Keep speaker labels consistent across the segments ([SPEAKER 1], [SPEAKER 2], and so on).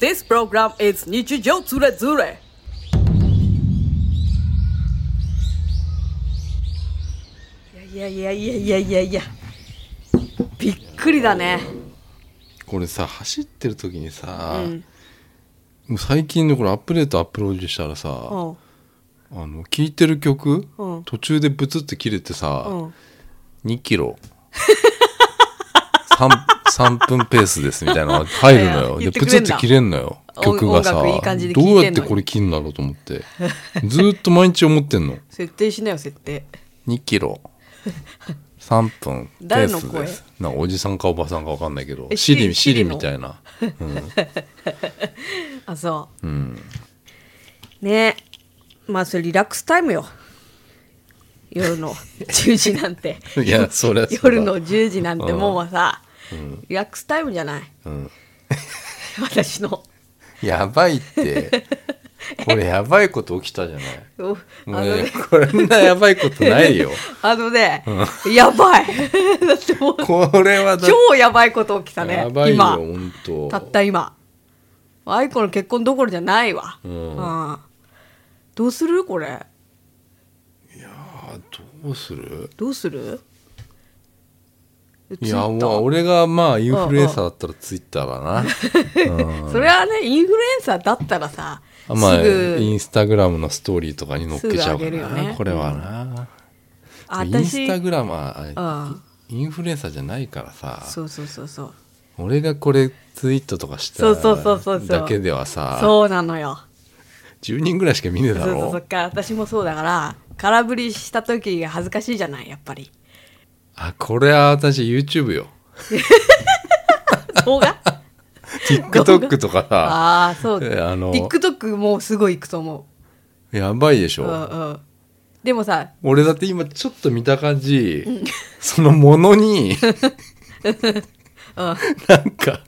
[SPEAKER 1] This program is 日常ズレズレ。いやいやいやいやいやいや。びっくりだね。
[SPEAKER 2] これさ走ってる時に
[SPEAKER 1] う
[SPEAKER 2] さ、
[SPEAKER 1] ん。
[SPEAKER 2] もう最近のこれアップデートアップロードしたら
[SPEAKER 1] う
[SPEAKER 2] さ、
[SPEAKER 1] ん。
[SPEAKER 2] あの聴いてる曲、
[SPEAKER 1] うん
[SPEAKER 2] 途中でブツって切れてさ、
[SPEAKER 1] うん。
[SPEAKER 2] 2キロ 3, 3分ペースですみたいなのが入るのよ
[SPEAKER 1] 言
[SPEAKER 2] で
[SPEAKER 1] って
[SPEAKER 2] プ
[SPEAKER 1] く
[SPEAKER 2] ツ
[SPEAKER 1] れ
[SPEAKER 2] っ
[SPEAKER 1] ん
[SPEAKER 2] て
[SPEAKER 1] だ
[SPEAKER 2] 切れんのよ
[SPEAKER 1] 音
[SPEAKER 2] 曲がさ
[SPEAKER 1] 音楽いい感じで聴いてんのに
[SPEAKER 2] どうやってこれ切るんだろうと思ってずーっと毎日思ってんの
[SPEAKER 1] 設定しなよ、設定。
[SPEAKER 2] 2キロ3分ペ
[SPEAKER 1] 誰
[SPEAKER 2] ー
[SPEAKER 1] の
[SPEAKER 2] ス
[SPEAKER 1] 声
[SPEAKER 2] ですなんかおじさんかおばさんか分かんないけど
[SPEAKER 1] え
[SPEAKER 2] シ
[SPEAKER 1] シ
[SPEAKER 2] リ
[SPEAKER 1] リ
[SPEAKER 2] シリ
[SPEAKER 1] シリの
[SPEAKER 2] みたいな
[SPEAKER 1] あ、そ
[SPEAKER 2] うん
[SPEAKER 1] う。ねまあ、それリラックスタイムよ。夜 の10時なんて。
[SPEAKER 2] いやそれはそうだ
[SPEAKER 1] 夜の10時なんてもうさ、リラックスタイムじゃない。
[SPEAKER 2] うん
[SPEAKER 1] 私の。
[SPEAKER 2] やばいって これやばいこと起きたじゃない
[SPEAKER 1] お
[SPEAKER 2] もうねこんなやばいことな いよ
[SPEAKER 1] あのね、やば い。だってもう、
[SPEAKER 2] これはだって
[SPEAKER 1] 超やばいこと起きたね
[SPEAKER 2] や。ばいよ
[SPEAKER 1] 今。
[SPEAKER 2] 本当
[SPEAKER 1] たった今。愛子の結婚どころじゃないわ。
[SPEAKER 2] うん
[SPEAKER 1] うんどうするこれ。
[SPEAKER 2] あどうする
[SPEAKER 1] どうする
[SPEAKER 2] い
[SPEAKER 1] ツイッタ
[SPEAKER 2] や
[SPEAKER 1] ー
[SPEAKER 2] もう俺がまあインフルエンサーだったらツイッターだ
[SPEAKER 1] それはね、インフルエンサーだったらさ、
[SPEAKER 2] なまあ
[SPEAKER 1] す
[SPEAKER 2] イ
[SPEAKER 1] ぐ、
[SPEAKER 2] ンスタグラムのストーリーとかに載っけちゃうか
[SPEAKER 1] すぐ上げ
[SPEAKER 2] な、
[SPEAKER 1] るよね
[SPEAKER 2] これはな、インス
[SPEAKER 1] 私、
[SPEAKER 2] タグラムはあれ
[SPEAKER 1] うん
[SPEAKER 2] インフルエンサーじゃないからさ
[SPEAKER 1] そうそうそうそう。
[SPEAKER 2] 俺がこれツイートとかした
[SPEAKER 1] そうそうそうそうそう
[SPEAKER 2] だけではさ
[SPEAKER 1] そうなのよ。
[SPEAKER 2] 10人ぐらいしか見ねえだ
[SPEAKER 1] そうそうそ
[SPEAKER 2] ろ
[SPEAKER 1] っか私もそうだから空振りした時が恥ずかしいじゃないやっぱり
[SPEAKER 2] あこれは私 YouTube よ
[SPEAKER 1] 動画
[SPEAKER 2] TikTok とかさ
[SPEAKER 1] ああそう
[SPEAKER 2] えあの
[SPEAKER 1] TikTok もうすごいいくと思
[SPEAKER 2] やばいでし
[SPEAKER 1] う、
[SPEAKER 2] ょ、
[SPEAKER 1] うんうん、でもさ
[SPEAKER 2] 俺だって今ちょっと見た感じ、そのものに、なんか、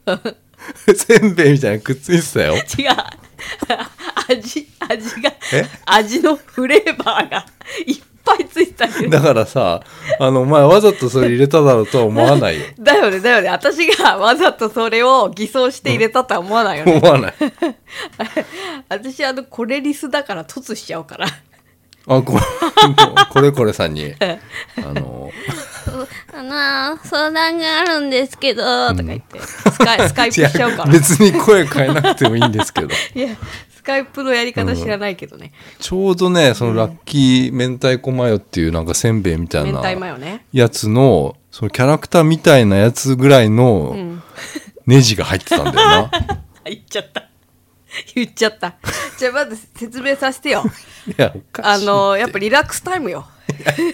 [SPEAKER 2] せんべいみたいなのくっついてたよ。
[SPEAKER 1] 違う 味味が
[SPEAKER 2] え
[SPEAKER 1] 味のフレーバーがいっぱいついてたけど
[SPEAKER 2] だからさ、あの、お前わざとそれ入れただろうとは思わないよ。
[SPEAKER 1] だよねだよね私がわざとそれを偽装して入れたとは思わないよね
[SPEAKER 2] 思わない。
[SPEAKER 1] 私あのこれリスだから凸しちゃうから
[SPEAKER 2] あ、これ、これこれさんに、あの、
[SPEAKER 3] あの相談があるんですけど、
[SPEAKER 1] とか言ってスカイスカイプしちゃう から
[SPEAKER 2] 違別に声変えなくてもいいんですけど、
[SPEAKER 1] いやスカイプのやり方知らないけどね、
[SPEAKER 2] ちょうどね、そのラッキー明太子マヨっていうなんかせんべいみたい
[SPEAKER 1] 明
[SPEAKER 2] な
[SPEAKER 1] 太マヨね
[SPEAKER 2] やつの、そのキャラクターみたいなやつぐらいの、
[SPEAKER 1] うん
[SPEAKER 2] ネジが入ってたんだよ な。
[SPEAKER 1] 言っちゃった 言っちゃったじゃあまず説明させてよ
[SPEAKER 2] いや、おか
[SPEAKER 1] あ
[SPEAKER 2] しい
[SPEAKER 1] のやっぱリラックスタイムよ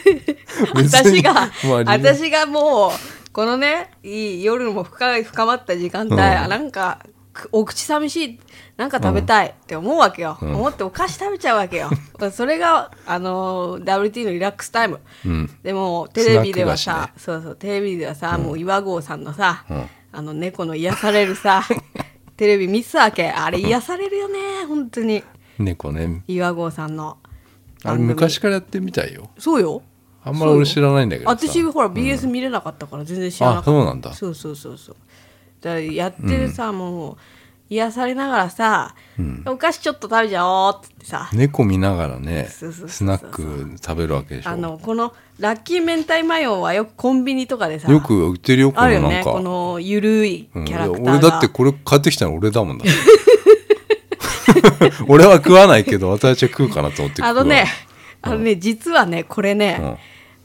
[SPEAKER 2] 別
[SPEAKER 1] 私
[SPEAKER 2] に
[SPEAKER 1] が、
[SPEAKER 2] まあリラ
[SPEAKER 1] 私がもうこのねいい夜も深い深まった時間帯、
[SPEAKER 2] うん
[SPEAKER 1] なんかくお口寂しいなんか食べたいって思うわけよ、
[SPEAKER 2] うん
[SPEAKER 1] 思ってお菓子食べちゃうわけよそれがあの WT のリラックスタイム、
[SPEAKER 2] うん。
[SPEAKER 1] でもテレビでは
[SPEAKER 2] スナッ
[SPEAKER 1] さ
[SPEAKER 2] ク、
[SPEAKER 1] そうそうテレビではさ、もう岩合さんのさ、
[SPEAKER 2] うん
[SPEAKER 1] あの猫の癒される さテレビ見てたわけあれ癒されるよね本当に
[SPEAKER 2] 猫ね。
[SPEAKER 1] 岩合さんの
[SPEAKER 2] あ
[SPEAKER 1] 番
[SPEAKER 2] れ
[SPEAKER 1] 組
[SPEAKER 2] 昔からやってみたいよ。
[SPEAKER 1] そうよ
[SPEAKER 2] あんまり俺知らないんだけどさ。
[SPEAKER 1] 私ほら BS 見れなかったから全然知らなかった、
[SPEAKER 2] あそうなんだ
[SPEAKER 1] そうそうそうそうだからやってるさ、もう癒されながらさ、お菓子ちょっと食べちゃおうっつってさ、
[SPEAKER 2] 猫見ながらね、
[SPEAKER 1] そうそうそうそう
[SPEAKER 2] スナック食べるわけでし
[SPEAKER 1] あ
[SPEAKER 2] ょ。
[SPEAKER 1] のこのラッキー明太マヨはよくコンビニとかでさ
[SPEAKER 2] よく売ってるよ、こ
[SPEAKER 1] ある
[SPEAKER 2] の
[SPEAKER 1] よ
[SPEAKER 2] な
[SPEAKER 1] ね
[SPEAKER 2] ん
[SPEAKER 1] こ
[SPEAKER 2] か。
[SPEAKER 1] のゆるいキ
[SPEAKER 2] うん
[SPEAKER 1] ャラクターが、
[SPEAKER 2] 俺だってこれ買ってきた の俺だもんだって。俺は食わないけど、私は食うかなと思って食うわ
[SPEAKER 1] あのね、あのね、実はね、これね、
[SPEAKER 2] うん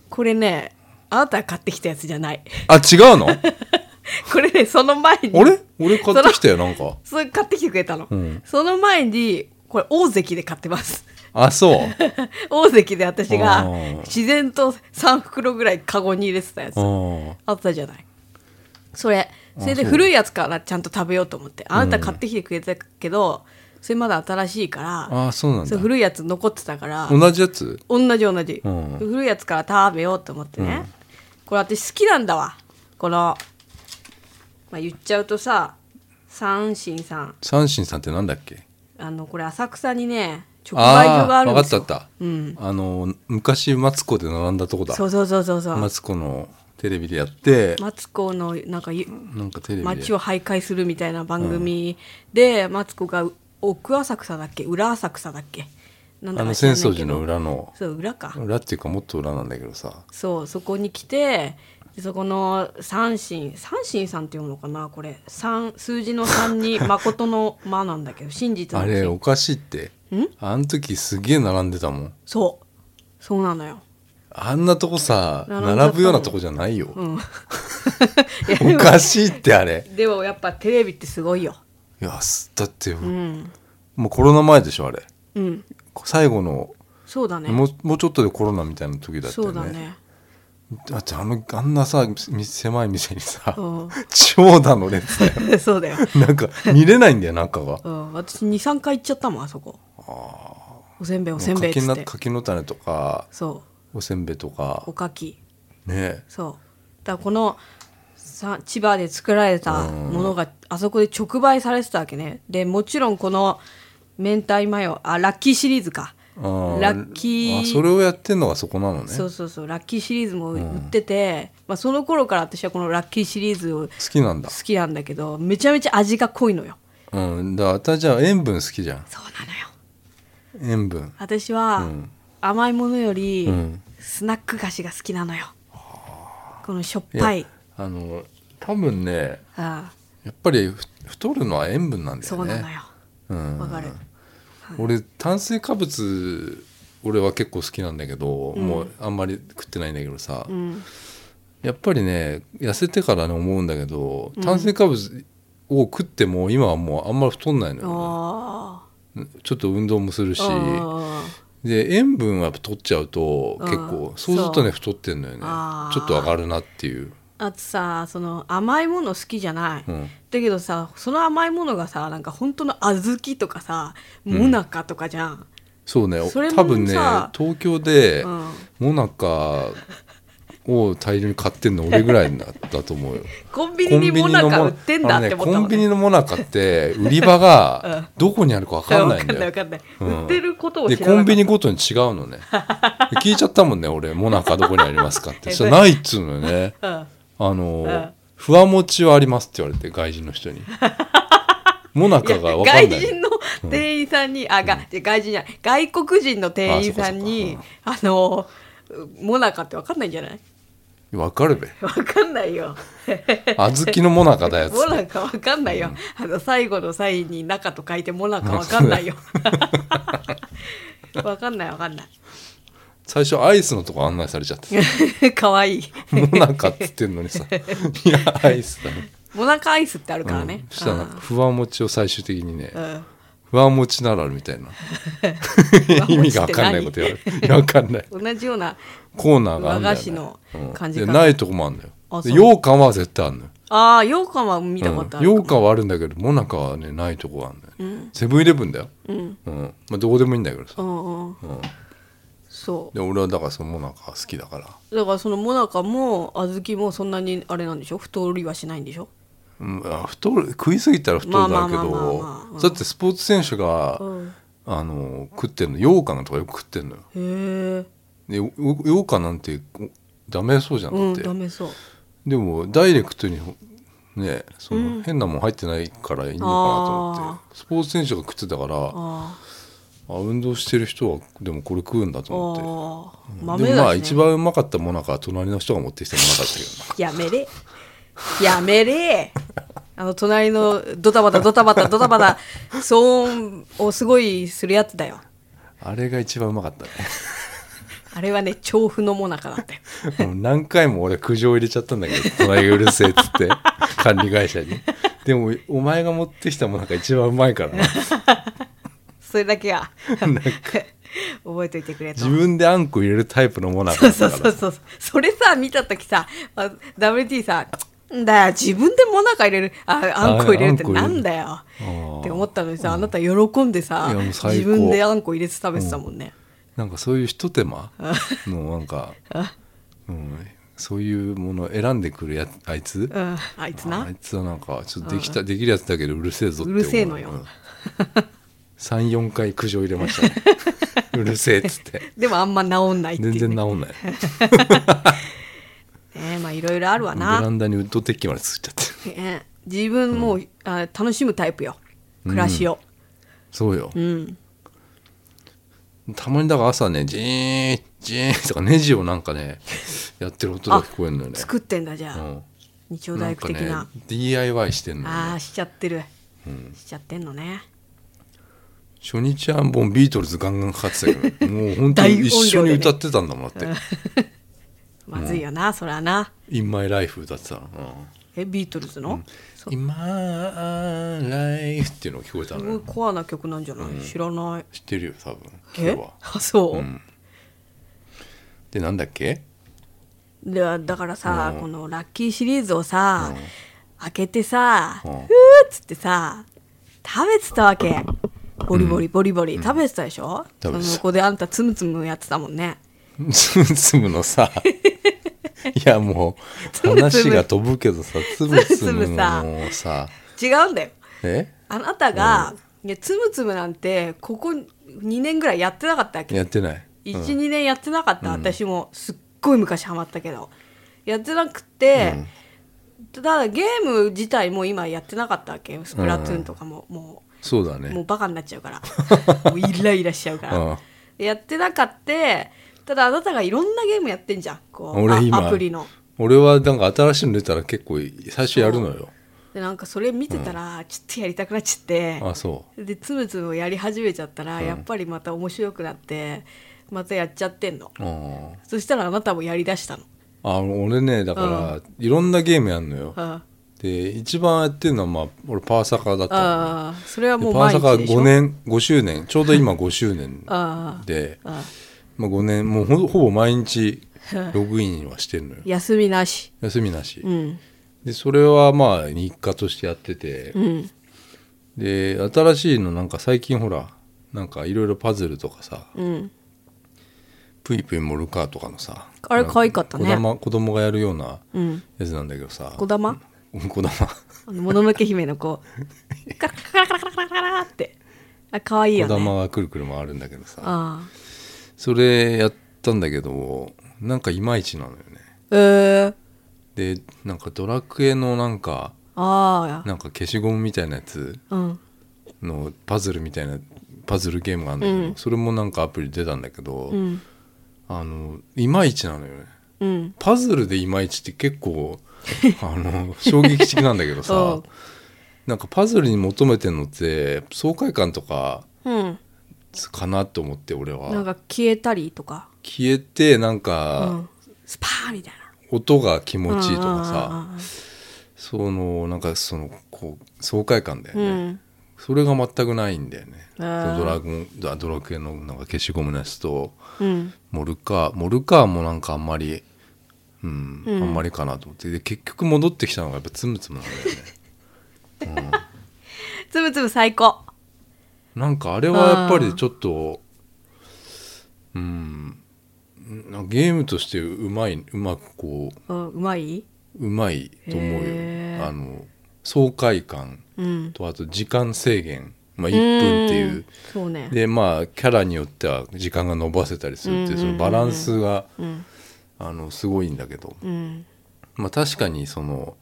[SPEAKER 1] これね、あなたが買ってきたやつじゃない。
[SPEAKER 2] あ、違うのあ
[SPEAKER 1] これね、その前に。
[SPEAKER 2] れ俺買ってきたよ、なんか。
[SPEAKER 1] それ買ってきてくれたの。
[SPEAKER 2] ん
[SPEAKER 1] その前に、これ、大関で買ってます。
[SPEAKER 2] あ、そう。
[SPEAKER 1] 大関で私が
[SPEAKER 2] うん
[SPEAKER 1] 自然と3袋ぐらいカゴに入れてたやつ
[SPEAKER 2] う。ん。
[SPEAKER 1] あったじゃない。それ、それで
[SPEAKER 2] そう
[SPEAKER 1] 古いやつからちゃんと食べようと思って。あなた買ってきてくれたけど、それまだ新しいから、
[SPEAKER 2] あ、そうなん
[SPEAKER 1] そ
[SPEAKER 2] だ
[SPEAKER 1] れ。古いやつ残ってたから、
[SPEAKER 2] 同じやつ
[SPEAKER 1] 同じ同じ、
[SPEAKER 2] うん
[SPEAKER 1] 古いやつから食べようと思ってね、これ私好きなんだわこの、まあ、言っちゃうとさ三心さん
[SPEAKER 2] 三心さんってなんだっけ
[SPEAKER 1] あのこれ浅草にね直売
[SPEAKER 2] あ
[SPEAKER 1] 所があるんで
[SPEAKER 2] 分かっ
[SPEAKER 1] す
[SPEAKER 2] た
[SPEAKER 1] よ
[SPEAKER 2] 分かった、
[SPEAKER 1] うん
[SPEAKER 2] あの昔マツコで並んだとこだ
[SPEAKER 1] そうそうそうそうそう
[SPEAKER 2] マツコのテレビでやって
[SPEAKER 1] マツコのなんかゆ
[SPEAKER 2] なんかテレビで
[SPEAKER 1] 街を徘徊するみたいな番組で、マツコが奥浅草だっけ裏浅草だっけなんだ
[SPEAKER 2] あ
[SPEAKER 1] か
[SPEAKER 2] の
[SPEAKER 1] 知ら
[SPEAKER 2] 浅
[SPEAKER 1] ないけど
[SPEAKER 2] 草寺の裏の
[SPEAKER 1] そう裏か
[SPEAKER 2] 裏っていうかもっと裏なんだけどさ
[SPEAKER 1] そうそこに来てでそこの三神三神さんって読むのかなこれ三数字の3に 誠の間なんだけど真実の
[SPEAKER 2] あ
[SPEAKER 1] 真
[SPEAKER 2] れおかしいってあの時すげえ並んでたもん
[SPEAKER 1] そうそうなのよ
[SPEAKER 2] あんなとこさ
[SPEAKER 1] 並んじゃった
[SPEAKER 2] 並ぶようなとこじゃないよ、
[SPEAKER 1] ん
[SPEAKER 2] おかしいってあれ
[SPEAKER 1] でもやっぱテレビってすごいよ
[SPEAKER 2] いやすだって、
[SPEAKER 1] うん
[SPEAKER 2] もうコロナ前でしょあれ
[SPEAKER 1] うん
[SPEAKER 2] 最後の、
[SPEAKER 1] そうだね
[SPEAKER 2] もうもうちょっとでコロナみたいな時だった
[SPEAKER 1] そ
[SPEAKER 2] よ
[SPEAKER 1] う
[SPEAKER 2] ね
[SPEAKER 1] だね
[SPEAKER 2] だってあのあんなさみ狭い店にさ、
[SPEAKER 1] うん
[SPEAKER 2] 長蛇の列 だよ
[SPEAKER 1] そうだよ、
[SPEAKER 2] なんか見れないんだよ中が
[SPEAKER 1] うん、私23回行っちゃったもんあそこおせんべいおせんべいっつ
[SPEAKER 2] 柿
[SPEAKER 1] っ
[SPEAKER 2] な
[SPEAKER 1] て
[SPEAKER 2] 柿の種とか
[SPEAKER 1] そ
[SPEAKER 2] おせんべいと
[SPEAKER 1] うおか
[SPEAKER 2] か
[SPEAKER 1] き
[SPEAKER 2] ね
[SPEAKER 1] そうだからこのさ千葉で作られたものがあそこで直売されてたわけねでもちろんこの明太マヨあラッキーシリーズか
[SPEAKER 2] あー
[SPEAKER 1] ラッキー
[SPEAKER 2] あそれをやってんのがそこなのね
[SPEAKER 1] そう
[SPEAKER 2] 好
[SPEAKER 1] そうそうラッキーシリーズも売ってて、まあ、その頃から私はこのラッキーシリーズを好
[SPEAKER 2] きなんだ
[SPEAKER 1] きなんだけどめちゃめちゃ味が濃いのよ
[SPEAKER 2] うんだから私じゃあ塩分好きじゃん
[SPEAKER 1] そうなのよ
[SPEAKER 2] 塩分
[SPEAKER 1] 私は
[SPEAKER 2] ん
[SPEAKER 1] 甘いものより
[SPEAKER 2] ん
[SPEAKER 1] スナック菓子が好きなのよ、このしょっ
[SPEAKER 2] いや
[SPEAKER 1] ぱい
[SPEAKER 2] あの多分ね
[SPEAKER 1] ああ
[SPEAKER 2] やっぱりふ太るのは塩分なんだ
[SPEAKER 1] そ
[SPEAKER 2] よ
[SPEAKER 1] う
[SPEAKER 2] ね
[SPEAKER 1] なのよ
[SPEAKER 2] うん
[SPEAKER 1] わかる
[SPEAKER 2] 俺炭水化物俺は結構好きなんだけど、もうあんまり食ってないんだけどさ、
[SPEAKER 1] うん
[SPEAKER 2] やっぱりね痩せてからね思うんだけど炭水化物を食っても今はもうあんまり太んないのよ、
[SPEAKER 1] ああ
[SPEAKER 2] ちょっと運動もするし
[SPEAKER 1] あ
[SPEAKER 2] で塩分はやっぱ取っちゃうと
[SPEAKER 1] うん
[SPEAKER 2] 結構そうすると
[SPEAKER 1] そ
[SPEAKER 2] ね
[SPEAKER 1] う
[SPEAKER 2] 太ってんのよね
[SPEAKER 1] あー
[SPEAKER 2] ちょっと上がるなっていう、
[SPEAKER 1] あとさその甘いもの好きじゃない、
[SPEAKER 2] うん、
[SPEAKER 1] だけどさその甘いものがさなんか本当の小豆とかさもなかとかじゃん、
[SPEAKER 2] そうね
[SPEAKER 1] それも
[SPEAKER 2] 多分ね
[SPEAKER 1] さ
[SPEAKER 2] 東京で、
[SPEAKER 1] うん
[SPEAKER 2] モナカを大量に買ってんの俺ぐらいだったと思うよ
[SPEAKER 1] コ ンビニにもなか売ってんだって思った
[SPEAKER 2] コ
[SPEAKER 1] も
[SPEAKER 2] ン
[SPEAKER 1] ん
[SPEAKER 2] ビニ
[SPEAKER 1] ね
[SPEAKER 2] のモナカって売り場がどこにあるか分かんないんだ
[SPEAKER 1] わ
[SPEAKER 2] よ
[SPEAKER 1] かんないわかん
[SPEAKER 2] う
[SPEAKER 1] ない
[SPEAKER 2] ん
[SPEAKER 1] 売ってることを知
[SPEAKER 2] で
[SPEAKER 1] らなか
[SPEAKER 2] コ
[SPEAKER 1] った
[SPEAKER 2] ンビニごとに違うのね聞いちゃったもんね俺モナカどこにありますかっ
[SPEAKER 1] え
[SPEAKER 2] てそしたらないっつうのよね
[SPEAKER 1] うん
[SPEAKER 2] あの、
[SPEAKER 1] うん
[SPEAKER 2] ふわもちはありますって言われて外人の人 にモナカが分かん
[SPEAKER 1] 外
[SPEAKER 2] ない
[SPEAKER 1] 人の店員さんに、あがじゃ外人じゃない外国人の店員さんにあのモナカってわかんないんじゃない
[SPEAKER 2] 分かるべ
[SPEAKER 1] わかんないよ
[SPEAKER 2] 小豆のモナカだよっつ
[SPEAKER 1] モ
[SPEAKER 2] って
[SPEAKER 1] ナカわかんないよ、あの最後の際に中と書いてモナカわかんない よわかんないわかんない
[SPEAKER 2] 最初アイスのとこ案内されちゃって
[SPEAKER 1] かわいい
[SPEAKER 2] モナカっつってんの にさいやアイスだね
[SPEAKER 1] モナカアイスってあるからね
[SPEAKER 2] うん、そしたらなんかふわもちを最終的にね、
[SPEAKER 1] うんうん
[SPEAKER 2] ふわもちならあるみた いな
[SPEAKER 1] 何
[SPEAKER 2] 意味が分かんないこと言われるいや分かんない
[SPEAKER 1] 同じような
[SPEAKER 2] コーナーがあるんだ
[SPEAKER 1] 和
[SPEAKER 2] よ、ね、
[SPEAKER 1] 菓子の感じ
[SPEAKER 2] うん
[SPEAKER 1] かな
[SPEAKER 2] でないとこもあるんだよ
[SPEAKER 1] あ
[SPEAKER 2] で
[SPEAKER 1] そう
[SPEAKER 2] 羊羹は絶対あるのよ
[SPEAKER 1] ああ羊羹は見たことあるかも、
[SPEAKER 2] うん羊羹はあるんだけどモナカはねないとこがあるんだよ、セブンイレブンだよ、うんまあ、どこでもいいんだけどさ、
[SPEAKER 1] うんうん
[SPEAKER 2] うん
[SPEAKER 1] そ
[SPEAKER 2] で俺はだからそのモナカが好きだから
[SPEAKER 1] うだからそのモナカも小豆もそんなにあれなんでしょ太りはしないんでしょ
[SPEAKER 2] うん、あ太る食いすぎたら太るだろうけ
[SPEAKER 1] まあまあまあまあまあう
[SPEAKER 2] ど
[SPEAKER 1] ん
[SPEAKER 2] だってスポーツ選手が、
[SPEAKER 1] うん
[SPEAKER 2] あの食ってんの羊羹とかよく食ってんのよ
[SPEAKER 1] へえ
[SPEAKER 2] でよ羊羹なんておダメそうじゃん
[SPEAKER 1] う
[SPEAKER 2] だっ
[SPEAKER 1] ん
[SPEAKER 2] て、
[SPEAKER 1] ダメそう
[SPEAKER 2] でもダイレクトにねその変なもん入ってないからいいのかなと思って、スポーツ選手が食ってたからあ
[SPEAKER 1] あ
[SPEAKER 2] 運動してる人はでもこれ食うんだ
[SPEAKER 1] ー
[SPEAKER 2] と思って。
[SPEAKER 1] あー
[SPEAKER 2] で
[SPEAKER 1] 豆
[SPEAKER 2] もまあ
[SPEAKER 1] だし、
[SPEAKER 2] 一
[SPEAKER 1] ね、
[SPEAKER 2] 番うまかったもなかは隣の人が持ってきたもなかったけ ど
[SPEAKER 1] やめれやめれあの隣のドタバタドタバタドタバタ騒音をすごいするやつだよ
[SPEAKER 2] なあれが一番うまかったね
[SPEAKER 1] あれはね調布のモナカだったよ
[SPEAKER 2] もう何回も俺苦情入れちゃったんだけど隣がうるせえっつって管理会社にでもお前が持ってきたもなか一番うまいからな
[SPEAKER 1] それだけは 覚えといてくれと
[SPEAKER 2] 自分であんこ入れるタイプのもなか
[SPEAKER 1] そう
[SPEAKER 2] だ
[SPEAKER 1] そ
[SPEAKER 2] か
[SPEAKER 1] う
[SPEAKER 2] ら
[SPEAKER 1] そうそうそれさ見た時さあ WT さ「んだよ自分でもなか入れるああんこ入れるって
[SPEAKER 2] ああんこ入れる
[SPEAKER 1] なんだよ」
[SPEAKER 2] ー
[SPEAKER 1] って思ったのにさあなた喜んでさ
[SPEAKER 2] いやもう最
[SPEAKER 1] 自
[SPEAKER 2] 高
[SPEAKER 1] 分であんこ入れて食べてたもんね、
[SPEAKER 2] なんかそういうひと手間のなんか、うん、そういうものを選んでくるやつあいつ
[SPEAKER 1] うんあいつ
[SPEAKER 2] あ
[SPEAKER 1] ない
[SPEAKER 2] つはなんかちょっとできた、できるやつだけどうるせえぞって思
[SPEAKER 1] うるせえのよ
[SPEAKER 2] ん34回苦情入れましたね うるせえっつって
[SPEAKER 1] でもあんま治んないっていう
[SPEAKER 2] 全
[SPEAKER 1] ね
[SPEAKER 2] 然治んない
[SPEAKER 1] ねまあいろいろあるわ
[SPEAKER 2] ベ
[SPEAKER 1] な
[SPEAKER 2] ランダにウッドデッキまでついちゃってる
[SPEAKER 1] ええ自分もう、あ楽しむタイプよ暮らしを、
[SPEAKER 2] そうよ、
[SPEAKER 1] ん
[SPEAKER 2] たまにだから朝ねジーンジーンとかネジをなんかねやってる音が聞こえるのよね
[SPEAKER 1] 作ってんだじゃあ、
[SPEAKER 2] うん
[SPEAKER 1] 日曜大工的な
[SPEAKER 2] なんかね DIY してんのよね
[SPEAKER 1] ああしちゃってる、しちゃってんのね
[SPEAKER 2] 初日はもうビートルズガンガンかかってた けどもう本当に一緒に歌ってたんだもんだって
[SPEAKER 1] まずいよな、そりゃな
[SPEAKER 2] 「In My Life」歌ってたの
[SPEAKER 1] えビートルズの、
[SPEAKER 2] 「In My Life」っていうのが聞こえたの
[SPEAKER 1] すごい
[SPEAKER 2] よ
[SPEAKER 1] コアな曲なんじゃない、知らない
[SPEAKER 2] 知ってるよ多分それ
[SPEAKER 1] え
[SPEAKER 2] は
[SPEAKER 1] あそう、
[SPEAKER 2] でなんだっけ
[SPEAKER 1] ではだからさ、
[SPEAKER 2] うん
[SPEAKER 1] このラッキーシリーズをさ、開けてさ、
[SPEAKER 2] う
[SPEAKER 1] うんーっつってさ食べてたわけボリボリボリボリ、食べてたでしょ
[SPEAKER 2] 食べてた
[SPEAKER 1] そこであんたつむつむやってたもんね
[SPEAKER 2] つむつむ のさいやもう話が飛ぶけどさつむつむのさ
[SPEAKER 1] 違うんだよ
[SPEAKER 2] え
[SPEAKER 1] あなたが、いやつむつむなんてここ2年ぐらいやってなかったわけ
[SPEAKER 2] やってない
[SPEAKER 1] 12、年やってなかった、私もすっごい昔ハマったけどやってなくて、ただゲーム自体も今やってなかったわけスプラトゥーンとかも、も
[SPEAKER 2] そうだ
[SPEAKER 1] うもう
[SPEAKER 2] ね
[SPEAKER 1] バカになっちゃうからもうイライラしちゃうから、
[SPEAKER 2] うん
[SPEAKER 1] やってなかったただあなたがいろんなゲームやってんじゃんこう
[SPEAKER 2] 俺
[SPEAKER 1] あ
[SPEAKER 2] 今
[SPEAKER 1] アプリの
[SPEAKER 2] 俺はなんか新しいの出たら結構最初やるのよ
[SPEAKER 1] でなんかそれ見てたら、ちょっとやりたくなっちゃって
[SPEAKER 2] あそう
[SPEAKER 1] でつむつむをやり始めちゃったら、やっぱりまた面白くなってまたやっちゃってんの
[SPEAKER 2] あ
[SPEAKER 1] そしたらあなたもやりだしたの
[SPEAKER 2] あ俺ねだから、いろんなゲームやんのよ、
[SPEAKER 1] あ
[SPEAKER 2] で一番やってるのは、まあ、俺パーサカだったのね
[SPEAKER 1] あそれはも
[SPEAKER 2] で
[SPEAKER 1] う
[SPEAKER 2] パー
[SPEAKER 1] 毎
[SPEAKER 2] サカ
[SPEAKER 1] 日でしょ
[SPEAKER 2] 5年5周年ちょうど今5周年
[SPEAKER 1] ああ
[SPEAKER 2] で
[SPEAKER 1] あ
[SPEAKER 2] まあ、5年もうほほぼ毎日ログインはしてるのよ
[SPEAKER 1] 休みなし
[SPEAKER 2] 休みなし、
[SPEAKER 1] うん
[SPEAKER 2] でそれはまあ日課としてやってて、
[SPEAKER 1] うん
[SPEAKER 2] で新しいのなんか最近ほらなんかいろいろパズルとかさ
[SPEAKER 1] うん
[SPEAKER 2] プイプイモルカーとかのさ
[SPEAKER 1] あれ可愛かったね
[SPEAKER 2] なん子供子供がやるような
[SPEAKER 1] うん
[SPEAKER 2] やつなんだけどさ
[SPEAKER 1] こだま
[SPEAKER 2] うん子供
[SPEAKER 1] あのもののけ姫の子 カラカラカラカラカラカラカラってあ可愛いよ
[SPEAKER 2] 小玉
[SPEAKER 1] ね
[SPEAKER 2] がくるくる回るんだけどさ
[SPEAKER 1] ああ
[SPEAKER 2] それやったんだけどなんかいまいちなのよね
[SPEAKER 1] えー、
[SPEAKER 2] でなんかドラクエのなんか
[SPEAKER 1] あ
[SPEAKER 2] なんか消しゴムみたいなやつ
[SPEAKER 1] あうん
[SPEAKER 2] のパズルみたいなパズルゲームがあるんだけど、
[SPEAKER 1] うん
[SPEAKER 2] それもなんかアプリ出たんだけど、
[SPEAKER 1] うん
[SPEAKER 2] あのいまいちなのよね
[SPEAKER 1] うん
[SPEAKER 2] パズルでいまいちって結 構あの衝撃的なんだけど
[SPEAKER 1] う
[SPEAKER 2] さ
[SPEAKER 1] ん
[SPEAKER 2] なんかパズルに求めてんのって爽快感とか
[SPEAKER 1] うん
[SPEAKER 2] かなと思って俺は
[SPEAKER 1] なんか消えたりとか
[SPEAKER 2] 消えてなん
[SPEAKER 1] う
[SPEAKER 2] か
[SPEAKER 1] んスパーみたいな
[SPEAKER 2] 音が気持ちいいとかさ、
[SPEAKER 1] うんうんうんうん
[SPEAKER 2] そのなんかそのこう爽快感だよね、
[SPEAKER 1] うん
[SPEAKER 2] それが全くないんだよね
[SPEAKER 1] あ
[SPEAKER 2] そ
[SPEAKER 1] ー
[SPEAKER 2] のドラゴンあドラクエのなんか消しゴムのやつと
[SPEAKER 1] うん
[SPEAKER 2] モルカーモルカーもなんかあんまりうん、
[SPEAKER 1] うん
[SPEAKER 2] あんまりかなと思ってで結局戻ってきたのがやっぱつむつむなんだよね
[SPEAKER 1] つぶつぶ最高
[SPEAKER 2] なんかあれはやっぱりちょっとうんなんかゲームとしてうまいうまくこ
[SPEAKER 1] うんうまいう
[SPEAKER 2] うまいと思う
[SPEAKER 1] へ
[SPEAKER 2] よ
[SPEAKER 1] ー
[SPEAKER 2] あの爽快感
[SPEAKER 1] うん
[SPEAKER 2] とあと時間制限、まあ、1分っていう
[SPEAKER 1] うんそうね
[SPEAKER 2] でまあキャラによっては時間が延ばせたりするってい
[SPEAKER 1] うん
[SPEAKER 2] うそ
[SPEAKER 1] うんうん
[SPEAKER 2] のバランスが
[SPEAKER 1] うん
[SPEAKER 2] あのすごいんだけど、
[SPEAKER 1] うん
[SPEAKER 2] まあ、確かにその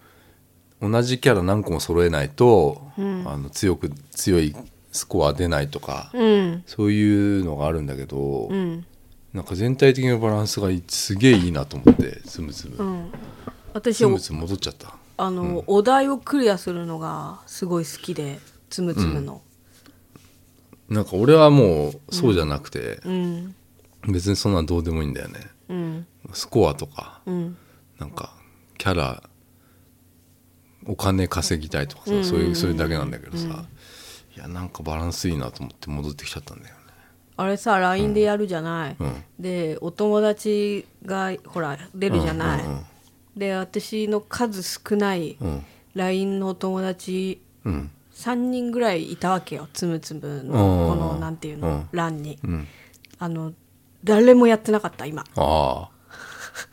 [SPEAKER 2] 同じキャラ何個も揃えないと、
[SPEAKER 1] うん
[SPEAKER 2] あの強く強いスコア出ないとか、
[SPEAKER 1] うん
[SPEAKER 2] そういうのがあるんだけど、
[SPEAKER 1] うん
[SPEAKER 2] なんか全体的なバランスがいすげえいいなと思ってつむつ
[SPEAKER 1] う
[SPEAKER 2] む
[SPEAKER 1] ん私
[SPEAKER 2] つむつむ戻っちゃった
[SPEAKER 1] あの、お題をクリアするのがすごい好きでつむつむの
[SPEAKER 2] なんか俺はもうそうじゃなくて、
[SPEAKER 1] うん
[SPEAKER 2] 別にそんなんどうでもいいんだよね
[SPEAKER 1] うん
[SPEAKER 2] スコアとか
[SPEAKER 1] うん
[SPEAKER 2] なんかキャラお金稼ぎたいとかさ、そういうそれだけなんだけどさ、いやなんかバランスいいなと思って戻ってきちゃったんだよね
[SPEAKER 1] あれさ LINE でやるじゃない、
[SPEAKER 2] うん
[SPEAKER 1] でお友達がほら出るじゃない、で私の数少ない
[SPEAKER 2] うん
[SPEAKER 1] LINE のお友達
[SPEAKER 2] うん
[SPEAKER 1] 3人ぐらいいたわけよつむつむの
[SPEAKER 2] うん
[SPEAKER 1] このなんていう
[SPEAKER 2] う
[SPEAKER 1] の
[SPEAKER 2] ん
[SPEAKER 1] 欄に
[SPEAKER 2] うん
[SPEAKER 1] あの誰もやってなかった今
[SPEAKER 2] あ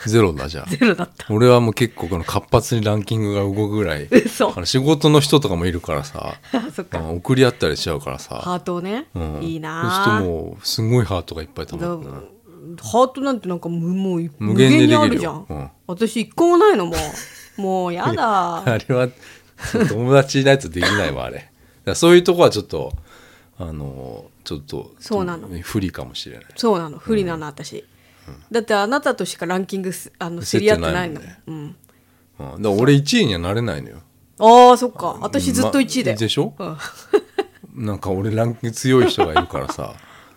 [SPEAKER 2] あゼロだじゃあ
[SPEAKER 1] ゼロだった
[SPEAKER 2] 俺はもう結構この活発にランキングが動くぐらい
[SPEAKER 1] 嘘
[SPEAKER 2] あの仕事の人とかもいるか らさ
[SPEAKER 1] あそっか
[SPEAKER 2] うん送り合ったりしちゃうからさ、
[SPEAKER 1] ハートをね、
[SPEAKER 2] うん
[SPEAKER 1] いいな
[SPEAKER 2] そうすると
[SPEAKER 1] ぁ
[SPEAKER 2] もうすごいハートがいっぱい溜まってるな
[SPEAKER 1] どうハートなんてなんか無もう
[SPEAKER 2] 無限にできるよ
[SPEAKER 1] 無あるじゃん、
[SPEAKER 2] うん
[SPEAKER 1] 私一個もないのも うもうやだ
[SPEAKER 2] あれはそう友達いないとできないわあれだからそういうとこはちょっとあのちょっと
[SPEAKER 1] そうなの
[SPEAKER 2] 不利かもしれない
[SPEAKER 1] そうなの不利なの私、だってあなたとしかランキングすあの知り合ってないの
[SPEAKER 2] 知ってない
[SPEAKER 1] うん、
[SPEAKER 2] うん、だから俺1位にはなれないのよ
[SPEAKER 1] ああそっか私ずっと1位だよ、
[SPEAKER 2] までしょ
[SPEAKER 1] うん、
[SPEAKER 2] なんか俺ランキング強い人がいるか らさ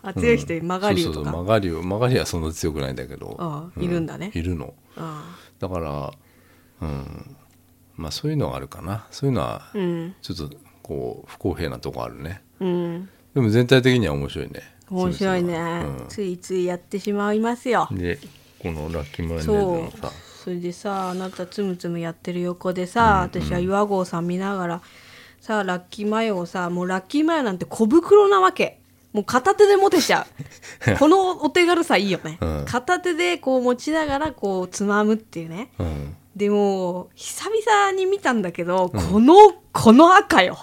[SPEAKER 1] あ強い人曲がり
[SPEAKER 2] そ
[SPEAKER 1] と
[SPEAKER 2] うそう
[SPEAKER 1] か
[SPEAKER 2] そう曲がりゅう曲がりはそんな強くないんだけど
[SPEAKER 1] ああいるんだね
[SPEAKER 2] いるの
[SPEAKER 1] あ
[SPEAKER 2] だからうんまあそういうのはあるかなそういうのは
[SPEAKER 1] あうん
[SPEAKER 2] ちょっとこう不公平なとこあるね
[SPEAKER 1] うん
[SPEAKER 2] でも全体的には面白いね
[SPEAKER 1] 面白いね、ついついやってしまいますよ
[SPEAKER 2] うんでこのラッキーマヨネーズ
[SPEAKER 1] そ
[SPEAKER 2] の
[SPEAKER 1] う
[SPEAKER 2] さ
[SPEAKER 1] それでさあなたつむつむやってる横でさ、私は岩合さん見ながらさあラッキーマヨをさもうラッキーマヨなんて小袋なわけもう片手で持てちゃ うこのお手軽さいいよね、
[SPEAKER 2] うん
[SPEAKER 1] 片手でこう持ちながらこうつまむっていうね
[SPEAKER 2] うん
[SPEAKER 1] でも久々に見たんだけど、このこの赤よ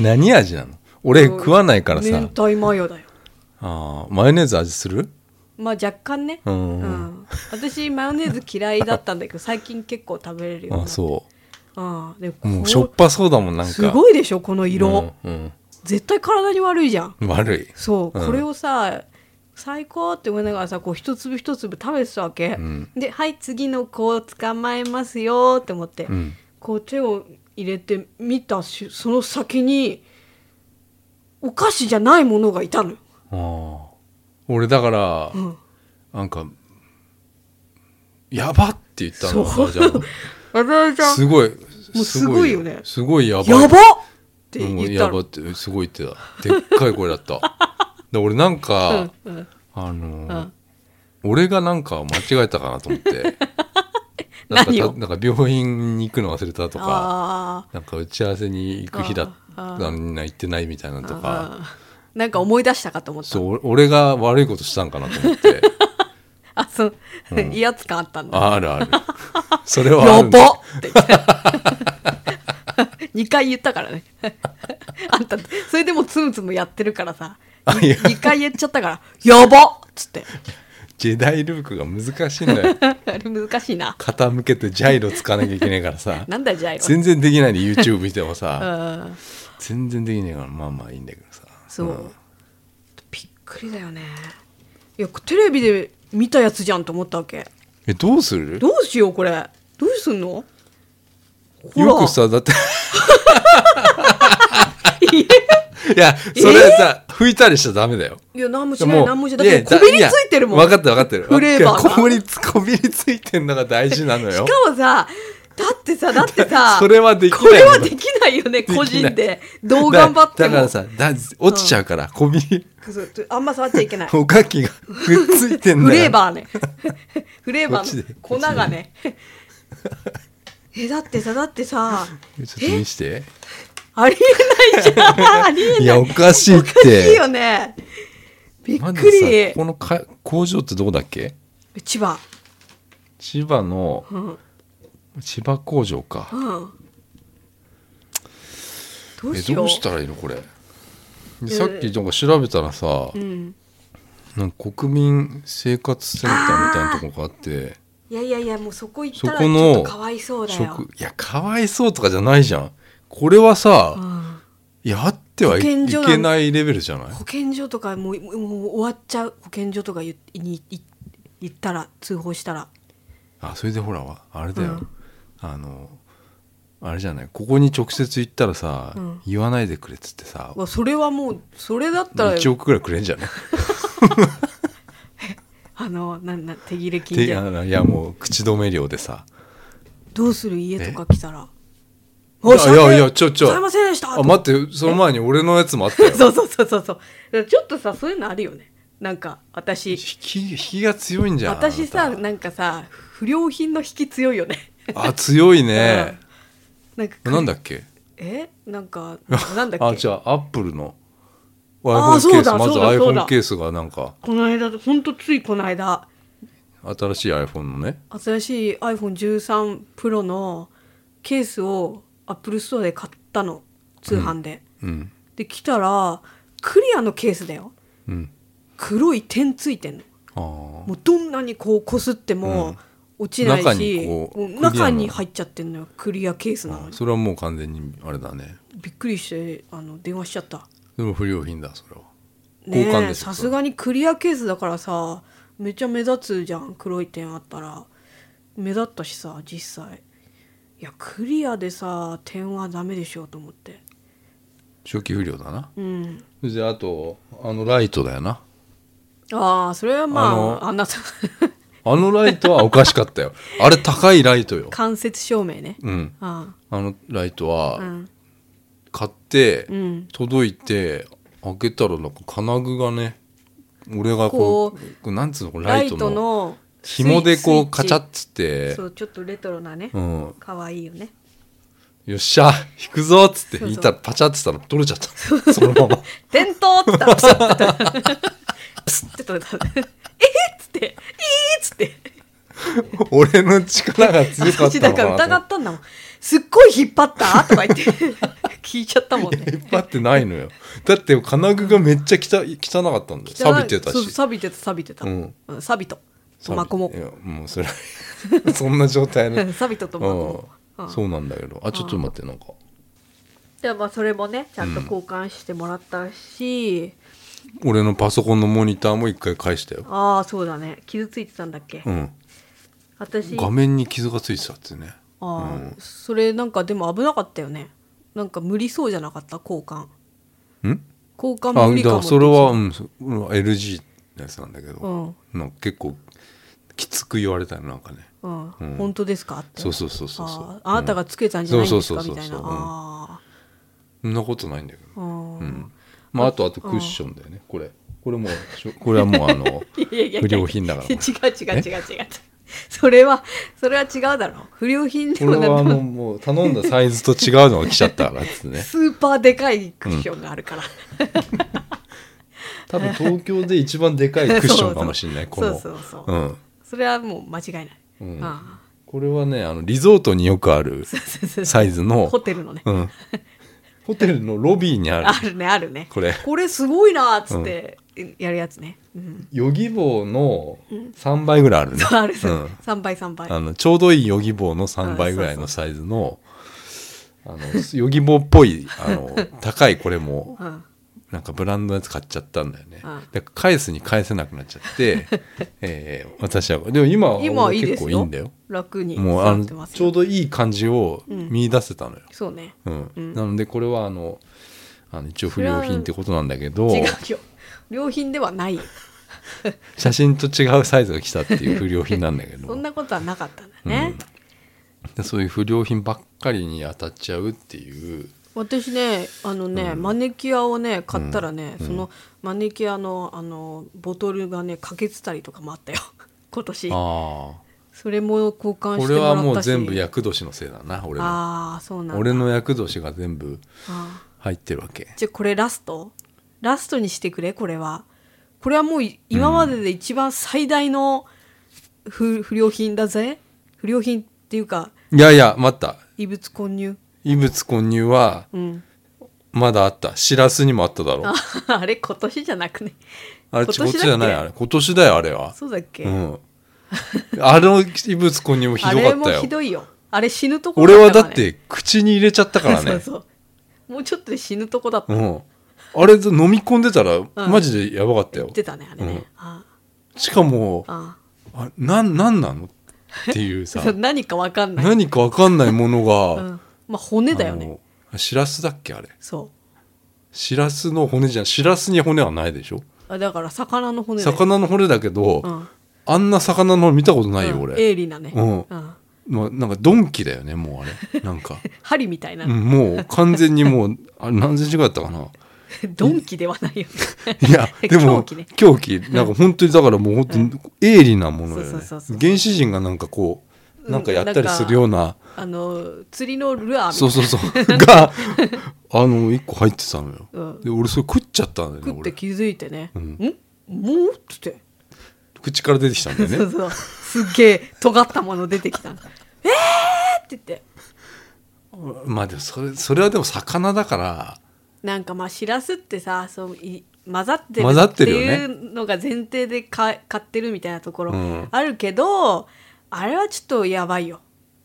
[SPEAKER 2] 何味なの俺食わないから
[SPEAKER 1] 明
[SPEAKER 2] さ
[SPEAKER 1] 太マヨだよ
[SPEAKER 2] あーマヨネーズ味する
[SPEAKER 1] まあ若干ね、
[SPEAKER 2] うん
[SPEAKER 1] 私マヨネーズ嫌いだったんだけど最近結構食べれるようにな
[SPEAKER 2] あ
[SPEAKER 1] って
[SPEAKER 2] そ
[SPEAKER 1] ああで
[SPEAKER 2] う
[SPEAKER 1] こ
[SPEAKER 2] もうしょっぱそうだもんなんか
[SPEAKER 1] すごいでしょこの色、
[SPEAKER 2] うん
[SPEAKER 1] 絶対体に悪いじゃん
[SPEAKER 2] うん悪い
[SPEAKER 1] そう、
[SPEAKER 2] うん
[SPEAKER 1] これをさ最高って思いながらさこう一粒一粒食べてたわけ、
[SPEAKER 2] ん
[SPEAKER 1] で「はい次の子捕まえますよ」って思って、
[SPEAKER 2] うん
[SPEAKER 1] こう手を入れて見たしその先にお菓子じゃないものがいたのよ、
[SPEAKER 2] あー俺だから
[SPEAKER 1] うん、
[SPEAKER 2] なんか「やば!」って言ったの
[SPEAKER 1] そう
[SPEAKER 2] あじゃ
[SPEAKER 1] 私
[SPEAKER 2] あ
[SPEAKER 1] は
[SPEAKER 2] すごい
[SPEAKER 1] もうすごいよね
[SPEAKER 2] すごいやばい
[SPEAKER 1] やばっ!」って
[SPEAKER 2] うん
[SPEAKER 1] 言った
[SPEAKER 2] やばっ
[SPEAKER 1] の、
[SPEAKER 2] てすごい言ってたでっかい声だったで俺なんか、
[SPEAKER 1] うんうん
[SPEAKER 2] あのー
[SPEAKER 1] うん
[SPEAKER 2] 俺がなんか間違えたかなと思ってなんか
[SPEAKER 1] 何
[SPEAKER 2] た
[SPEAKER 1] を
[SPEAKER 2] なんか病院に行くの忘れたとか
[SPEAKER 1] あ
[SPEAKER 2] なんか打ち合わせに行く日だ
[SPEAKER 1] あーあ
[SPEAKER 2] な行ってないみたいなのとか
[SPEAKER 1] あなんか思い出したかと思った
[SPEAKER 2] そうお俺が悪いことしたんかなと思って
[SPEAKER 1] あそう、 威圧感あったんだ
[SPEAKER 2] あるあるそれはあ
[SPEAKER 1] や
[SPEAKER 2] るんだ
[SPEAKER 1] ばっって言って。2回言ったからね。あんた、それでもつむつむやってるからさ。
[SPEAKER 2] あいや
[SPEAKER 1] 2回言っちゃったから、やばっつって。
[SPEAKER 2] ジェダイルークが難しいんだ よ
[SPEAKER 1] あれ難しいな。
[SPEAKER 2] 傾けてジャイロ使わなきゃいけないからさ
[SPEAKER 1] なんだよジャイロ。
[SPEAKER 2] 全然できないで YouTube 見てもさ
[SPEAKER 1] うん
[SPEAKER 2] 全然できないからまあまあいいんだけどさ
[SPEAKER 1] そう、
[SPEAKER 2] ん
[SPEAKER 1] びっくりだよね。いや、テレビで見たやつじゃんと思ったわけ。
[SPEAKER 2] えどうする
[SPEAKER 1] どうしよう、これ。どうすんのほら
[SPEAKER 2] よくさだって
[SPEAKER 1] い
[SPEAKER 2] いやそれさ、拭いたりしちゃダメだよ
[SPEAKER 1] や、何もしない、何もしない。だ
[SPEAKER 2] や
[SPEAKER 1] ってこびりついてるもん。
[SPEAKER 2] や分かってる分かってる
[SPEAKER 1] フレーバーが
[SPEAKER 2] いやこびりつこびりついてんのが大事なのよ、
[SPEAKER 1] しかもさ、だってさ、だってさ
[SPEAKER 2] それはできない
[SPEAKER 1] これはできないよね、
[SPEAKER 2] きない
[SPEAKER 1] 個人で。どう頑張って
[SPEAKER 2] だだか
[SPEAKER 1] も
[SPEAKER 2] ら。さだ落ちちゃうからこびり
[SPEAKER 1] そうあんま触っちゃいけない。
[SPEAKER 2] おかきがくっついてんだよ
[SPEAKER 1] フレーバーね。 フレーバ
[SPEAKER 2] こっち
[SPEAKER 1] ーの
[SPEAKER 2] で
[SPEAKER 1] 粉がね。え、だってさ、だってさ、
[SPEAKER 2] ちょっと見して
[SPEAKER 1] ありえないじゃ ん。ありえない。
[SPEAKER 2] いやおかしいって
[SPEAKER 1] おかしいよね。びっ
[SPEAKER 2] まず
[SPEAKER 1] く
[SPEAKER 2] さ
[SPEAKER 1] り。
[SPEAKER 2] このか工場ってどこだっけ
[SPEAKER 1] 千葉。
[SPEAKER 2] 千葉の
[SPEAKER 1] うん。
[SPEAKER 2] 千葉工場か
[SPEAKER 1] うん。どう
[SPEAKER 2] え
[SPEAKER 1] し
[SPEAKER 2] ど
[SPEAKER 1] よう。
[SPEAKER 2] うしたらいいのこれでさっきなんか調べたらさ、
[SPEAKER 1] うん。
[SPEAKER 2] なんか国民生活センターみたいなとこがあって
[SPEAKER 1] いやいやいや、もうそこ行ったら
[SPEAKER 2] そ
[SPEAKER 1] ち
[SPEAKER 2] この
[SPEAKER 1] ょっとかわいそうだよ
[SPEAKER 2] 食。いやかわいそうとかじゃないじゃんこれはさ、
[SPEAKER 1] うん
[SPEAKER 2] やってはい
[SPEAKER 1] 保健
[SPEAKER 2] い
[SPEAKER 1] 所なん
[SPEAKER 2] けないレベルじゃない
[SPEAKER 1] 保健所とかもうもうもう終わっちゃう保健所とか言にい行ったら通報したら
[SPEAKER 2] あそれでほらあれだよ、
[SPEAKER 1] うん
[SPEAKER 2] あのあれじゃないここに直接行ったらさ、
[SPEAKER 1] うん
[SPEAKER 2] 言わないでくれっつってさ
[SPEAKER 1] うわそれはもうそれだったら
[SPEAKER 2] 1億ぐらいくれ んじゃない
[SPEAKER 1] あのなんなん手切れ金
[SPEAKER 2] で
[SPEAKER 1] で
[SPEAKER 2] あのいやもう口止め料でさ
[SPEAKER 1] どうする家とか来たら
[SPEAKER 2] いやいやいやちょちょ
[SPEAKER 1] すいませんでした
[SPEAKER 2] あ待ってその前に俺のやつもあったよ
[SPEAKER 1] そうそうそうそうそうちょっとさそういうのあるよねなんか
[SPEAKER 2] 引
[SPEAKER 1] 私
[SPEAKER 2] き引きが強いんじゃん
[SPEAKER 1] 私
[SPEAKER 2] あ
[SPEAKER 1] さ
[SPEAKER 2] なた
[SPEAKER 1] なんかさ不良品の引き強いよね
[SPEAKER 2] あ強いね、
[SPEAKER 1] なんか
[SPEAKER 2] なんだっけ
[SPEAKER 1] えなんかなんだっけ
[SPEAKER 2] あじゃあアップルの
[SPEAKER 1] あ
[SPEAKER 2] iPhone
[SPEAKER 1] そ
[SPEAKER 2] ケ
[SPEAKER 1] う
[SPEAKER 2] ース
[SPEAKER 1] だ
[SPEAKER 2] まず
[SPEAKER 1] そうだそうだ
[SPEAKER 2] iPhone ケースがなんか
[SPEAKER 1] この間ほんとついこの間
[SPEAKER 2] 新しい iPhone のね
[SPEAKER 1] 新しい iPhone13 Pro のケースを Apple Store で買ったの通販で、
[SPEAKER 2] うん
[SPEAKER 1] で来たらクリアのケースだよ
[SPEAKER 2] うん
[SPEAKER 1] 黒い点ついてんの
[SPEAKER 2] あー
[SPEAKER 1] もうどんなにこうこすっても落ちない
[SPEAKER 2] 中
[SPEAKER 1] し、
[SPEAKER 2] にこう
[SPEAKER 1] もう
[SPEAKER 2] クリアな
[SPEAKER 1] 中に入っちゃってんのよクリアケースなのに
[SPEAKER 2] それはもう完全にあれだね
[SPEAKER 1] びっくりしてあの電話しちゃった
[SPEAKER 2] でも不良品だそれは
[SPEAKER 1] ね
[SPEAKER 2] 交換
[SPEAKER 1] え
[SPEAKER 2] ですよ
[SPEAKER 1] さすがにクリアケースだからさめっちゃ目立つじゃん黒い点あったら目立ったしさ実際いやクリアでさ点はダメでしょうと思って
[SPEAKER 2] 初期不良だな
[SPEAKER 1] うん
[SPEAKER 2] であとあのライトだよな
[SPEAKER 1] ああそれはまあ
[SPEAKER 2] あ
[SPEAKER 1] あ
[SPEAKER 2] の
[SPEAKER 1] なた
[SPEAKER 2] あのライトはおかしか ったよあれ高いライトよ
[SPEAKER 1] 間接照明ね
[SPEAKER 2] うん
[SPEAKER 1] あ
[SPEAKER 2] あのライト
[SPEAKER 1] あう
[SPEAKER 2] は
[SPEAKER 1] ん
[SPEAKER 2] 買って、
[SPEAKER 1] うん
[SPEAKER 2] 届いて開けたらなんか金具がね俺がこ
[SPEAKER 1] こ
[SPEAKER 2] うこうなんつうのこう
[SPEAKER 1] ラ
[SPEAKER 2] ライ
[SPEAKER 1] イ
[SPEAKER 2] ト
[SPEAKER 1] ト
[SPEAKER 2] の
[SPEAKER 1] の
[SPEAKER 2] 紐でこうカチャッ
[SPEAKER 1] て
[SPEAKER 2] つって
[SPEAKER 1] そうちょっとレトロなね
[SPEAKER 2] うん
[SPEAKER 1] 可愛、いよね
[SPEAKER 2] よっしゃ引くぞっつっ
[SPEAKER 1] そ
[SPEAKER 2] て
[SPEAKER 1] うそう
[SPEAKER 2] 引いたらパチャッつったら取れちゃったその まま
[SPEAKER 1] 「転倒!」って言ったら ピシャッて取れたえっ!」つって「えっ!」つって
[SPEAKER 2] 俺の力が強かっ
[SPEAKER 1] 私だ
[SPEAKER 2] たの
[SPEAKER 1] から
[SPEAKER 2] か
[SPEAKER 1] 疑
[SPEAKER 2] な
[SPEAKER 1] ったんだもんすっごい引っ張ったとか言って聞いちゃったもん
[SPEAKER 2] と引
[SPEAKER 1] ね
[SPEAKER 2] っ張ってないのよだって金具がめっちゃ汚い汚かったんだよ錆びてた
[SPEAKER 1] そう
[SPEAKER 2] し
[SPEAKER 1] 錆びてた錆びてた、
[SPEAKER 2] うん
[SPEAKER 1] うん、錆びとトマコも
[SPEAKER 2] いやもうそれ そんな状態の、
[SPEAKER 1] うん 錆びとトマコも
[SPEAKER 2] う、
[SPEAKER 1] うんん
[SPEAKER 2] そうなんだけどあちょっと待ってなんか
[SPEAKER 1] でまあそれもねちゃんと交換してもらったし、
[SPEAKER 2] 俺のパソコンのモニターも一回返したよ、
[SPEAKER 1] ああそうだね傷ついてたんだっけ、
[SPEAKER 2] うん、
[SPEAKER 1] 私
[SPEAKER 2] 画面に傷がついてたってね
[SPEAKER 1] あー、それなんかでも危なかったよねなんか無理そうじゃなかった交換
[SPEAKER 2] うん
[SPEAKER 1] 交
[SPEAKER 2] あ
[SPEAKER 1] 換無
[SPEAKER 2] だ
[SPEAKER 1] 理
[SPEAKER 2] か
[SPEAKER 1] かも
[SPEAKER 2] ら
[SPEAKER 1] って
[SPEAKER 2] それは、うん、そ俺は LG のやつなんだけど、
[SPEAKER 1] うん
[SPEAKER 2] なんか結構きつく言われたよなんかね
[SPEAKER 1] うん、
[SPEAKER 2] うん
[SPEAKER 1] 本当ですかって
[SPEAKER 2] そうそうそうそうそう
[SPEAKER 1] あーあなたがつけたんじゃないんですか
[SPEAKER 2] うん
[SPEAKER 1] み
[SPEAKER 2] そうそ
[SPEAKER 1] た
[SPEAKER 2] う
[SPEAKER 1] い
[SPEAKER 2] そ
[SPEAKER 1] な
[SPEAKER 2] うそう
[SPEAKER 1] あ
[SPEAKER 2] そんなことないんだけ
[SPEAKER 1] ー
[SPEAKER 2] ど
[SPEAKER 1] あ
[SPEAKER 2] う
[SPEAKER 1] ー
[SPEAKER 2] んまああとあとクッションだよねこれこれもうしょ これはもうあの
[SPEAKER 1] いやいやいや
[SPEAKER 2] 不良品だから
[SPEAKER 1] 違う違う違う違うそれはそれは違うだろ不良品で
[SPEAKER 2] こ
[SPEAKER 1] も
[SPEAKER 2] れ
[SPEAKER 1] な
[SPEAKER 2] はあ
[SPEAKER 1] んで
[SPEAKER 2] の
[SPEAKER 1] も
[SPEAKER 2] もう頼んだサイズと違うのが来ちゃったからっつって ね
[SPEAKER 1] スーパーでかいクッションがあるから、
[SPEAKER 2] 多分東京で一番でかいクッションかもしれない
[SPEAKER 1] そ
[SPEAKER 2] こ
[SPEAKER 1] う
[SPEAKER 2] の
[SPEAKER 1] そうそうそううんそれはもう間違いない、
[SPEAKER 2] うん
[SPEAKER 1] あ
[SPEAKER 2] これはねあのリゾートによくある
[SPEAKER 1] ー
[SPEAKER 2] サイズの
[SPEAKER 1] ホテルのね、
[SPEAKER 2] うん、ホテルのロビーにあ
[SPEAKER 1] あ
[SPEAKER 2] る
[SPEAKER 1] るねあるね
[SPEAKER 2] これ
[SPEAKER 1] これすごいなっつってやるやつね、うん、
[SPEAKER 2] ヨギボーの3倍ぐらいあるね、
[SPEAKER 1] そうある、
[SPEAKER 2] うん
[SPEAKER 1] 3倍3倍
[SPEAKER 2] あのちょうどいいヨギボーの3倍ぐらいのサイズのあのヨギボーっぽいあ の高いこれも
[SPEAKER 1] うん
[SPEAKER 2] なんかブランドのやつ買っちゃったんだよね
[SPEAKER 1] うん
[SPEAKER 2] で返すに返せなくなっちゃって えー私はでも今は
[SPEAKER 1] 今はいいで
[SPEAKER 2] 結
[SPEAKER 1] す
[SPEAKER 2] 構
[SPEAKER 1] よ
[SPEAKER 2] いいんだよ
[SPEAKER 1] 楽に
[SPEAKER 2] もうあ
[SPEAKER 1] 座って
[SPEAKER 2] の
[SPEAKER 1] ます
[SPEAKER 2] ちょうどいい感じを
[SPEAKER 1] うん
[SPEAKER 2] 見出せたのよ、
[SPEAKER 1] そうね
[SPEAKER 2] うん
[SPEAKER 1] うん
[SPEAKER 2] なのでこれはあのあの一応不良品ってことなんだけど
[SPEAKER 1] 違うよ良品ではないよ
[SPEAKER 2] 写真と違うサイズが来たっていう不良品なんだけど
[SPEAKER 1] そんなことはなかったんだね、
[SPEAKER 2] でそういう不良品ばっかりに当たっちゃうっていう
[SPEAKER 1] 私ねあのね、マネキュアをね買ったらね、そのマネキュアのあのボトルがね欠けてたりとかもあったよ 今年
[SPEAKER 2] ああ
[SPEAKER 1] それも交換してもらっ
[SPEAKER 2] これ
[SPEAKER 1] たし
[SPEAKER 2] はもう全部厄年のせいだな俺の
[SPEAKER 1] ああそうなんだ
[SPEAKER 2] 俺の厄年が全部
[SPEAKER 1] あ
[SPEAKER 2] 入ってるわけ
[SPEAKER 1] ーじゃあこれラストラストにしてくれこれはこれはもうい今までで一番最大の不不良品だぜ不良品っていうか
[SPEAKER 2] いやいや待った
[SPEAKER 1] 異物混入
[SPEAKER 2] 異物混入は
[SPEAKER 1] うん
[SPEAKER 2] まだあったしらすにもあっただろ
[SPEAKER 1] あれ今年じゃなくね
[SPEAKER 2] あれ
[SPEAKER 1] 今
[SPEAKER 2] ち
[SPEAKER 1] 年
[SPEAKER 2] こっ
[SPEAKER 1] だっけ
[SPEAKER 2] ちじゃないあれ今年だよあれは
[SPEAKER 1] そうだっけ、
[SPEAKER 2] うんあの異物混入もひど
[SPEAKER 1] あ
[SPEAKER 2] か
[SPEAKER 1] れ
[SPEAKER 2] っ
[SPEAKER 1] も
[SPEAKER 2] た
[SPEAKER 1] ひ
[SPEAKER 2] よ
[SPEAKER 1] どいよあれ死ぬとこ
[SPEAKER 2] 俺は
[SPEAKER 1] か
[SPEAKER 2] だ
[SPEAKER 1] ら
[SPEAKER 2] っ
[SPEAKER 1] ね
[SPEAKER 2] て口に入れちゃったからね
[SPEAKER 1] そうそうもうちょっとで死ぬとこだった、
[SPEAKER 2] うん。あれ飲み込んでたら、マジでやばかった
[SPEAKER 1] 言
[SPEAKER 2] よ
[SPEAKER 1] っ。てたねあれね、
[SPEAKER 2] うん
[SPEAKER 1] あ
[SPEAKER 2] しかも、あ
[SPEAKER 1] あ
[SPEAKER 2] なん、なんなのっていう
[SPEAKER 1] あ
[SPEAKER 2] さ
[SPEAKER 1] そ、う何かわかんない、
[SPEAKER 2] 何かわかんないもの
[SPEAKER 1] う
[SPEAKER 2] が、
[SPEAKER 1] ん、まあ骨だよ
[SPEAKER 2] あ
[SPEAKER 1] ね
[SPEAKER 2] の。あしらすだっけあれ。
[SPEAKER 1] そ
[SPEAKER 2] しらすの骨じゃん。しらすに骨はないでしょ
[SPEAKER 1] うあだから魚の骨だよ
[SPEAKER 2] 魚の骨だけど、
[SPEAKER 1] うん
[SPEAKER 2] あんな魚の見たことないよ、
[SPEAKER 1] うん
[SPEAKER 2] 俺。
[SPEAKER 1] 鋭利なね、
[SPEAKER 2] うん
[SPEAKER 1] うん
[SPEAKER 2] まあ、なんかドンキだよね、もうあれ。なんか。
[SPEAKER 1] 針みたいな、
[SPEAKER 2] うん もう完全にもう、あれ何センチぐらいだったかな。
[SPEAKER 1] ドンキではないよね
[SPEAKER 2] いや、でも、
[SPEAKER 1] 狂気ね
[SPEAKER 2] 狂気、なんか本当にだからもう本当に鋭利なもの
[SPEAKER 1] そう
[SPEAKER 2] よね
[SPEAKER 1] そうそうそう。
[SPEAKER 2] 原始人がなんかこう、なんかやったりするような、
[SPEAKER 1] あの釣りのル アーみたいな
[SPEAKER 2] そうそうそう、が、あの、一個入ってたのよ。
[SPEAKER 1] うん
[SPEAKER 2] で、俺それ食っちゃったんだ
[SPEAKER 1] 食
[SPEAKER 2] よね、
[SPEAKER 1] って
[SPEAKER 2] 俺。
[SPEAKER 1] 気づいてね「
[SPEAKER 2] ん
[SPEAKER 1] んもう?」っつって
[SPEAKER 2] 口から出てきたんだよ
[SPEAKER 1] そう
[SPEAKER 2] ね。
[SPEAKER 1] そうすっげえ尖ったもの出てきたの えー!」って言って
[SPEAKER 2] まあでもそれ、それはでも魚だから、
[SPEAKER 1] なんかまあしらすってさそうい混ざってる
[SPEAKER 2] 混ざってるよね
[SPEAKER 1] いうのが前提でか買ってるみたいなとこ
[SPEAKER 2] う
[SPEAKER 1] ろ
[SPEAKER 2] ん
[SPEAKER 1] あるけど、あれはちょっとやばいよ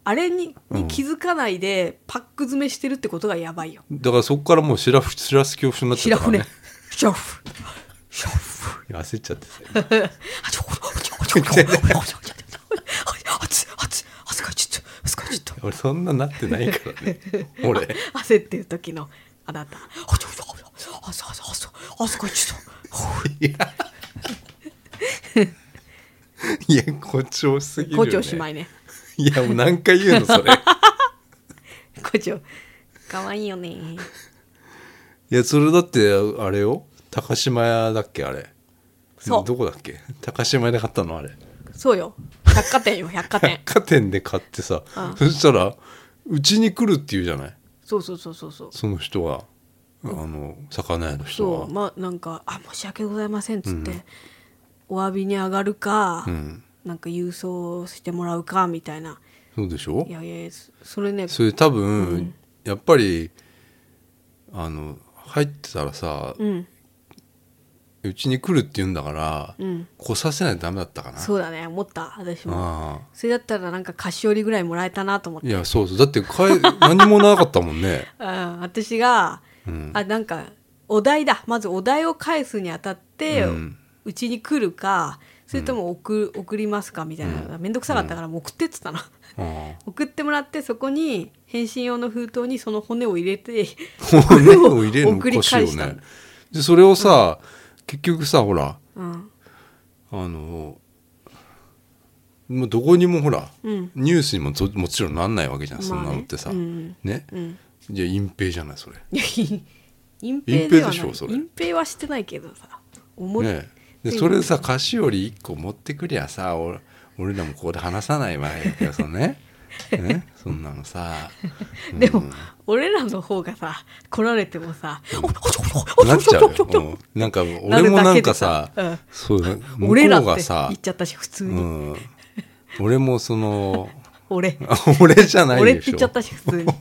[SPEAKER 1] あれに
[SPEAKER 2] う
[SPEAKER 1] に
[SPEAKER 2] ん
[SPEAKER 1] 気づかないでパック詰めしてるってことがやばいよ
[SPEAKER 2] だからそこからもうシラフシラス恐怖症になっち
[SPEAKER 1] シ
[SPEAKER 2] ゃ
[SPEAKER 1] ラ
[SPEAKER 2] った
[SPEAKER 1] フ
[SPEAKER 2] から
[SPEAKER 1] ね
[SPEAKER 2] ね
[SPEAKER 1] シラフシラフ
[SPEAKER 2] いや焦っちゃってさ
[SPEAKER 1] あちょこちょこちょこちょこちょこちょこちょこあ熱い熱い汗かいちゃった汗かいちゃった
[SPEAKER 2] 俺そんななってないから ね俺
[SPEAKER 1] 焦ってる時のあなたあちょこちょこちょこ汗汗汗汗かいちゃった
[SPEAKER 2] いや誇張すぎるよ、
[SPEAKER 1] 校
[SPEAKER 2] ね、
[SPEAKER 1] 長姉妹ね
[SPEAKER 2] いやもう何回言うのそ れ
[SPEAKER 1] 校 長可愛いよね
[SPEAKER 2] いやそれだってあれよ高島屋だっけあれ
[SPEAKER 1] そう
[SPEAKER 2] どこだっけ高島屋で買ったのあれ
[SPEAKER 1] そうよ百貨店よ百貨店
[SPEAKER 2] 百貨店で買ってさ、
[SPEAKER 1] うん
[SPEAKER 2] そしたらうちに来るっていうじゃない
[SPEAKER 1] そうそうそうそうそう
[SPEAKER 2] その人があの魚屋の人
[SPEAKER 1] そ
[SPEAKER 2] が
[SPEAKER 1] うまあなんか「あ申し訳ございません」っつって、お詫びに上がるか、
[SPEAKER 2] うん
[SPEAKER 1] なんか郵送してもらうかみたいな
[SPEAKER 2] そうでしょ
[SPEAKER 1] いやいやそそれね
[SPEAKER 2] それ多分、やっぱりあの入ってたらさ
[SPEAKER 1] うん
[SPEAKER 2] うち、に来るって言うんだから、
[SPEAKER 1] うん
[SPEAKER 2] 来させないとダメだったかな
[SPEAKER 1] そうだね思った私も
[SPEAKER 2] ああ
[SPEAKER 1] それだったらなんか菓子折りぐらいもらえたなと思って
[SPEAKER 2] いやそうそうだって かえ何もなかったもんね
[SPEAKER 1] うん、私が、
[SPEAKER 2] うん
[SPEAKER 1] あなんかお題だまずお題を返すにあたって
[SPEAKER 2] うん
[SPEAKER 1] うち、に来るかそれとも送,、送りますかみたいなのが面倒くさかったからもう送ってっつったの、
[SPEAKER 2] ああ
[SPEAKER 1] 送ってもらってそこに返信用の封筒にその骨を入れて
[SPEAKER 2] 骨を入れるのお
[SPEAKER 1] 送り
[SPEAKER 2] かしいよ
[SPEAKER 1] 返したの
[SPEAKER 2] ねでそれをさ、結局さほら
[SPEAKER 1] うん
[SPEAKER 2] あのもうどこにもほら、
[SPEAKER 1] うん
[SPEAKER 2] ニュースにもぞもちろんなんないわけじゃん、そんなのってさ、
[SPEAKER 1] うん
[SPEAKER 2] ね
[SPEAKER 1] うん
[SPEAKER 2] じゃあ隠蔽じゃないそれ
[SPEAKER 1] いや隠蔽ではない
[SPEAKER 2] 隠蔽でしょそれ
[SPEAKER 1] 隠蔽はしてないけどさ思っ
[SPEAKER 2] ねえでそれさ菓子折り1個持ってくりゃさ俺俺らもここで話さないわけよその ねねそんなのさ、うん
[SPEAKER 1] でも、俺らの方がさ来られてもさ「おおちょおちょおち
[SPEAKER 2] な
[SPEAKER 1] ょ
[SPEAKER 2] っちゃ
[SPEAKER 1] お
[SPEAKER 2] う
[SPEAKER 1] ちょ
[SPEAKER 2] よ
[SPEAKER 1] おちょ
[SPEAKER 2] もうなんか俺もなんかさ
[SPEAKER 1] なるだけでさ
[SPEAKER 2] そう向こ
[SPEAKER 1] 俺らっ
[SPEAKER 2] う
[SPEAKER 1] て
[SPEAKER 2] がさ
[SPEAKER 1] 言っちゃったし普通
[SPEAKER 2] う
[SPEAKER 1] に
[SPEAKER 2] ん、俺もその
[SPEAKER 1] 俺
[SPEAKER 2] あ俺じゃない
[SPEAKER 1] 俺っ
[SPEAKER 2] で
[SPEAKER 1] て
[SPEAKER 2] し
[SPEAKER 1] 言
[SPEAKER 2] ょ
[SPEAKER 1] っちゃったし普通に うん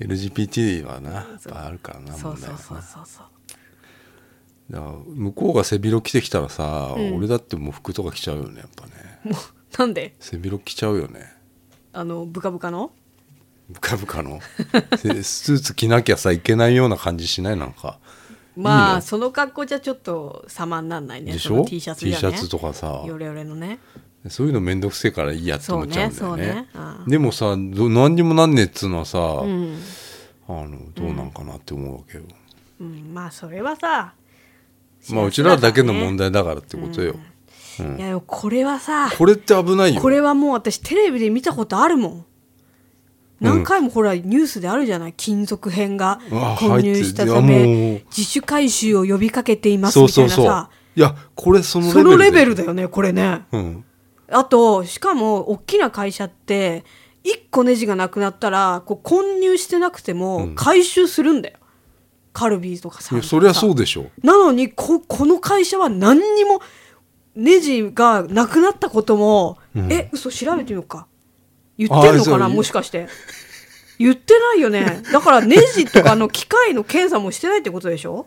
[SPEAKER 2] LGBT はなやっぱあるからな
[SPEAKER 1] そう
[SPEAKER 2] 問
[SPEAKER 1] そ
[SPEAKER 2] 題
[SPEAKER 1] う
[SPEAKER 2] は
[SPEAKER 1] そう
[SPEAKER 2] な
[SPEAKER 1] そうそう
[SPEAKER 2] だから向こうが背広着てきたらさ、俺だってもう服とか着ちゃうよねやっぱね
[SPEAKER 1] もうなんで
[SPEAKER 2] 背広着ちゃうよね
[SPEAKER 1] あのブカブカの
[SPEAKER 2] ブカブカのせスーツ着なきゃさいけないような感じしないなんか
[SPEAKER 1] ま
[SPEAKER 2] いい
[SPEAKER 1] あ
[SPEAKER 2] の
[SPEAKER 1] その格好じゃちょっと様になんないね
[SPEAKER 2] でし
[SPEAKER 1] そ
[SPEAKER 2] ょ
[SPEAKER 1] の T シャツじゃね
[SPEAKER 2] T シャツとかさ
[SPEAKER 1] ヨレヨレのね
[SPEAKER 2] そういうの面倒くせえからいいやって思っちゃうんだ
[SPEAKER 1] そ
[SPEAKER 2] よね
[SPEAKER 1] うねそうねうん
[SPEAKER 2] でもさど何にもなんねえっつうのはさ、
[SPEAKER 1] うん、
[SPEAKER 2] あのどうなんかなって思うわけよ、
[SPEAKER 1] うん、まあそれはさ
[SPEAKER 2] まあうちらだけの問題だからってことよ、
[SPEAKER 1] いやでもこれはさ
[SPEAKER 2] これって危ないよ
[SPEAKER 1] これはもう私テレビで見たことあるもん何回もほらニュースであるじゃない金属片が
[SPEAKER 2] うわ
[SPEAKER 1] 混入したた
[SPEAKER 2] 入っていやもう
[SPEAKER 1] め自主回収を呼びかけています
[SPEAKER 2] そう
[SPEAKER 1] みた
[SPEAKER 2] そ
[SPEAKER 1] いうな
[SPEAKER 2] そう
[SPEAKER 1] さ
[SPEAKER 2] いやこれそのレベ
[SPEAKER 1] そ
[SPEAKER 2] ル
[SPEAKER 1] のレベルだよねこれね
[SPEAKER 2] うん
[SPEAKER 1] あとしかも大きな会社って1個ネジがなくなったらこう混入してなくても回収するんだよ、カルビーとか
[SPEAKER 2] い
[SPEAKER 1] さ
[SPEAKER 2] やそりゃ
[SPEAKER 1] う
[SPEAKER 2] そうでしょ
[SPEAKER 1] なのにここの会社は何にもネジがなくなったことも、え嘘調べてみようか言ってるのか
[SPEAKER 2] あ
[SPEAKER 1] な
[SPEAKER 2] そう
[SPEAKER 1] もしかして言ってないよねだからネジとかの機械の検査もしてないってことでしょ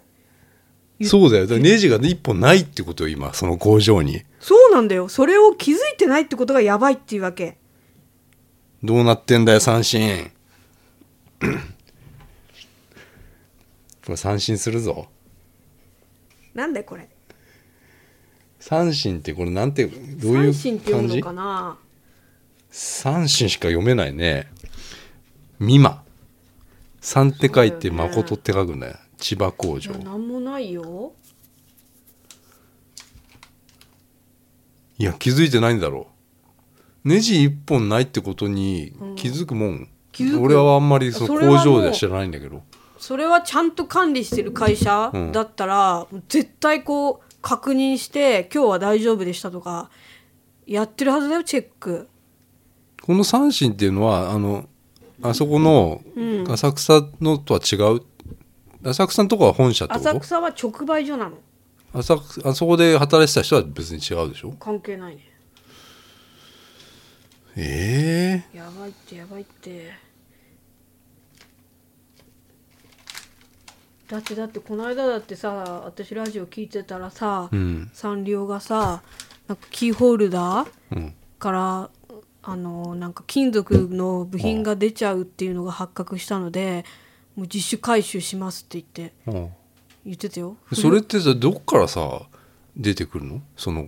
[SPEAKER 2] そうだよだからネジが一本ないってことよ今その工場に
[SPEAKER 1] そうなんだよそれを気づいてないってことがやばいっていうわけ
[SPEAKER 2] どうなってんだよ三振 これ三振するぞ
[SPEAKER 1] なんでこれ
[SPEAKER 2] 三振ってこれなんてどうい
[SPEAKER 1] 三
[SPEAKER 2] う
[SPEAKER 1] 振って読
[SPEAKER 2] 感
[SPEAKER 1] むの
[SPEAKER 2] じ
[SPEAKER 1] かな
[SPEAKER 2] 三振しか読めないね美馬三って書いて誠って書くんだよ千葉工
[SPEAKER 1] い
[SPEAKER 2] 場
[SPEAKER 1] やなんもないよ
[SPEAKER 2] いや気づいてないんだろうネジ一本ないってことに気づくもん、
[SPEAKER 1] 気づく
[SPEAKER 2] 俺はあんまりその
[SPEAKER 1] それ
[SPEAKER 2] 工
[SPEAKER 1] はもう
[SPEAKER 2] 場では知らないんだけど
[SPEAKER 1] それはちゃんと管理してる会社
[SPEAKER 2] ん
[SPEAKER 1] だったら、絶対こう確認して今日は大丈夫でしたとかやってるはずだよチェック
[SPEAKER 2] この三振っていうのはあのあそこの浅草のとは違う、浅草のとこは本社ってこと
[SPEAKER 1] 浅草は直売所なの
[SPEAKER 2] 浅草あそこで働いてた人は別に違うでしょ
[SPEAKER 1] 関係ないね
[SPEAKER 2] ええ
[SPEAKER 1] やばいってやばいってだってだってこの間だってさ私ラジオ聞いてたらさ、
[SPEAKER 2] うん
[SPEAKER 1] サンリオがさなんかキーホルダー
[SPEAKER 2] うん
[SPEAKER 1] からあのなんか金属の部品が出ちゃうっていうのが発覚したのでもう自主回収しますって言って
[SPEAKER 2] うん
[SPEAKER 1] 言ってたよ。
[SPEAKER 2] それってさどっからさ出てくるのその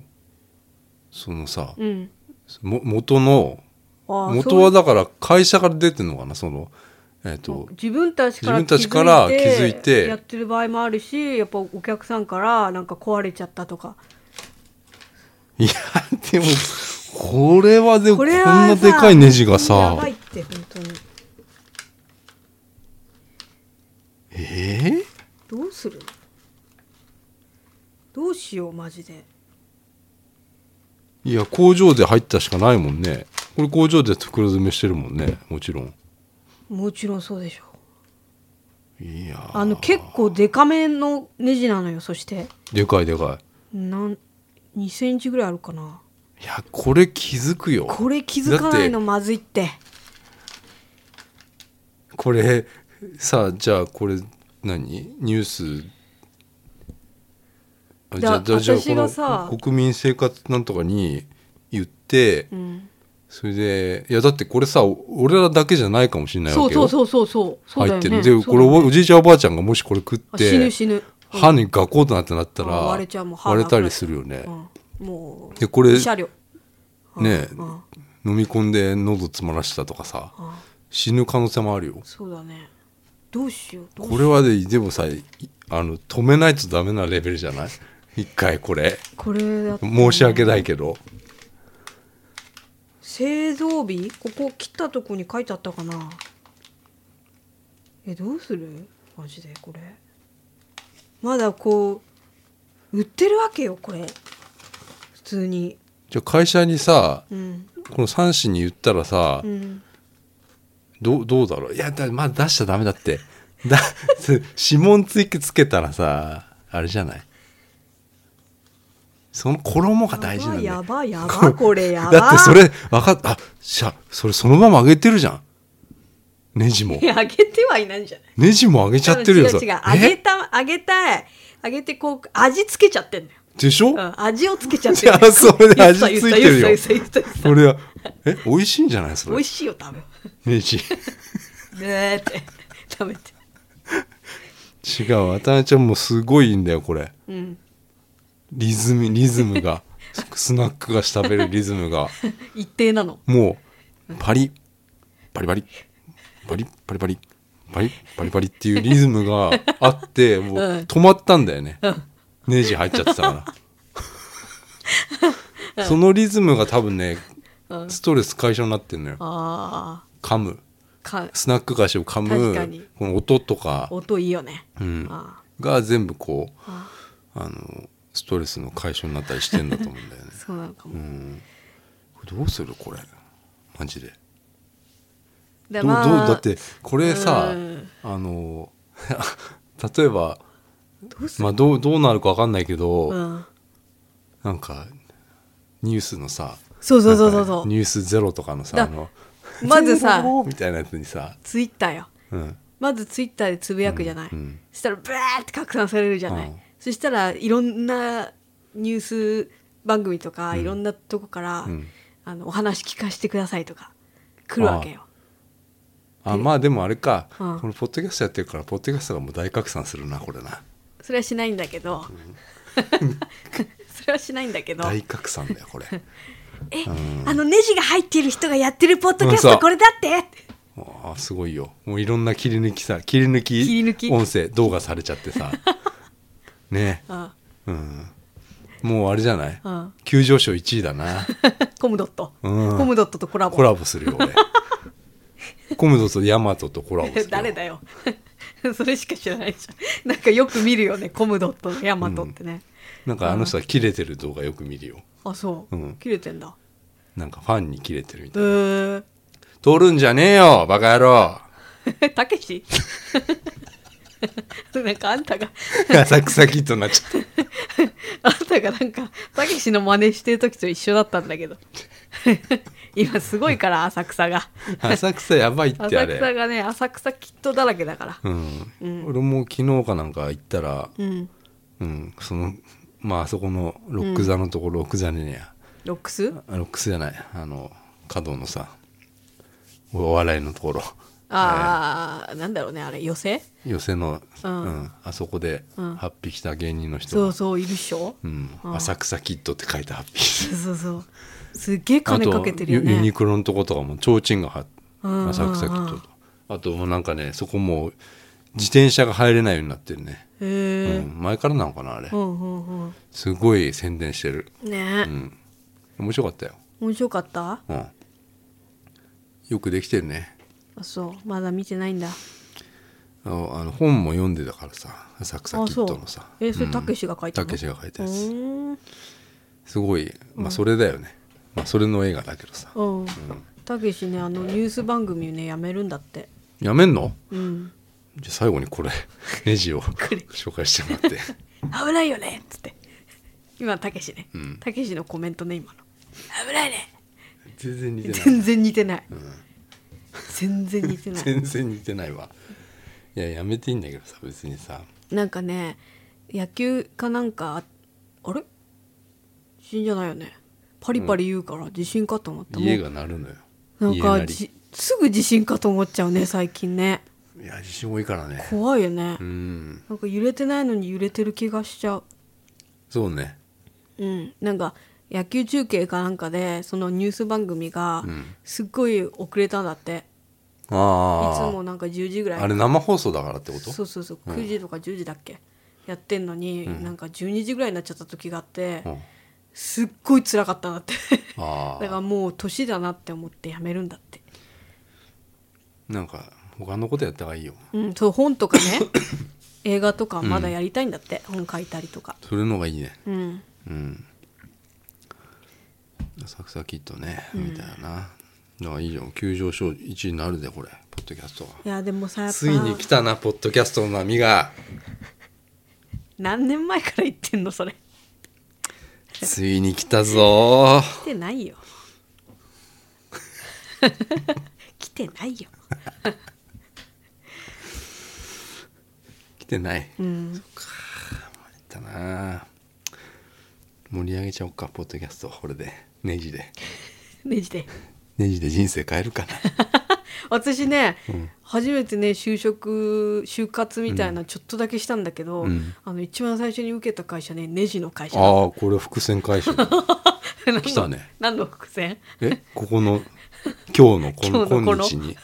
[SPEAKER 2] そのさ、
[SPEAKER 1] うん、
[SPEAKER 2] も元の
[SPEAKER 1] ああ
[SPEAKER 2] 元は
[SPEAKER 1] そう
[SPEAKER 2] だから会社から出てんのかなそのえっ、と
[SPEAKER 1] 自分たちから
[SPEAKER 2] 自分たちから気づいて
[SPEAKER 1] やってる場合もあるしやっぱお客さんからなんか壊れちゃったとか
[SPEAKER 2] いやでもこれはでも
[SPEAKER 1] こ
[SPEAKER 2] こん
[SPEAKER 1] れは
[SPEAKER 2] な
[SPEAKER 1] さ
[SPEAKER 2] でかいネジが
[SPEAKER 1] や
[SPEAKER 2] さ
[SPEAKER 1] ばいって本当に
[SPEAKER 2] え
[SPEAKER 1] どうするどうしようマジで
[SPEAKER 2] ーいや工場で入ったしかないもんねこれ工場で袋詰めしてるもんねもちろん
[SPEAKER 1] もちろんそうでしょ
[SPEAKER 2] いやー
[SPEAKER 1] あの結構デカめのネジなのよそして
[SPEAKER 2] でかいでか
[SPEAKER 1] なん2センチぐらいあるかない
[SPEAKER 2] いやこれ気づくよ
[SPEAKER 1] これ気づかないの
[SPEAKER 2] だっ
[SPEAKER 1] まずいって
[SPEAKER 2] てこれさあじゃあこれ何ニュースあ
[SPEAKER 1] だ
[SPEAKER 2] じゃあじゃあ
[SPEAKER 1] 私がさ
[SPEAKER 2] この国民生活なんとかに言って、
[SPEAKER 1] うん
[SPEAKER 2] それでいやだってこれさお俺らだけじゃないかもしれない
[SPEAKER 1] そ
[SPEAKER 2] わ
[SPEAKER 1] う
[SPEAKER 2] け
[SPEAKER 1] そ
[SPEAKER 2] よ
[SPEAKER 1] うそうそうそうそうだ
[SPEAKER 2] 入
[SPEAKER 1] よ
[SPEAKER 2] っ
[SPEAKER 1] ね
[SPEAKER 2] てる
[SPEAKER 1] そ
[SPEAKER 2] で
[SPEAKER 1] うだ
[SPEAKER 2] こ
[SPEAKER 1] よ
[SPEAKER 2] れ
[SPEAKER 1] ね
[SPEAKER 2] おおじいちゃんおばあちゃんがもしこれ食っ
[SPEAKER 1] あ
[SPEAKER 2] て
[SPEAKER 1] 死ぬ死ぬ
[SPEAKER 2] 歯にガコッとなってなったら
[SPEAKER 1] あ割れちゃうもん歯
[SPEAKER 2] 割れたりするよね、
[SPEAKER 1] うんもう
[SPEAKER 2] でこれ
[SPEAKER 1] 車両
[SPEAKER 2] ね
[SPEAKER 1] うん
[SPEAKER 2] 飲み込んで喉詰まらしたとかさ
[SPEAKER 1] うん
[SPEAKER 2] 死ぬ可能性もあるよ
[SPEAKER 1] そうだねどうしようどうしよう
[SPEAKER 2] これはででもさいあの止めないとダメなレベルじゃない一回これ
[SPEAKER 1] これだって
[SPEAKER 2] 申し訳ないけど
[SPEAKER 1] 製造日ここ切ったとこに書いてあったかなえどうするマジでこれまだこう売ってるわけよこれ普通に
[SPEAKER 2] じゃあ会社にさ
[SPEAKER 1] うん
[SPEAKER 2] この三子に言ったらさ、
[SPEAKER 1] うん
[SPEAKER 2] どうどうだろういやだまだ出しちゃダメだって だ指紋ついつけたらさあれじゃないその衣が大事なんだよ
[SPEAKER 1] やばいやばいやばいこれやばい
[SPEAKER 2] だってそれ分かっあしゃそれそのまま上げてるじゃんネ ジも
[SPEAKER 1] いやあげてはいないんじゃない
[SPEAKER 2] ネジも上げちゃってるよ
[SPEAKER 1] 違う
[SPEAKER 2] そ
[SPEAKER 1] 違
[SPEAKER 2] れ
[SPEAKER 1] うあげ
[SPEAKER 2] え
[SPEAKER 1] たあげたいあげてこう味つけちゃってんのよ、
[SPEAKER 2] でしょ、
[SPEAKER 1] うん、味をつけちゃって
[SPEAKER 2] いやそれで味つ
[SPEAKER 1] 言った
[SPEAKER 2] いてるよ
[SPEAKER 1] 言った言った言った言った言った
[SPEAKER 2] これはえ美味しいんじゃないそ
[SPEAKER 1] 美味
[SPEAKER 2] れ
[SPEAKER 1] しいよ多分
[SPEAKER 2] ネジ
[SPEAKER 1] ねえって食べて
[SPEAKER 2] 違う渡辺ちゃんもすごいんだよこれ
[SPEAKER 1] うん
[SPEAKER 2] リズムリズ ムがスナック菓子食べるリズムが
[SPEAKER 1] 一定なの
[SPEAKER 2] もうパリパリパリパリパリパリパリパリパリっていうリズムがあ ってもう
[SPEAKER 1] うん
[SPEAKER 2] 止まったんだよね、ネジ入っちゃってた からそのリズムが多分ね
[SPEAKER 1] うん
[SPEAKER 2] ストレス解消になってんのよ
[SPEAKER 1] あ
[SPEAKER 2] 噛む
[SPEAKER 1] ーか
[SPEAKER 2] スナック菓子を噛
[SPEAKER 1] 確かに
[SPEAKER 2] むこの音とか、
[SPEAKER 1] 音いいよね
[SPEAKER 2] うん、
[SPEAKER 1] あ
[SPEAKER 2] が全部こう
[SPEAKER 1] あ
[SPEAKER 2] あのストレスの解消になったりしてんだと思うんだよね
[SPEAKER 1] ーそうなのかも、
[SPEAKER 2] うんこれどうするこれマジで
[SPEAKER 1] で
[SPEAKER 2] どう
[SPEAKER 1] まあ
[SPEAKER 2] どうだってこれさ
[SPEAKER 1] うん
[SPEAKER 2] あの 例えば
[SPEAKER 1] どうする、
[SPEAKER 2] まあどうどうなるか分かんないけど、
[SPEAKER 1] うん、
[SPEAKER 2] なんかニュースのさ
[SPEAKER 1] そうそうそうそうそ
[SPEAKER 2] なんかニュースゼロとかのさ
[SPEAKER 1] だ
[SPEAKER 2] あの
[SPEAKER 1] うまずさ
[SPEAKER 2] ゼロみたいなやつにさ、
[SPEAKER 1] ツイッターよ
[SPEAKER 2] うん、
[SPEAKER 1] まずツイッターでつぶやくじゃない、
[SPEAKER 2] うんうん
[SPEAKER 1] そしたらブワーって拡散されるじゃない、
[SPEAKER 2] うん
[SPEAKER 1] そしたらいろんなニュース番組とか、いろんなとこから、
[SPEAKER 2] うん
[SPEAKER 1] あのお話聞かせてくださいとか来るわけよ
[SPEAKER 2] あまあでもあれか、
[SPEAKER 1] うん
[SPEAKER 2] このポッドキャストやってるからポッドキャストがもう大拡散するなこれな
[SPEAKER 1] それはしないんだけど、 それはしないんだけど
[SPEAKER 2] 大拡散だよこれ
[SPEAKER 1] え、あのネジが入っている人がやってるポッドキャスト
[SPEAKER 2] うんそう
[SPEAKER 1] これだって
[SPEAKER 2] あすごいよもういろんな切り抜きさ切り抜き
[SPEAKER 1] 切り抜き
[SPEAKER 2] 音声動画されちゃっ てさね
[SPEAKER 1] あ
[SPEAKER 2] うんもうあれじゃない、
[SPEAKER 1] うん
[SPEAKER 2] 急上昇1位だな
[SPEAKER 1] コムドット、
[SPEAKER 2] うん
[SPEAKER 1] コムドットとコラボ
[SPEAKER 2] コラボするよ俺コムドとヤマトとコラボするよ
[SPEAKER 1] 誰だよそれしか知らないじゃんなんかよく見るよねコムドットのヤマトってね、
[SPEAKER 2] なんかあの人は切れてる動画よく見るよ
[SPEAKER 1] あそう、
[SPEAKER 2] うん
[SPEAKER 1] 切れてんだ
[SPEAKER 2] なんかファンに切れてるみた
[SPEAKER 1] え
[SPEAKER 2] いな
[SPEAKER 1] ー、
[SPEAKER 2] 撮るんじゃねえよバカ 野郎
[SPEAKER 1] たけし なんかあんたが
[SPEAKER 2] サクサキッとなっちゃっ
[SPEAKER 1] あんたがなんかたけしの真似してる時と一緒だったんだけど 今すごいから浅草が
[SPEAKER 2] 浅草やばいってあれ
[SPEAKER 1] 浅草がね浅草キットだらけだから
[SPEAKER 2] うん俺も昨日かなんか行ったら、
[SPEAKER 1] うん
[SPEAKER 2] うん、そのまああそこのロック座のところ、ロック座にや
[SPEAKER 1] ロックス
[SPEAKER 2] ロックスじゃないあの角のさお笑いのところ
[SPEAKER 1] ああ、なんだろうねあれ寄せ
[SPEAKER 2] 寄せの、う
[SPEAKER 1] うんん
[SPEAKER 2] あそこで
[SPEAKER 1] うん
[SPEAKER 2] ハッピー来た芸人の人が
[SPEAKER 1] そうそういるっしょ、
[SPEAKER 2] うん
[SPEAKER 1] うん
[SPEAKER 2] 浅草キッドって書いたハッピー
[SPEAKER 1] そうそうそうすっげえ 金かけてるよ
[SPEAKER 2] あとユユニ
[SPEAKER 1] ね
[SPEAKER 2] クロのとことかも提灯がは
[SPEAKER 1] うんうんうん
[SPEAKER 2] 浅草キッドとあともうなんかねそこもう自転車が入れないようになってるね、
[SPEAKER 1] へえ、
[SPEAKER 2] うん、前からなのかなあれ
[SPEAKER 1] うんうんうん
[SPEAKER 2] すごい宣伝してる、
[SPEAKER 1] ね
[SPEAKER 2] う、ん、面白かったよ、
[SPEAKER 1] 面白かったあ
[SPEAKER 2] うん、よくできてるね
[SPEAKER 1] そうまだ見てないんだ
[SPEAKER 2] あのあの本も読んでたからさ浅草キッドのさ
[SPEAKER 1] あそうえそれ
[SPEAKER 2] うん
[SPEAKER 1] たけしが書いたの
[SPEAKER 2] たけしが書いた
[SPEAKER 1] う
[SPEAKER 2] やつ
[SPEAKER 1] ーん
[SPEAKER 2] すごいまあそれだよね、まあ、それの映画だけどさ
[SPEAKER 1] うんたけしねあのニュース番組ねやめるんだって
[SPEAKER 2] やめんの
[SPEAKER 1] うん
[SPEAKER 2] じゃあ最後に これネジを
[SPEAKER 1] れ
[SPEAKER 2] 紹介しても らって
[SPEAKER 1] 危ないよねっつって今たけしね
[SPEAKER 2] ん
[SPEAKER 1] たけしのコメントね今の危ないね
[SPEAKER 2] 全然似てない
[SPEAKER 1] 全然似てない、全然似てない
[SPEAKER 2] 全然似てないわいややめていいんだけどさ別にさ
[SPEAKER 1] なんかね野球かなんかあれ死んじゃないよねパリパリ言うから地震かと思った、もう
[SPEAKER 2] 家が鳴るのよ
[SPEAKER 1] なん
[SPEAKER 2] 家
[SPEAKER 1] か
[SPEAKER 2] 鳴り
[SPEAKER 1] じすぐ地震かと思っちゃうね最近ね
[SPEAKER 2] いや地震多いからね
[SPEAKER 1] 怖いよね、
[SPEAKER 2] うん
[SPEAKER 1] なんか揺れてないのに揺れてる気がしちゃう
[SPEAKER 2] そうね
[SPEAKER 1] うんなんか野球中継かなんかでそのニュース番組が
[SPEAKER 2] うん
[SPEAKER 1] すっごい遅れたんだって、いつ
[SPEAKER 2] あ
[SPEAKER 1] もなんか10時ぐらい
[SPEAKER 2] ああれ生放送だからってこと
[SPEAKER 1] そうそうそう9時とか10時だっけ、やってんのに、なんか12時ぐらいになっちゃった時があって、
[SPEAKER 2] うん
[SPEAKER 1] すっごい辛かったんだって
[SPEAKER 2] あ
[SPEAKER 1] だから
[SPEAKER 2] あ
[SPEAKER 1] もう年だなって思ってやめるんだって
[SPEAKER 2] なんか他のことやった方がいいよ
[SPEAKER 1] うんそう本と かね映画とかまだやりたいんだって、本書いたりとか
[SPEAKER 2] それの方がいいね
[SPEAKER 1] うん
[SPEAKER 2] うん浅草キッドねみたいな、だからいいじゃん急上昇1位になるでこれポッドキャストはい
[SPEAKER 1] やでもさやっぱ
[SPEAKER 2] ついに来たなポッドキャストの 波が
[SPEAKER 1] 何年前から言ってんのそれ
[SPEAKER 2] ついに来たぞー
[SPEAKER 1] 来てない よ来てないよ
[SPEAKER 2] 来てない
[SPEAKER 1] うん
[SPEAKER 2] 来たな盛り上げちゃおうかポッドキャストこれでネジで
[SPEAKER 1] ねじで
[SPEAKER 2] ネジで人生変え るかな
[SPEAKER 1] 私ね、初めてね就職就活みたいなちょっとだけしたんだけど、
[SPEAKER 2] うん
[SPEAKER 1] あの一番最初に受けた会社ねネジの会 社
[SPEAKER 2] ああこれ伏線回収
[SPEAKER 1] 何の
[SPEAKER 2] 来たね
[SPEAKER 1] 何の伏線
[SPEAKER 2] えここの今日のこの
[SPEAKER 1] 今日のこ
[SPEAKER 2] 今
[SPEAKER 1] の
[SPEAKER 2] 日に、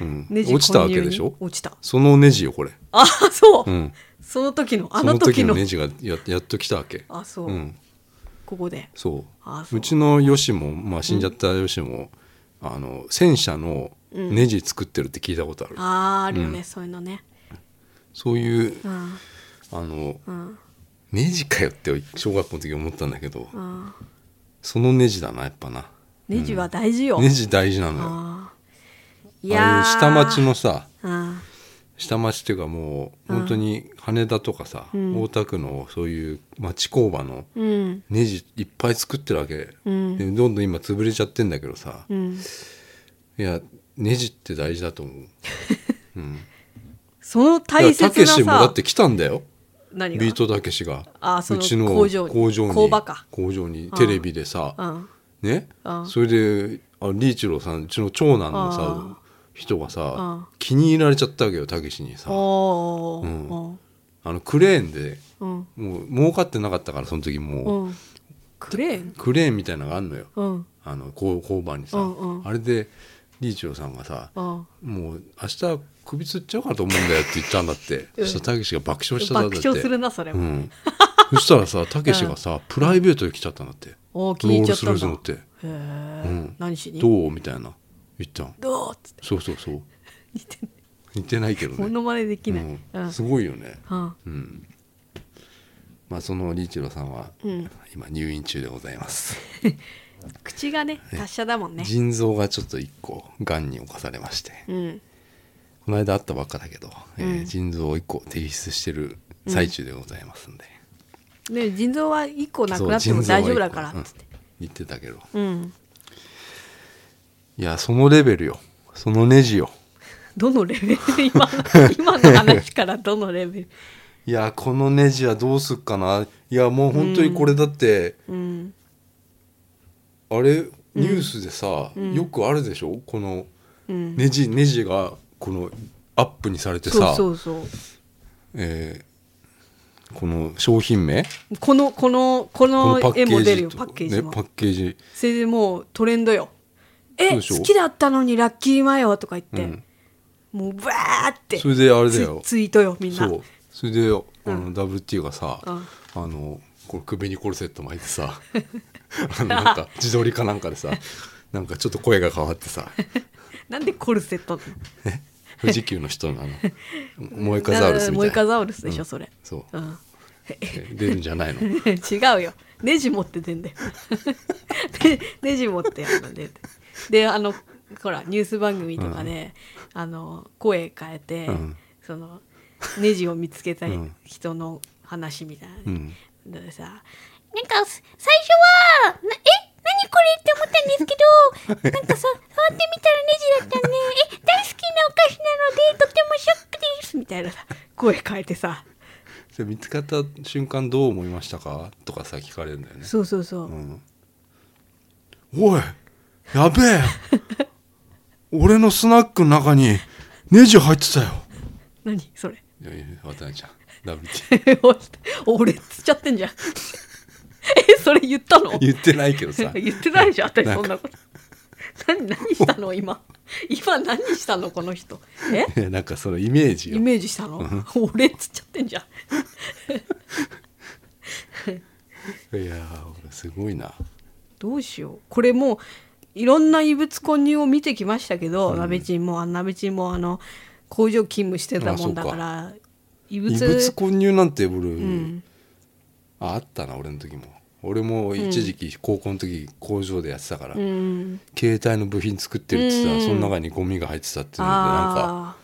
[SPEAKER 2] うん、
[SPEAKER 1] ネジ
[SPEAKER 2] 落ちたわけ
[SPEAKER 1] 混入
[SPEAKER 2] で
[SPEAKER 1] に
[SPEAKER 2] しょ
[SPEAKER 1] 落ちた
[SPEAKER 2] そのネジよこれ
[SPEAKER 1] ああそう、
[SPEAKER 2] うん
[SPEAKER 1] その時のあ
[SPEAKER 2] そ
[SPEAKER 1] の
[SPEAKER 2] の
[SPEAKER 1] 時
[SPEAKER 2] 時
[SPEAKER 1] の
[SPEAKER 2] のネジがややっと来たわけ
[SPEAKER 1] あそう、
[SPEAKER 2] うん
[SPEAKER 1] ここで
[SPEAKER 2] そ
[SPEAKER 1] あそうう
[SPEAKER 2] うちのヨシも、まあ、死んじゃったヨシも、あの戦車のネジ作ってるって聞いたことある、
[SPEAKER 1] あああるよね、そういうのね
[SPEAKER 2] そういう
[SPEAKER 1] うん
[SPEAKER 2] あの
[SPEAKER 1] うん
[SPEAKER 2] ネジかよって小学校の時思ったんだけど
[SPEAKER 1] うん
[SPEAKER 2] そのネジだなやっぱな
[SPEAKER 1] ネジは大事よ、
[SPEAKER 2] ネジ大事なのよ
[SPEAKER 1] あーいや
[SPEAKER 2] ああい
[SPEAKER 1] ー
[SPEAKER 2] う下町のさ
[SPEAKER 1] うん
[SPEAKER 2] 下町っていうかもう本当に羽田とかさ、大田区のそういう町工場の
[SPEAKER 1] うん
[SPEAKER 2] ネジいっぱい作ってるわけ、
[SPEAKER 1] うん
[SPEAKER 2] でどんどん今潰れちゃってんだけどさ、
[SPEAKER 1] うん
[SPEAKER 2] いやネジって大事だと思う
[SPEAKER 1] その
[SPEAKER 2] いや
[SPEAKER 1] 大切
[SPEAKER 2] たけ
[SPEAKER 1] な
[SPEAKER 2] しもだ
[SPEAKER 1] さ
[SPEAKER 2] って来たんだよ
[SPEAKER 1] 何が
[SPEAKER 2] ビートたけしが
[SPEAKER 1] あその
[SPEAKER 2] うちの
[SPEAKER 1] 工場に
[SPEAKER 2] 工場に
[SPEAKER 1] 工場か
[SPEAKER 2] 工場にテレビで
[SPEAKER 1] う
[SPEAKER 2] さ、
[SPEAKER 1] ん
[SPEAKER 2] ね、
[SPEAKER 1] うん
[SPEAKER 2] それであリーチローさんうちの長男の
[SPEAKER 1] う
[SPEAKER 2] さ人が
[SPEAKER 1] うん
[SPEAKER 2] さ気に入られちゃったわけよたけしにさ
[SPEAKER 1] お
[SPEAKER 2] う
[SPEAKER 1] ー
[SPEAKER 2] あのクレーンで
[SPEAKER 1] うん
[SPEAKER 2] もう儲かってなかったからその時
[SPEAKER 1] う
[SPEAKER 2] もうん
[SPEAKER 1] クレーン
[SPEAKER 2] クレーンみたいなのがあるのよ
[SPEAKER 1] うん
[SPEAKER 2] あの工工場にさ
[SPEAKER 1] うんうん
[SPEAKER 2] あれでリーチローさんがさ
[SPEAKER 1] うん
[SPEAKER 2] もう明日首つっちゃうかと思うんだよって言ったんだって、
[SPEAKER 1] うん
[SPEAKER 2] そしたらたけしが爆笑したんだっ
[SPEAKER 1] 爆
[SPEAKER 2] て
[SPEAKER 1] 笑するなそれ
[SPEAKER 2] う
[SPEAKER 1] も
[SPEAKER 2] ん、そしたらさたけしがさ、プライベートで来ちゃったんだって
[SPEAKER 1] おー
[SPEAKER 2] ロ
[SPEAKER 1] 聞い
[SPEAKER 2] ー
[SPEAKER 1] ちゃ
[SPEAKER 2] ル
[SPEAKER 1] っ
[SPEAKER 2] ス
[SPEAKER 1] た
[SPEAKER 2] ロ
[SPEAKER 1] ん
[SPEAKER 2] イス
[SPEAKER 1] だ
[SPEAKER 2] 乗って
[SPEAKER 1] へ
[SPEAKER 2] うん
[SPEAKER 1] ー何し
[SPEAKER 2] 「
[SPEAKER 1] に
[SPEAKER 2] どう?」みたいな言ったん
[SPEAKER 1] どうっつって
[SPEAKER 2] そうそうそう
[SPEAKER 1] 似てる
[SPEAKER 2] 似てないけど
[SPEAKER 1] モ
[SPEAKER 2] ね
[SPEAKER 1] ノマネできないうん
[SPEAKER 2] う、
[SPEAKER 1] うんん
[SPEAKER 2] すごいよね、うん、まあそのリーチロさんは、
[SPEAKER 1] うん
[SPEAKER 2] 今入院中でございます
[SPEAKER 1] 口がね達者だもんね
[SPEAKER 2] 腎臓がちょっと一個がんに侵されまして
[SPEAKER 1] うん
[SPEAKER 2] この間あったばっかだけど、えー
[SPEAKER 1] うん
[SPEAKER 2] 腎臓を一個提出してる最中でございますんで、
[SPEAKER 1] ね腎臓は一個な
[SPEAKER 2] そ
[SPEAKER 1] く
[SPEAKER 2] う
[SPEAKER 1] なっても
[SPEAKER 2] 腎臓は
[SPEAKER 1] 大
[SPEAKER 2] 一個
[SPEAKER 1] 丈夫だから
[SPEAKER 2] うん
[SPEAKER 1] つって
[SPEAKER 2] 言ってたけど
[SPEAKER 1] うん
[SPEAKER 2] いやそのレベルよそのネジよ
[SPEAKER 1] どのレベル 今の今の話からどのレベル
[SPEAKER 2] いやこのネジはどうすっかないやもう本当にこれだって、
[SPEAKER 1] うん
[SPEAKER 2] あれニュースでさ、よくあるでしょこの
[SPEAKER 1] うん
[SPEAKER 2] ネジネジがこのアップにされて
[SPEAKER 1] そ
[SPEAKER 2] さ
[SPEAKER 1] うそうそう
[SPEAKER 2] えーこの商品名
[SPEAKER 1] このこのこ
[SPEAKER 2] この
[SPEAKER 1] の
[SPEAKER 2] パッケ
[SPEAKER 1] 絵も
[SPEAKER 2] ー
[SPEAKER 1] 出るよ
[SPEAKER 2] ジ
[SPEAKER 1] パ
[SPEAKER 2] と
[SPEAKER 1] ッケージ
[SPEAKER 2] ね
[SPEAKER 1] も、
[SPEAKER 2] パッケージ
[SPEAKER 1] それでもうトレンドよえ
[SPEAKER 2] そう
[SPEAKER 1] 好
[SPEAKER 2] でしょ
[SPEAKER 1] きだったのにラッキーマヨとか言って、
[SPEAKER 2] うん
[SPEAKER 1] もうバーって
[SPEAKER 2] それであれだよ
[SPEAKER 1] ツツイートよみんな
[SPEAKER 2] そうそれであの WT がさ、
[SPEAKER 1] うん
[SPEAKER 2] あのこれ首にコルセット巻いてさ あのなんか自撮りかなんかでさなんかちょっと声が変わっ てさ
[SPEAKER 1] なんでコルセットなの
[SPEAKER 2] 富士急の人のあのモエカザウルスみ
[SPEAKER 1] モ
[SPEAKER 2] た
[SPEAKER 1] イ
[SPEAKER 2] いな
[SPEAKER 1] カザウルスでしょ、それ、
[SPEAKER 2] そう
[SPEAKER 1] うん、
[SPEAKER 2] 出るんじゃない の
[SPEAKER 1] 違うよネジ持って出んだよ でネジ持ってあの出てであのほらニュース番組とかで、あの声変えて、
[SPEAKER 2] うん
[SPEAKER 1] そのネジを見つけた
[SPEAKER 2] うん
[SPEAKER 1] 人の話みたいなね、
[SPEAKER 2] うん
[SPEAKER 1] でさ
[SPEAKER 3] なんかす最初はなえ何これって思ったんですけどな んかさ触ってみたらネジだったねえ大好きなお菓子なのでとてもショックです
[SPEAKER 1] みたいなさ声変えてさ
[SPEAKER 2] それ見つかった瞬間どう思いましたかとかさ聞かれるんだよね
[SPEAKER 1] そうそうそう、
[SPEAKER 2] うんおいやべえ 俺のスナックの中にネジ入ってたよ
[SPEAKER 1] 何それ
[SPEAKER 2] いやいや渡辺ちゃん WT
[SPEAKER 1] 俺つっちゃってんじゃんえそれ言ったの
[SPEAKER 2] 言ってないけ どさ
[SPEAKER 1] 言ってないでしょ私
[SPEAKER 2] なん
[SPEAKER 1] そん
[SPEAKER 2] か
[SPEAKER 1] なこと何何したの今今何したのこの人え
[SPEAKER 2] いやなんかそのイメージ
[SPEAKER 1] イ
[SPEAKER 2] よ
[SPEAKER 1] メージしたの俺っつっちゃってんじゃん
[SPEAKER 2] いやー俺すごいな
[SPEAKER 1] どうしようこれもういろんな異物混入を見てきましたけど、鍋ちんもあ鍋ちんもあの工場勤務してたもんだから異
[SPEAKER 2] 異
[SPEAKER 1] 物
[SPEAKER 2] 物混入なんて俺、
[SPEAKER 1] うん
[SPEAKER 2] ああったな俺の時も俺も一時期高校の時工場でやってたから、
[SPEAKER 1] うん
[SPEAKER 2] 携帯の部品作ってるってさ、
[SPEAKER 1] うん
[SPEAKER 2] その中にゴミが入ってたっていうのでなんか
[SPEAKER 1] ああ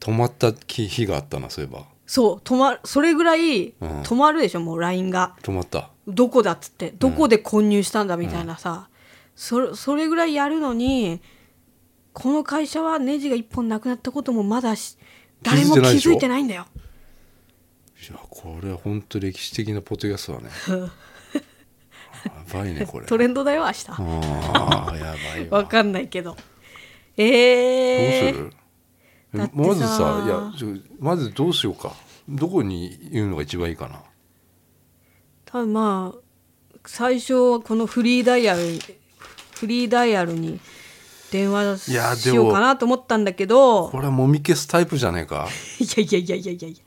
[SPEAKER 2] 止まった日があったなそういえば
[SPEAKER 1] そう止まそれぐらい止まるでしょ、もう LINE が。
[SPEAKER 2] 止まった
[SPEAKER 1] どこだっつってどこで混入したんだみたいなさ、それそれぐらいやるのにこの会社はネジが一本なくなったこともまだし誰も気
[SPEAKER 2] 気づ
[SPEAKER 1] づ
[SPEAKER 2] いてないでしょ
[SPEAKER 1] いてないんだよ。
[SPEAKER 2] いやこれは本当歴史的なポッドキャストだねやばい ねこれ
[SPEAKER 1] トレンドだよ明日、
[SPEAKER 2] ああやばいわ
[SPEAKER 1] わかんないけどええ
[SPEAKER 2] どうする
[SPEAKER 1] だってさ
[SPEAKER 2] まずさいやちょまずどうしようかどこに言うのが一番いいかな
[SPEAKER 1] ただまあ最初はこのフリーダイヤルフリーダイヤルに電話
[SPEAKER 2] いやでも
[SPEAKER 1] しようかなと思ったんだけど
[SPEAKER 2] これはもみ消すタイプじゃねえか
[SPEAKER 1] いやいやいやいやいやいや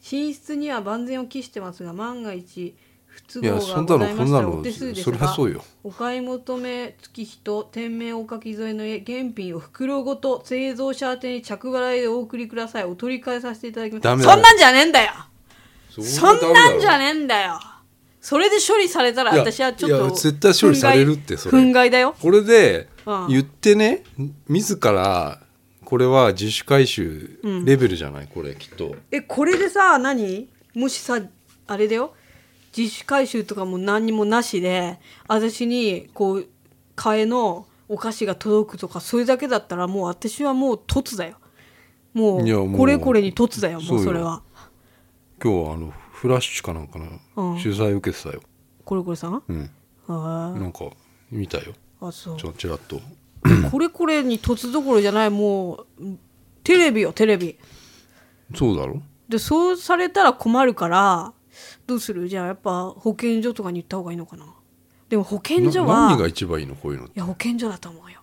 [SPEAKER 1] 寝室には万全を期してますが万が一不都
[SPEAKER 2] いや
[SPEAKER 1] 合
[SPEAKER 2] そ
[SPEAKER 1] がご
[SPEAKER 2] んなの
[SPEAKER 1] ざい
[SPEAKER 2] こ
[SPEAKER 1] まし
[SPEAKER 2] んな
[SPEAKER 1] たらお
[SPEAKER 2] の
[SPEAKER 1] 手数です
[SPEAKER 2] そ
[SPEAKER 1] が
[SPEAKER 2] りゃそうよ
[SPEAKER 1] お買い求め月人店名お書き添えの家原品を袋ごと製造者宛てに着払いでお送りくださいお取り替えさせていただきます
[SPEAKER 2] ダメだ
[SPEAKER 1] そんなんじゃねえんだよそんなんじゃ
[SPEAKER 2] ね
[SPEAKER 1] ねえんだよそれで処理されたら
[SPEAKER 2] いや
[SPEAKER 1] 私はちょっ
[SPEAKER 2] いや
[SPEAKER 1] と
[SPEAKER 2] 絶対処理されるってそれ
[SPEAKER 1] 憤慨だよ
[SPEAKER 2] これで
[SPEAKER 1] うん
[SPEAKER 2] 言ってね自らこれは自主回収レベルじゃない、これきっと
[SPEAKER 1] えこれでさ何もしさあれだよ自主回収とかも何にもなしで私にこう替えのお菓子が届くとかそれだけだったらもう私はもう凸だよも
[SPEAKER 2] いやも
[SPEAKER 1] う
[SPEAKER 2] う
[SPEAKER 1] これこれに凸だよも
[SPEAKER 2] そう
[SPEAKER 1] う
[SPEAKER 2] よ
[SPEAKER 1] それは
[SPEAKER 2] 今日はあのフラッシュかなんかな、
[SPEAKER 1] うん
[SPEAKER 2] 取材受けてたよ、
[SPEAKER 1] これこれさんへ
[SPEAKER 2] うん、
[SPEAKER 1] ー
[SPEAKER 2] なんか見たよ
[SPEAKER 1] あそう
[SPEAKER 2] ちょちらっと
[SPEAKER 1] これこれに凸どころじゃないもうテレビよテレビ
[SPEAKER 2] そうだろ
[SPEAKER 1] でそうされたら困るからどうするじゃあやっぱ保健所とかに行った方がいいのかなでも保健
[SPEAKER 2] な
[SPEAKER 1] 所は
[SPEAKER 2] 何が一番いいのこういうの
[SPEAKER 1] いや保健所だと思うよ、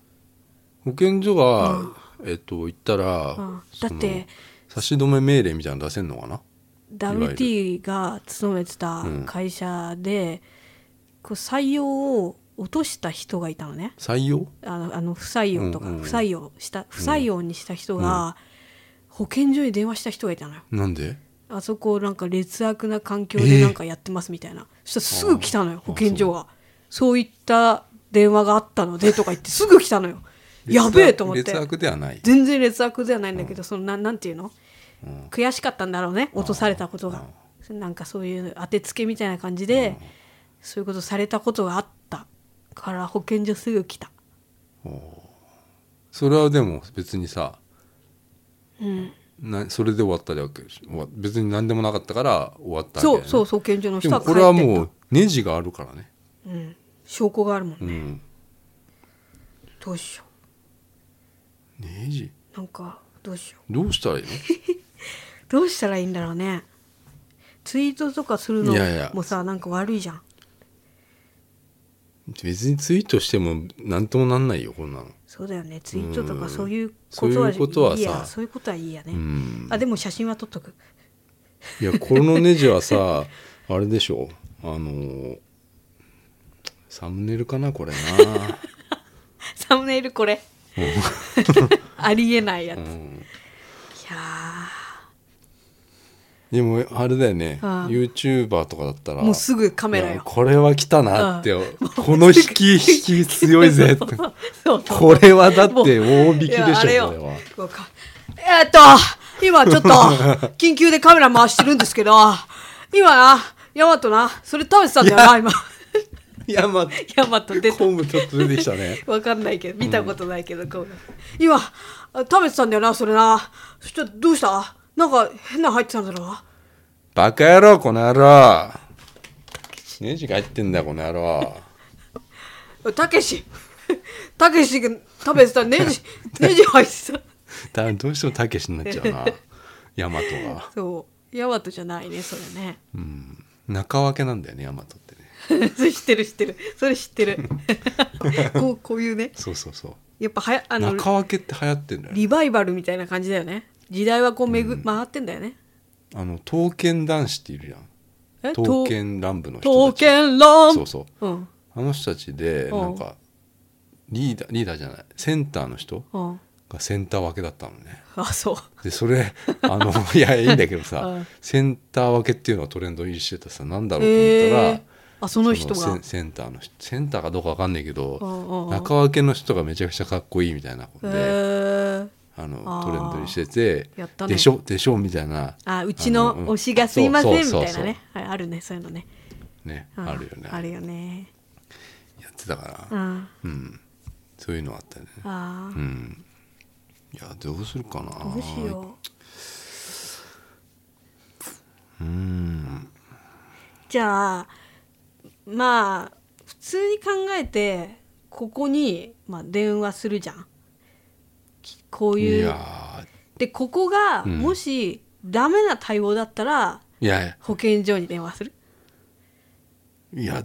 [SPEAKER 2] 保健所が、えっと行ったら、
[SPEAKER 1] うん、
[SPEAKER 2] そ
[SPEAKER 1] だ
[SPEAKER 2] の
[SPEAKER 1] って
[SPEAKER 2] 差し止め命令みたいなの出せんのかな
[SPEAKER 1] WT が勤めてた
[SPEAKER 2] うん
[SPEAKER 1] 会社で、こう採用を落とした人がいたのね
[SPEAKER 2] 採用
[SPEAKER 1] あのあの不採用とか
[SPEAKER 2] うんうんうん
[SPEAKER 1] 不採用した不採用にした人が保健所に電話した人がいたのよ
[SPEAKER 2] なんで
[SPEAKER 1] あそこなんか劣悪な環境
[SPEAKER 2] え
[SPEAKER 1] で
[SPEAKER 2] ー
[SPEAKER 1] なんかやってますみたいな、そしたらすぐ来たのよ
[SPEAKER 2] あー
[SPEAKER 1] 保健所がそういった電話があったのでとか言 ってすぐ来たのよやべえと思って
[SPEAKER 2] 劣悪ではない
[SPEAKER 1] 全然劣悪ではないんだけど、そのなんなんていうの、悔しかったんだろうね落とされたことが、なんかそういう当てつけみたいな感じで、そういうことされたことがあったから保健所すぐ来た
[SPEAKER 2] あそれはでも別にさ
[SPEAKER 1] うん、
[SPEAKER 2] なそれで終わったわけでしょ終わ別に何でもなかったから終わったわけだよ
[SPEAKER 1] そう
[SPEAKER 2] ね
[SPEAKER 1] そうそう拳銃の
[SPEAKER 2] で
[SPEAKER 1] 下
[SPEAKER 2] も
[SPEAKER 1] は帰っ
[SPEAKER 2] こ
[SPEAKER 1] て
[SPEAKER 2] れはも
[SPEAKER 1] も
[SPEAKER 2] うネジがあるからね
[SPEAKER 1] う、うん、証拠があるもん、
[SPEAKER 2] うん
[SPEAKER 1] どうしよ
[SPEAKER 2] ネジ
[SPEAKER 1] うなんかどうしよ
[SPEAKER 2] どうした らいいの
[SPEAKER 1] うどうしたらいいんだろうねツイートとかするの
[SPEAKER 2] いやいや
[SPEAKER 1] もさなんか悪いじゃん
[SPEAKER 2] 別にツイートしても何ともなんないよこんなの
[SPEAKER 1] そうだよねツイートと
[SPEAKER 2] う
[SPEAKER 1] か
[SPEAKER 2] ん
[SPEAKER 1] そういう
[SPEAKER 2] そういうことはさ
[SPEAKER 1] いやそういうことはいいやね、
[SPEAKER 2] うん
[SPEAKER 1] あでも写真は撮っとく
[SPEAKER 2] いやこのネジはさあれでしょあのーサムネイルかなこれな、
[SPEAKER 1] サムネイルこれ ありえないやつ、
[SPEAKER 2] う
[SPEAKER 1] い
[SPEAKER 2] ん、
[SPEAKER 1] や
[SPEAKER 2] でもあれだよね
[SPEAKER 1] ああ
[SPEAKER 2] YouTuber とかだったら
[SPEAKER 1] ーもうすぐカメラ
[SPEAKER 2] いや
[SPEAKER 1] よ
[SPEAKER 2] これは来たなってこの引き引き強いぜって
[SPEAKER 1] そうそう
[SPEAKER 2] これはだって
[SPEAKER 1] もう
[SPEAKER 2] 大引きで
[SPEAKER 1] いやあれ
[SPEAKER 2] し
[SPEAKER 1] よ
[SPEAKER 2] ょこれは
[SPEAKER 1] こうかえーっと今 ちょっと緊急でカメラ回してるんですけど今なヤマトなそれ食べてたんだよな今
[SPEAKER 2] いやまあ
[SPEAKER 1] ヤマト出た
[SPEAKER 2] コームちょっと出てきたね
[SPEAKER 1] わかんないけど見たことないけど、こう今あ食べてたんだよなそれなそしたらどうしたなんか変なの入ってたんだろ
[SPEAKER 2] バカ野郎この野郎ネジが入ってんだよこの 野郎
[SPEAKER 1] うたけしたけしが食べてたネ ジネジ入ってた
[SPEAKER 2] だどうしてもたけしになっちゃ うなヤマトが
[SPEAKER 1] そうヤマトじゃないねそれね
[SPEAKER 2] うん中分けなんだよねヤマトってね
[SPEAKER 1] それ知ってる知ってるそれ知ってる こうこういうね
[SPEAKER 2] そうそうそう
[SPEAKER 1] やっぱはやあの
[SPEAKER 2] 中分けって流行ってんだよね
[SPEAKER 1] リバイバルみたいな感じだよね時代はこうめぐ、回ってんだよね
[SPEAKER 2] あの刀剣男子っているじゃん
[SPEAKER 1] え
[SPEAKER 2] 刀剣乱舞の人
[SPEAKER 1] 刀
[SPEAKER 2] たち
[SPEAKER 1] 剣乱
[SPEAKER 2] そうそう
[SPEAKER 1] うん
[SPEAKER 2] あの人たちで
[SPEAKER 1] うん
[SPEAKER 2] なんかリーダーリーダーじゃないセンターの人
[SPEAKER 1] うん
[SPEAKER 2] がセンター分けだったのね
[SPEAKER 1] あそう
[SPEAKER 2] でそれあ のいやいいんだけどさ、
[SPEAKER 1] うん
[SPEAKER 2] センター分けっていうのはトレンド入りしてたさなんだろうと思ったら、
[SPEAKER 1] えー、あその人
[SPEAKER 2] そ
[SPEAKER 1] が
[SPEAKER 2] センセンターの人センターかどうか分かんないけど、
[SPEAKER 1] うんうんうん
[SPEAKER 2] 中分けの人がめちゃくちゃかっこいいみたいな
[SPEAKER 1] へ
[SPEAKER 2] ので、
[SPEAKER 1] ー、
[SPEAKER 2] あの
[SPEAKER 1] あー
[SPEAKER 2] トレンド入りしてて、
[SPEAKER 1] やったね
[SPEAKER 2] でしょでしょみたいな
[SPEAKER 1] あうちの
[SPEAKER 2] あのうん
[SPEAKER 1] 推しがすいませんみ
[SPEAKER 2] そう
[SPEAKER 1] た
[SPEAKER 2] そ
[SPEAKER 1] いな
[SPEAKER 2] うそう
[SPEAKER 1] ねはいあるねそういうのね
[SPEAKER 2] ね
[SPEAKER 1] うん
[SPEAKER 2] あるよね
[SPEAKER 1] あるよね
[SPEAKER 2] やってたか
[SPEAKER 1] う
[SPEAKER 2] ら、
[SPEAKER 1] ん
[SPEAKER 2] うんそういうのあったね
[SPEAKER 1] あ
[SPEAKER 2] う
[SPEAKER 1] ー
[SPEAKER 2] んいやどうするかな
[SPEAKER 1] どうしよう
[SPEAKER 2] うん
[SPEAKER 1] じゃあまあ普通に考えてここに、まあ、電話するじゃんきこう
[SPEAKER 2] い
[SPEAKER 1] いう
[SPEAKER 2] やー
[SPEAKER 1] でここが
[SPEAKER 2] うん
[SPEAKER 1] もしダメな対応だったら
[SPEAKER 2] いやいや
[SPEAKER 1] 保健所に電話する
[SPEAKER 2] いや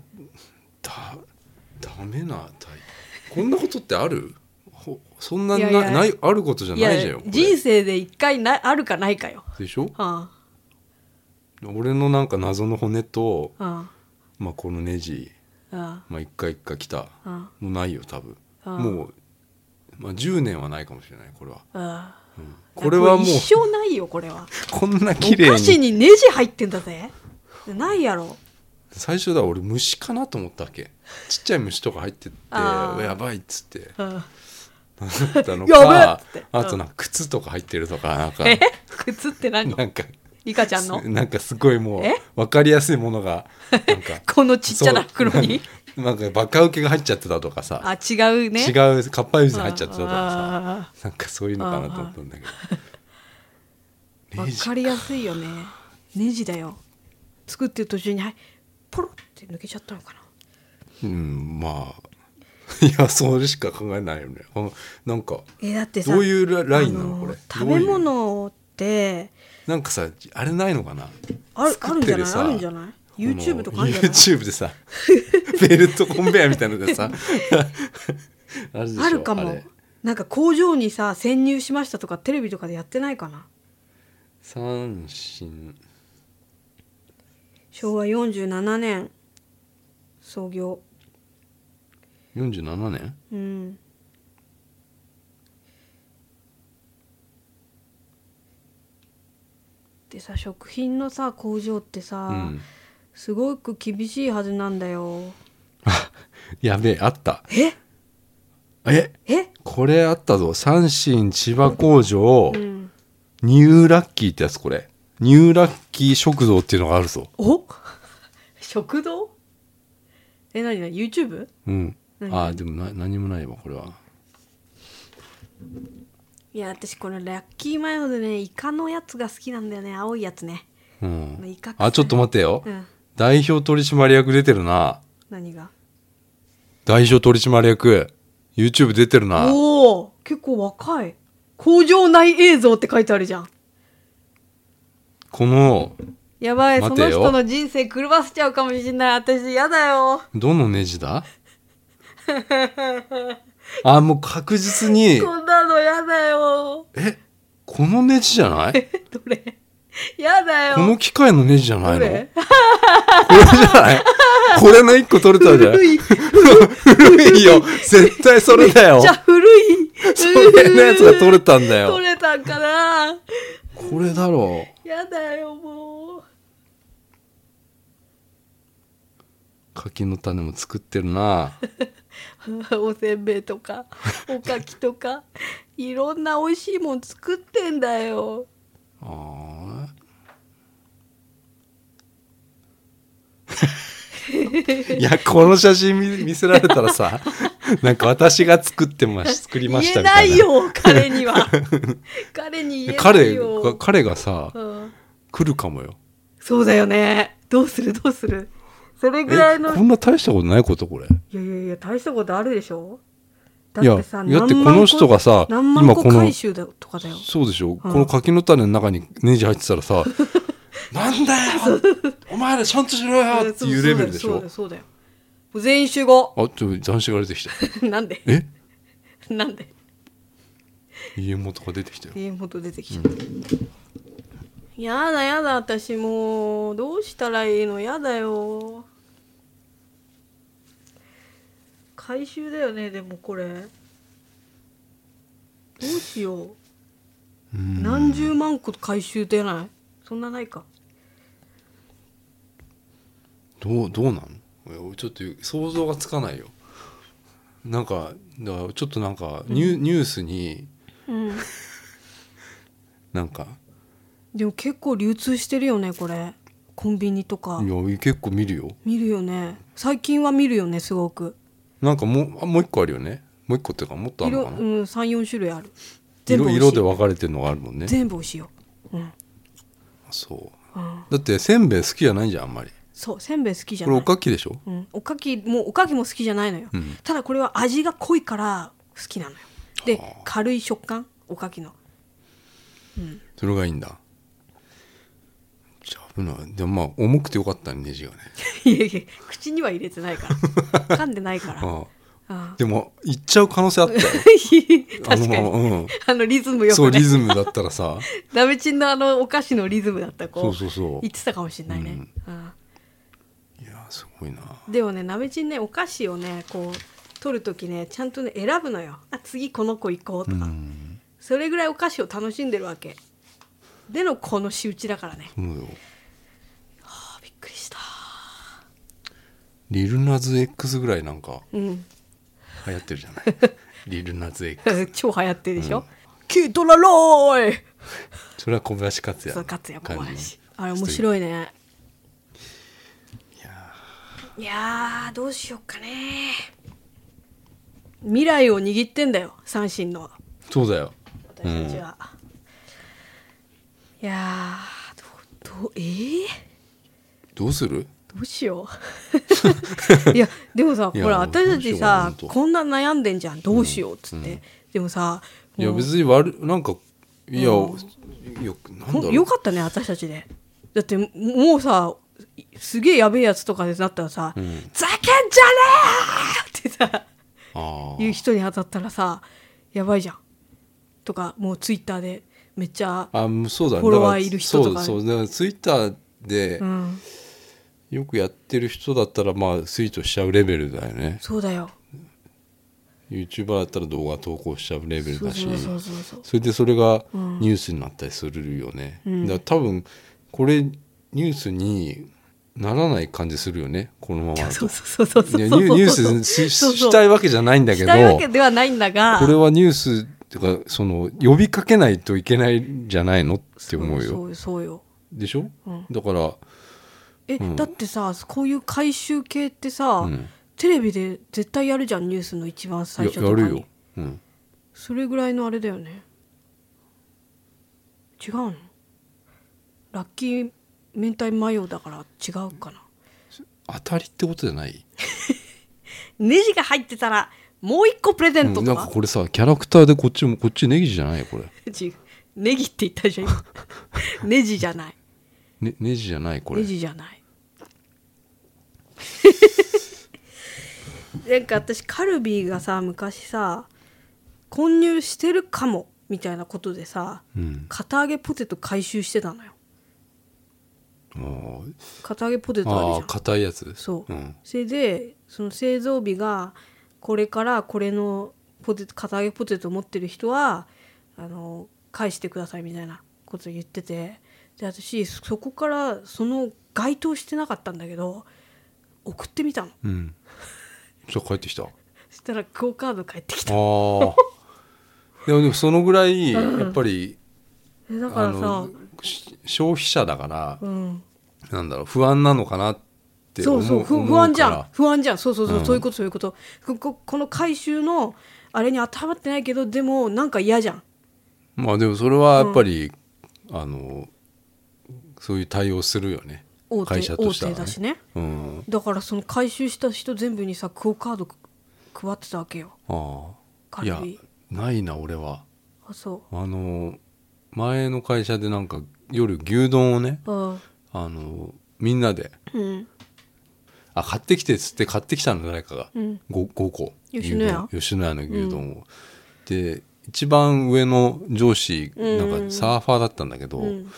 [SPEAKER 2] だダメなタイこんなことってあるほそんなない
[SPEAKER 1] やいや
[SPEAKER 2] ないあることじゃ
[SPEAKER 1] い
[SPEAKER 2] ないじゃん
[SPEAKER 1] や
[SPEAKER 2] よこれ
[SPEAKER 1] 人生で一回なあるかないかよ、
[SPEAKER 2] でしょ
[SPEAKER 1] うん
[SPEAKER 2] 俺のなんか謎の骨と、
[SPEAKER 1] うん
[SPEAKER 2] まあ、このネジ、
[SPEAKER 1] うん
[SPEAKER 2] まあ、一回一回来た
[SPEAKER 1] うん
[SPEAKER 2] もうないよ多分
[SPEAKER 1] うん
[SPEAKER 2] もう、まあ、10年はないかもしれないこれは
[SPEAKER 1] うん
[SPEAKER 2] これはもう
[SPEAKER 1] 一生ないよこれは
[SPEAKER 2] こんな綺
[SPEAKER 1] お菓
[SPEAKER 2] 麗
[SPEAKER 1] 子に
[SPEAKER 2] に
[SPEAKER 1] ネジ入ってんだぜないやろ
[SPEAKER 2] 最初だ俺虫かなと思ったわけちっちゃい虫とか入ってって
[SPEAKER 1] あー
[SPEAKER 2] やばいっ つって
[SPEAKER 1] うん
[SPEAKER 2] なったの
[SPEAKER 1] やべえっ
[SPEAKER 2] か
[SPEAKER 1] つって
[SPEAKER 2] あとなんか靴とか入ってるとかなんか
[SPEAKER 1] え靴って何
[SPEAKER 2] なんか
[SPEAKER 1] リカちゃんの
[SPEAKER 2] すなんかすごいもう
[SPEAKER 1] え
[SPEAKER 2] 分かりやすいものがなんか
[SPEAKER 1] この ちっちゃな袋に
[SPEAKER 2] そうなんかバカウケが入っちゃってたとか
[SPEAKER 1] あ
[SPEAKER 2] さ、
[SPEAKER 1] 違うね
[SPEAKER 2] 違
[SPEAKER 1] う
[SPEAKER 2] うかっぱえびせん入っちゃってたとかさ
[SPEAKER 1] さ
[SPEAKER 2] なんかそういうのかなと思ったんだけど
[SPEAKER 1] わ
[SPEAKER 2] ネジ
[SPEAKER 1] かりやすいよねネジだよ作ってる途中にはいポロって抜けちゃったのかな
[SPEAKER 2] うんまあいやそれしか考えないよねこのなんか
[SPEAKER 1] えだってさ
[SPEAKER 2] どういうララインなの
[SPEAKER 1] あ
[SPEAKER 2] これ
[SPEAKER 1] 食べ
[SPEAKER 2] どういう
[SPEAKER 1] 物って
[SPEAKER 2] なんかさあれないのかな
[SPEAKER 1] あるある
[SPEAKER 2] 作っ
[SPEAKER 1] んじ
[SPEAKER 2] て
[SPEAKER 1] ゃ
[SPEAKER 2] る
[SPEAKER 1] ない
[SPEAKER 2] さ
[SPEAKER 1] あるんじゃない
[SPEAKER 2] この
[SPEAKER 1] YouTube とかあるんじゃない
[SPEAKER 2] YouTube でさベルトコンベヤーみたいなの でさあるでしょ
[SPEAKER 1] あるか
[SPEAKER 2] あ
[SPEAKER 1] も
[SPEAKER 2] れ
[SPEAKER 1] なんか工場にさ潜入しましたとかテレビとかでやってないかな
[SPEAKER 2] 三振
[SPEAKER 1] 昭和47年創業
[SPEAKER 2] 47年
[SPEAKER 1] うんでさ食品のさ工場ってさ、
[SPEAKER 2] うん
[SPEAKER 1] すごく厳しいはずなんだよ
[SPEAKER 2] やべえあった
[SPEAKER 1] え
[SPEAKER 2] え
[SPEAKER 1] え
[SPEAKER 2] これあったぞ三振千葉工場、
[SPEAKER 1] うん
[SPEAKER 2] ニューラッキーってやつこれニューラッキー食堂っていうのがあるぞ
[SPEAKER 1] お 食堂え何何 YouTube?
[SPEAKER 2] うん
[SPEAKER 1] 何
[SPEAKER 2] あーでもな何もないわこれは
[SPEAKER 1] いや私このラッキーマヨでねイカのやつが好きなんだよね青いやつね
[SPEAKER 2] うん、
[SPEAKER 1] イカ臭い
[SPEAKER 2] あちょっと待ってよ、
[SPEAKER 1] うん
[SPEAKER 2] 代表取締役出てるな
[SPEAKER 1] 何が
[SPEAKER 2] 代表取締役 YouTube 出てるな
[SPEAKER 1] おお結構若い工場内映像って書いてあるじゃん
[SPEAKER 2] この
[SPEAKER 1] やばいそ
[SPEAKER 2] 待てよ
[SPEAKER 1] の人の人生狂わせちゃうかもしれない私やだよ
[SPEAKER 2] どのネ ジだあもう確実に
[SPEAKER 1] こんなのやだよ
[SPEAKER 2] えこのネジじゃない
[SPEAKER 1] えどれやだよ
[SPEAKER 2] この機械のネジじゃない
[SPEAKER 1] ど
[SPEAKER 2] のこ
[SPEAKER 1] れ
[SPEAKER 2] れじゃない これの一個取れ たじゃん
[SPEAKER 1] 古い
[SPEAKER 2] 古いよ絶対それだよ
[SPEAKER 1] じゃあ古い
[SPEAKER 2] それのやつが取れたん だ
[SPEAKER 1] 取
[SPEAKER 2] よ
[SPEAKER 1] れたんかな
[SPEAKER 2] これだろう
[SPEAKER 1] やだよもう
[SPEAKER 2] 柿の種も作ってるな
[SPEAKER 1] おせんべいと かおかきとかいろんな美味しいもん作ってんだよ
[SPEAKER 2] あーいやこの写真見見せられた らさなんか私が作ってまし作りま
[SPEAKER 1] 言
[SPEAKER 2] した
[SPEAKER 1] え
[SPEAKER 2] みた
[SPEAKER 1] ない
[SPEAKER 2] ない
[SPEAKER 1] よ彼に は彼に言えな
[SPEAKER 2] 彼
[SPEAKER 1] いよ
[SPEAKER 2] が彼がさ
[SPEAKER 1] うん
[SPEAKER 2] 来るかもよ
[SPEAKER 1] そうだよねどうするどうするそれ
[SPEAKER 2] え
[SPEAKER 1] ぐらいの
[SPEAKER 2] こんな大したことないことこれ
[SPEAKER 1] いやいやいや大したことあるでしょだ
[SPEAKER 2] いや
[SPEAKER 1] ってさ
[SPEAKER 2] だって
[SPEAKER 1] 何
[SPEAKER 2] こ
[SPEAKER 1] 万
[SPEAKER 2] の
[SPEAKER 1] 個
[SPEAKER 2] 人がさ
[SPEAKER 1] 何万
[SPEAKER 2] 今
[SPEAKER 1] 個
[SPEAKER 2] この
[SPEAKER 1] 回収だとか だよ
[SPEAKER 2] そうでしょ、この柿の種の中にネジ入ってた らさ「なんだよお前らちゃんとしろよ!」っていうレベルでし
[SPEAKER 1] そう
[SPEAKER 2] ょ
[SPEAKER 1] だよそうだよそうだよもう全員集合
[SPEAKER 2] あちょっと斬新が出てきた
[SPEAKER 1] なんで
[SPEAKER 2] え
[SPEAKER 1] なんで
[SPEAKER 2] 家元が出てきたよ
[SPEAKER 1] 家元出てきちゃった、やだやだ私もうどうしたらいいのやだよ回収だよねでもこれどうしよう
[SPEAKER 2] うん
[SPEAKER 1] 何十万個回収出ないそんなないか
[SPEAKER 2] どうどうなんいやちょっと想像がつかないよなんかだからちょっとなんかニュ,、ニュースに
[SPEAKER 1] うん
[SPEAKER 2] なんか
[SPEAKER 1] でも結構流通してるよねこれコンビニとか
[SPEAKER 2] いや結構見るよ
[SPEAKER 1] 見るよね最近は見るよねすごく
[SPEAKER 2] なんかもうあもう一個あるよねもう一個っていうかもっとある
[SPEAKER 1] 色、
[SPEAKER 2] の
[SPEAKER 1] う
[SPEAKER 2] か
[SPEAKER 1] ん
[SPEAKER 2] な、、
[SPEAKER 1] 34種類ある全部
[SPEAKER 2] 色
[SPEAKER 1] 美味しい
[SPEAKER 2] 色で分かれてるのがあるもんね
[SPEAKER 1] 全部美味しいよ、うん
[SPEAKER 2] そう
[SPEAKER 1] うん、
[SPEAKER 2] だってせんべい好きじゃないじゃんあんまり
[SPEAKER 1] そうせんべい好きじゃ
[SPEAKER 2] こ
[SPEAKER 1] な
[SPEAKER 2] れ
[SPEAKER 1] い
[SPEAKER 2] おかきでしょ
[SPEAKER 1] うん、おかきもうおかきも好きじゃないのよ、
[SPEAKER 2] うん
[SPEAKER 1] ただこれは味が濃いから好きなのよで軽い食感おかきの
[SPEAKER 2] それがいいんだじゃあ危ないでもまあ重くてよかったねネジがね
[SPEAKER 1] いやいや口には入れてない から噛んでないからあ
[SPEAKER 2] ああ
[SPEAKER 1] あ
[SPEAKER 2] でも行っちゃう可能性あった よ
[SPEAKER 1] 確か
[SPEAKER 2] あの
[SPEAKER 1] に
[SPEAKER 2] うん
[SPEAKER 1] あのリズムよ
[SPEAKER 2] そう
[SPEAKER 1] く
[SPEAKER 2] リ
[SPEAKER 1] ね
[SPEAKER 2] ズムだったらさ
[SPEAKER 1] ダメチンのあのお菓子のリズムだった こう
[SPEAKER 2] そうそうそう
[SPEAKER 1] 言ってたかもしれないね、あ
[SPEAKER 2] いやすごいな
[SPEAKER 1] あでもねなめちんねお菓子をねこう取る時ねちゃんとね選ぶのよあ次この子行こう
[SPEAKER 2] う
[SPEAKER 1] とか、
[SPEAKER 2] ん
[SPEAKER 1] それぐらいお菓子を楽しんでるわけでのこの仕打ちだからね
[SPEAKER 2] そうよ
[SPEAKER 1] あびっくりした
[SPEAKER 2] リルナズ X ぐらいなんか
[SPEAKER 1] うん
[SPEAKER 2] 流行ってるじゃないリルナズ X
[SPEAKER 1] 超流行ってるでしょ、キートラローイ
[SPEAKER 2] それは小林克也
[SPEAKER 1] そう
[SPEAKER 2] の
[SPEAKER 1] 勝也小
[SPEAKER 2] 感じね
[SPEAKER 1] 林あれ面白いね
[SPEAKER 2] いや
[SPEAKER 1] いやーどうしよっかね未来を握ってんだよ三振の
[SPEAKER 2] ーそうだよ
[SPEAKER 1] 私たちは、いやーどうどうえー、
[SPEAKER 2] どうする
[SPEAKER 1] どうしよ ういやでもさほ
[SPEAKER 2] いや
[SPEAKER 1] ら私た
[SPEAKER 2] どうしよ
[SPEAKER 1] ち
[SPEAKER 2] うかな
[SPEAKER 1] さ
[SPEAKER 2] 本当
[SPEAKER 1] こんな悩んでんじゃんどうしようっつって、でもさ
[SPEAKER 2] いや
[SPEAKER 1] もう
[SPEAKER 2] 別に悪いなんかいや
[SPEAKER 1] うん
[SPEAKER 2] よなんだ
[SPEAKER 1] ほ
[SPEAKER 2] ろ
[SPEAKER 1] ん
[SPEAKER 2] う
[SPEAKER 1] よかったね私たちでだってももうさすげえやべえやつとかでなったらさ「ざ
[SPEAKER 2] ん
[SPEAKER 1] けんじゃねえ!」ってさ
[SPEAKER 2] あ
[SPEAKER 1] 言う
[SPEAKER 2] ー
[SPEAKER 1] 人に当たったらさやばいじゃんとかもうツイッターでめっちゃ
[SPEAKER 2] あうんそうだね
[SPEAKER 1] フォロワーいる人とかね
[SPEAKER 2] だらそうそうだからツイッターで
[SPEAKER 1] うん
[SPEAKER 2] よくやってる人だったらまあツイートしちゃうレベルだよね
[SPEAKER 1] そうだよ
[SPEAKER 2] YouTuber だったら動画投稿しちゃうレベル
[SPEAKER 1] そう
[SPEAKER 2] だし
[SPEAKER 1] そうそうそうそう
[SPEAKER 2] それでそれがニュースになったりするよね、だから多分これニュースにならない感じするよねこのままだ
[SPEAKER 1] そ
[SPEAKER 2] と
[SPEAKER 1] うそうそうそう
[SPEAKER 2] いやニ
[SPEAKER 1] そう
[SPEAKER 2] ュニュースし
[SPEAKER 1] そうそう
[SPEAKER 2] したいわけじゃないんだ
[SPEAKER 1] し
[SPEAKER 2] けど
[SPEAKER 1] たいわけではないんだが
[SPEAKER 2] これはニュースっていうかその呼びかけないといけないんじゃないのって思うよ
[SPEAKER 1] そうそうそうよ
[SPEAKER 2] でしょ、
[SPEAKER 1] うん
[SPEAKER 2] だから
[SPEAKER 1] え、
[SPEAKER 2] うん
[SPEAKER 1] だってさこういう回収系ってさ、
[SPEAKER 2] うん
[SPEAKER 1] テレビで絶対やるじゃんニュースの一番最
[SPEAKER 2] や
[SPEAKER 1] 初とか
[SPEAKER 2] や
[SPEAKER 1] に
[SPEAKER 2] るよ、うん、
[SPEAKER 1] それぐらいのあれだよね違うのラッキー明太マヨだから違うかな
[SPEAKER 2] 当たりってことじゃない
[SPEAKER 1] ネジが入ってたらもう一個プレゼ
[SPEAKER 2] う
[SPEAKER 1] ン
[SPEAKER 2] ん
[SPEAKER 1] ト
[SPEAKER 2] な
[SPEAKER 1] と
[SPEAKER 2] ん
[SPEAKER 1] か
[SPEAKER 2] か、これさキャラクターでこっちもこっちネギじゃないよこれ、
[SPEAKER 1] 違うネギって言ったじゃん今 ネジじゃない
[SPEAKER 2] ね、ネジじゃないこれ
[SPEAKER 1] ネジじゃない なんか私カルビーがさ昔さ混入してるかもみたいなことでさ
[SPEAKER 2] うん
[SPEAKER 1] 片揚げポテト回収してたのよ
[SPEAKER 2] もう
[SPEAKER 1] 片揚げポテトある
[SPEAKER 2] あ
[SPEAKER 1] じ
[SPEAKER 2] あ
[SPEAKER 1] ゃん
[SPEAKER 2] 硬いやつ
[SPEAKER 1] そう、
[SPEAKER 2] ん、
[SPEAKER 1] それでその製造日がこれからこれのポテト片揚げポテト持ってる人はあの返してくださいみたいなこと言っててで私そこからその該当してなかったんだけど送ってみたの
[SPEAKER 2] うん、じゃあ帰ってきたあ
[SPEAKER 1] そしたらクオ・カード返ってき
[SPEAKER 2] あ
[SPEAKER 1] た
[SPEAKER 2] ー でもでもそのぐらいやっぱり、
[SPEAKER 1] えだから
[SPEAKER 2] あ
[SPEAKER 1] さ
[SPEAKER 2] のし消費者だから、
[SPEAKER 1] うん
[SPEAKER 2] なんだろう不安なのかなって
[SPEAKER 1] そ
[SPEAKER 2] 思う
[SPEAKER 1] うそうふ
[SPEAKER 2] 思う
[SPEAKER 1] 不安じゃ
[SPEAKER 2] か
[SPEAKER 1] ん
[SPEAKER 2] ら
[SPEAKER 1] 不安じゃんそうそうそう、
[SPEAKER 2] うん
[SPEAKER 1] そういうことそういうことこここの回収のあれに当てはまってないけどでもなんか嫌じゃん
[SPEAKER 2] まあでもそれはやっぱり、あのそういう対応するよね
[SPEAKER 1] 大手
[SPEAKER 2] 会社としては、
[SPEAKER 1] 大手だしね
[SPEAKER 2] うん
[SPEAKER 1] だからその回収した人全部にさクオカード配ってたわけよ
[SPEAKER 2] あ
[SPEAKER 1] カ
[SPEAKER 2] あい
[SPEAKER 1] ル
[SPEAKER 2] や
[SPEAKER 1] ビ
[SPEAKER 2] ないな俺は
[SPEAKER 1] あそ
[SPEAKER 2] あの前の会社でなんか夜牛丼をね
[SPEAKER 1] ううん
[SPEAKER 2] あのみんなで
[SPEAKER 1] うん
[SPEAKER 2] あ買ってきてっつって買ってきたの誰かが、
[SPEAKER 1] うん
[SPEAKER 2] ご 5, 個
[SPEAKER 1] 吉野家
[SPEAKER 2] 牛丼吉野家の牛丼を、で一番上の上司
[SPEAKER 1] うん
[SPEAKER 2] なんかサーファーだったんだけど、
[SPEAKER 1] うん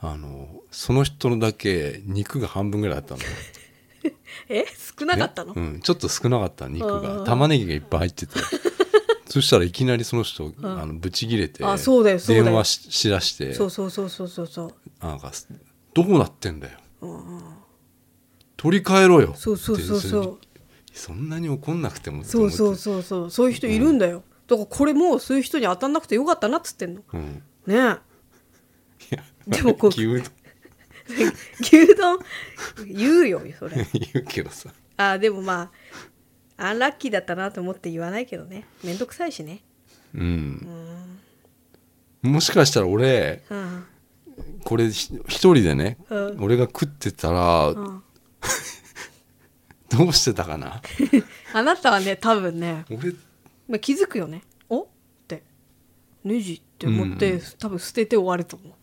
[SPEAKER 2] あのその人のだけ肉が半分ぐらいあ ったんだよ
[SPEAKER 1] え少なかったの、
[SPEAKER 2] ねうん、ちょっと少なかった肉
[SPEAKER 1] うん
[SPEAKER 2] が玉ねぎがいっぱい入って てそしたらいきなりその人、あのブチ切れて
[SPEAKER 1] あそうだよそうだよ
[SPEAKER 2] 電話ししだして
[SPEAKER 1] そうそうそうそうそうそう
[SPEAKER 2] なんか「どうなってんだよ、取り替えろよ」
[SPEAKER 1] そうそうそうそう
[SPEAKER 2] ってそんなに怒んなくてもって
[SPEAKER 1] そ
[SPEAKER 2] 思っ
[SPEAKER 1] う
[SPEAKER 2] て
[SPEAKER 1] そうそうそうそういう人いるんだよ、だからこれもうそういう人に当たんなくてよかったなっつってんの
[SPEAKER 2] うん、
[SPEAKER 1] ね
[SPEAKER 2] いや
[SPEAKER 1] でもこう
[SPEAKER 2] 牛丼
[SPEAKER 1] え牛丼言うよそれ
[SPEAKER 2] 言うけどさ
[SPEAKER 1] あでもまあアンラッキーだったなと思って言わないけどねめんどくさいしね
[SPEAKER 2] うん、もしかしたら俺
[SPEAKER 1] うん
[SPEAKER 2] これひ一人でね、
[SPEAKER 1] うん
[SPEAKER 2] 俺が食ってたら、
[SPEAKER 1] ん
[SPEAKER 2] どうしてたかな
[SPEAKER 1] あなたはね多分ね
[SPEAKER 2] 俺
[SPEAKER 1] まあ、気づくよねおってネジって思って、
[SPEAKER 2] うん
[SPEAKER 1] 多分捨てて終わると思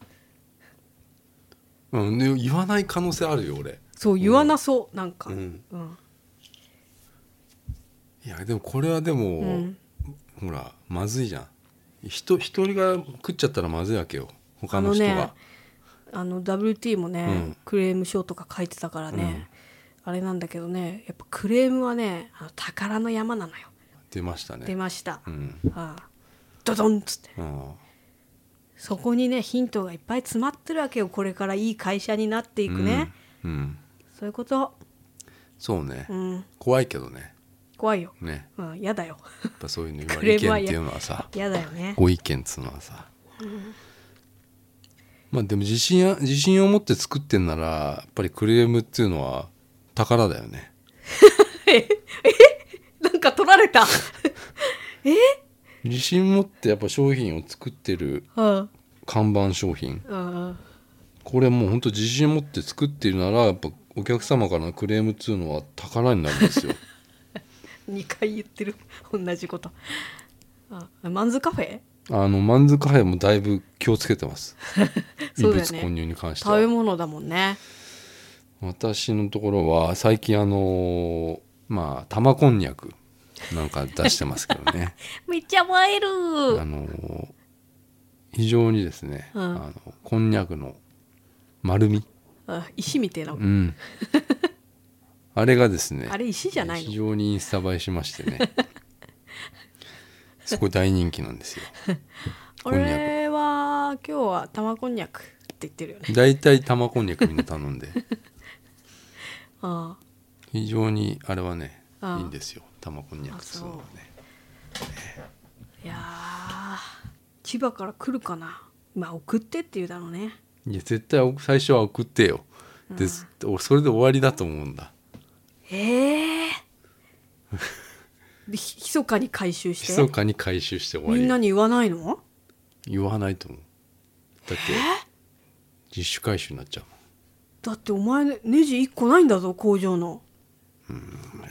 [SPEAKER 1] う
[SPEAKER 2] うん、で言わない可能性あるよ俺
[SPEAKER 1] そう言わなそう、なんか、う
[SPEAKER 2] うんんいやでもこれはでも、
[SPEAKER 1] ん
[SPEAKER 2] ほらまずいじゃん人一人が食っちゃったらまずいわけよ他
[SPEAKER 1] あ
[SPEAKER 2] の
[SPEAKER 1] の
[SPEAKER 2] 人が
[SPEAKER 1] ねあの WT もね、
[SPEAKER 2] うん
[SPEAKER 1] クレーム書とか書いてたからね、あれなんだけどねやっぱクレームはねあの宝の山なのよ
[SPEAKER 2] 出ましたね
[SPEAKER 1] 出ました、
[SPEAKER 2] うん、
[SPEAKER 1] ああドドンっつって
[SPEAKER 2] うん、
[SPEAKER 1] そこにねヒントがいっぱい詰まってるわけよこれからいい会社になっていくね、
[SPEAKER 2] うん、うん
[SPEAKER 1] そういうこと
[SPEAKER 2] そうね、
[SPEAKER 1] うん
[SPEAKER 2] 怖いけどね
[SPEAKER 1] 怖いよ、
[SPEAKER 2] ね
[SPEAKER 1] うん、や だよ
[SPEAKER 2] やっぱそういうの今
[SPEAKER 1] クレ
[SPEAKER 2] 意
[SPEAKER 1] ー
[SPEAKER 2] 見っ
[SPEAKER 1] ムは
[SPEAKER 2] て
[SPEAKER 1] や
[SPEAKER 2] いうのはさ
[SPEAKER 1] やだよね
[SPEAKER 2] ご意見っつうのはさ、まあでも自信や自信を持って作ってんならやっぱりクレームっていうのは宝だよね
[SPEAKER 1] なんか取られ た
[SPEAKER 2] 自信持ってやっぱ商品を作ってる
[SPEAKER 1] うん
[SPEAKER 2] 看板商品
[SPEAKER 1] うん
[SPEAKER 2] これもうほんと自信持って作ってるならやっぱお客様からのクレームっていうのは宝になるん ですよ
[SPEAKER 1] 2回言ってる 同じことあマンズカフェ
[SPEAKER 2] あのマンズカフェもだいぶ気をつけてます、異
[SPEAKER 1] そうだ
[SPEAKER 2] 物
[SPEAKER 1] よ
[SPEAKER 2] 混
[SPEAKER 1] ね
[SPEAKER 2] 入に関して
[SPEAKER 1] 食べ
[SPEAKER 2] は
[SPEAKER 1] 物だもんね
[SPEAKER 2] 私のところは最近あのーまあ玉こんにゃくなんか出してますけど ね
[SPEAKER 3] めっちゃ映える
[SPEAKER 2] あのー非常にですね、
[SPEAKER 1] うん
[SPEAKER 2] あのこんにゃくの丸み
[SPEAKER 1] あ石みたいな、
[SPEAKER 2] うん あれがですね
[SPEAKER 1] あれ石じゃない
[SPEAKER 2] 非
[SPEAKER 1] の
[SPEAKER 2] 常にインスタ映えしましてね すごい大人気なんですよこんにゃ
[SPEAKER 1] 俺は今日は玉こんにゃくって言ってるよね
[SPEAKER 2] く大体玉こんにゃくみんな頼んで
[SPEAKER 1] あ
[SPEAKER 2] 非常にあれはね
[SPEAKER 1] ああ
[SPEAKER 2] いいんですよ玉こんにゃくっつうのはね
[SPEAKER 1] いやー千葉から来るかなまあ送ってって言うだろうね
[SPEAKER 2] いや絶対お最初は送ってよですそれで終わりだと思うんだ
[SPEAKER 1] ええ でひ密かに回収して
[SPEAKER 2] 密かに回収して終わ
[SPEAKER 1] みんな
[SPEAKER 2] り
[SPEAKER 1] に言わないの
[SPEAKER 2] 言わないと思うだって自主回収になっちゃう
[SPEAKER 1] だってお前ねネジ1個ないんだぞ工場の
[SPEAKER 2] も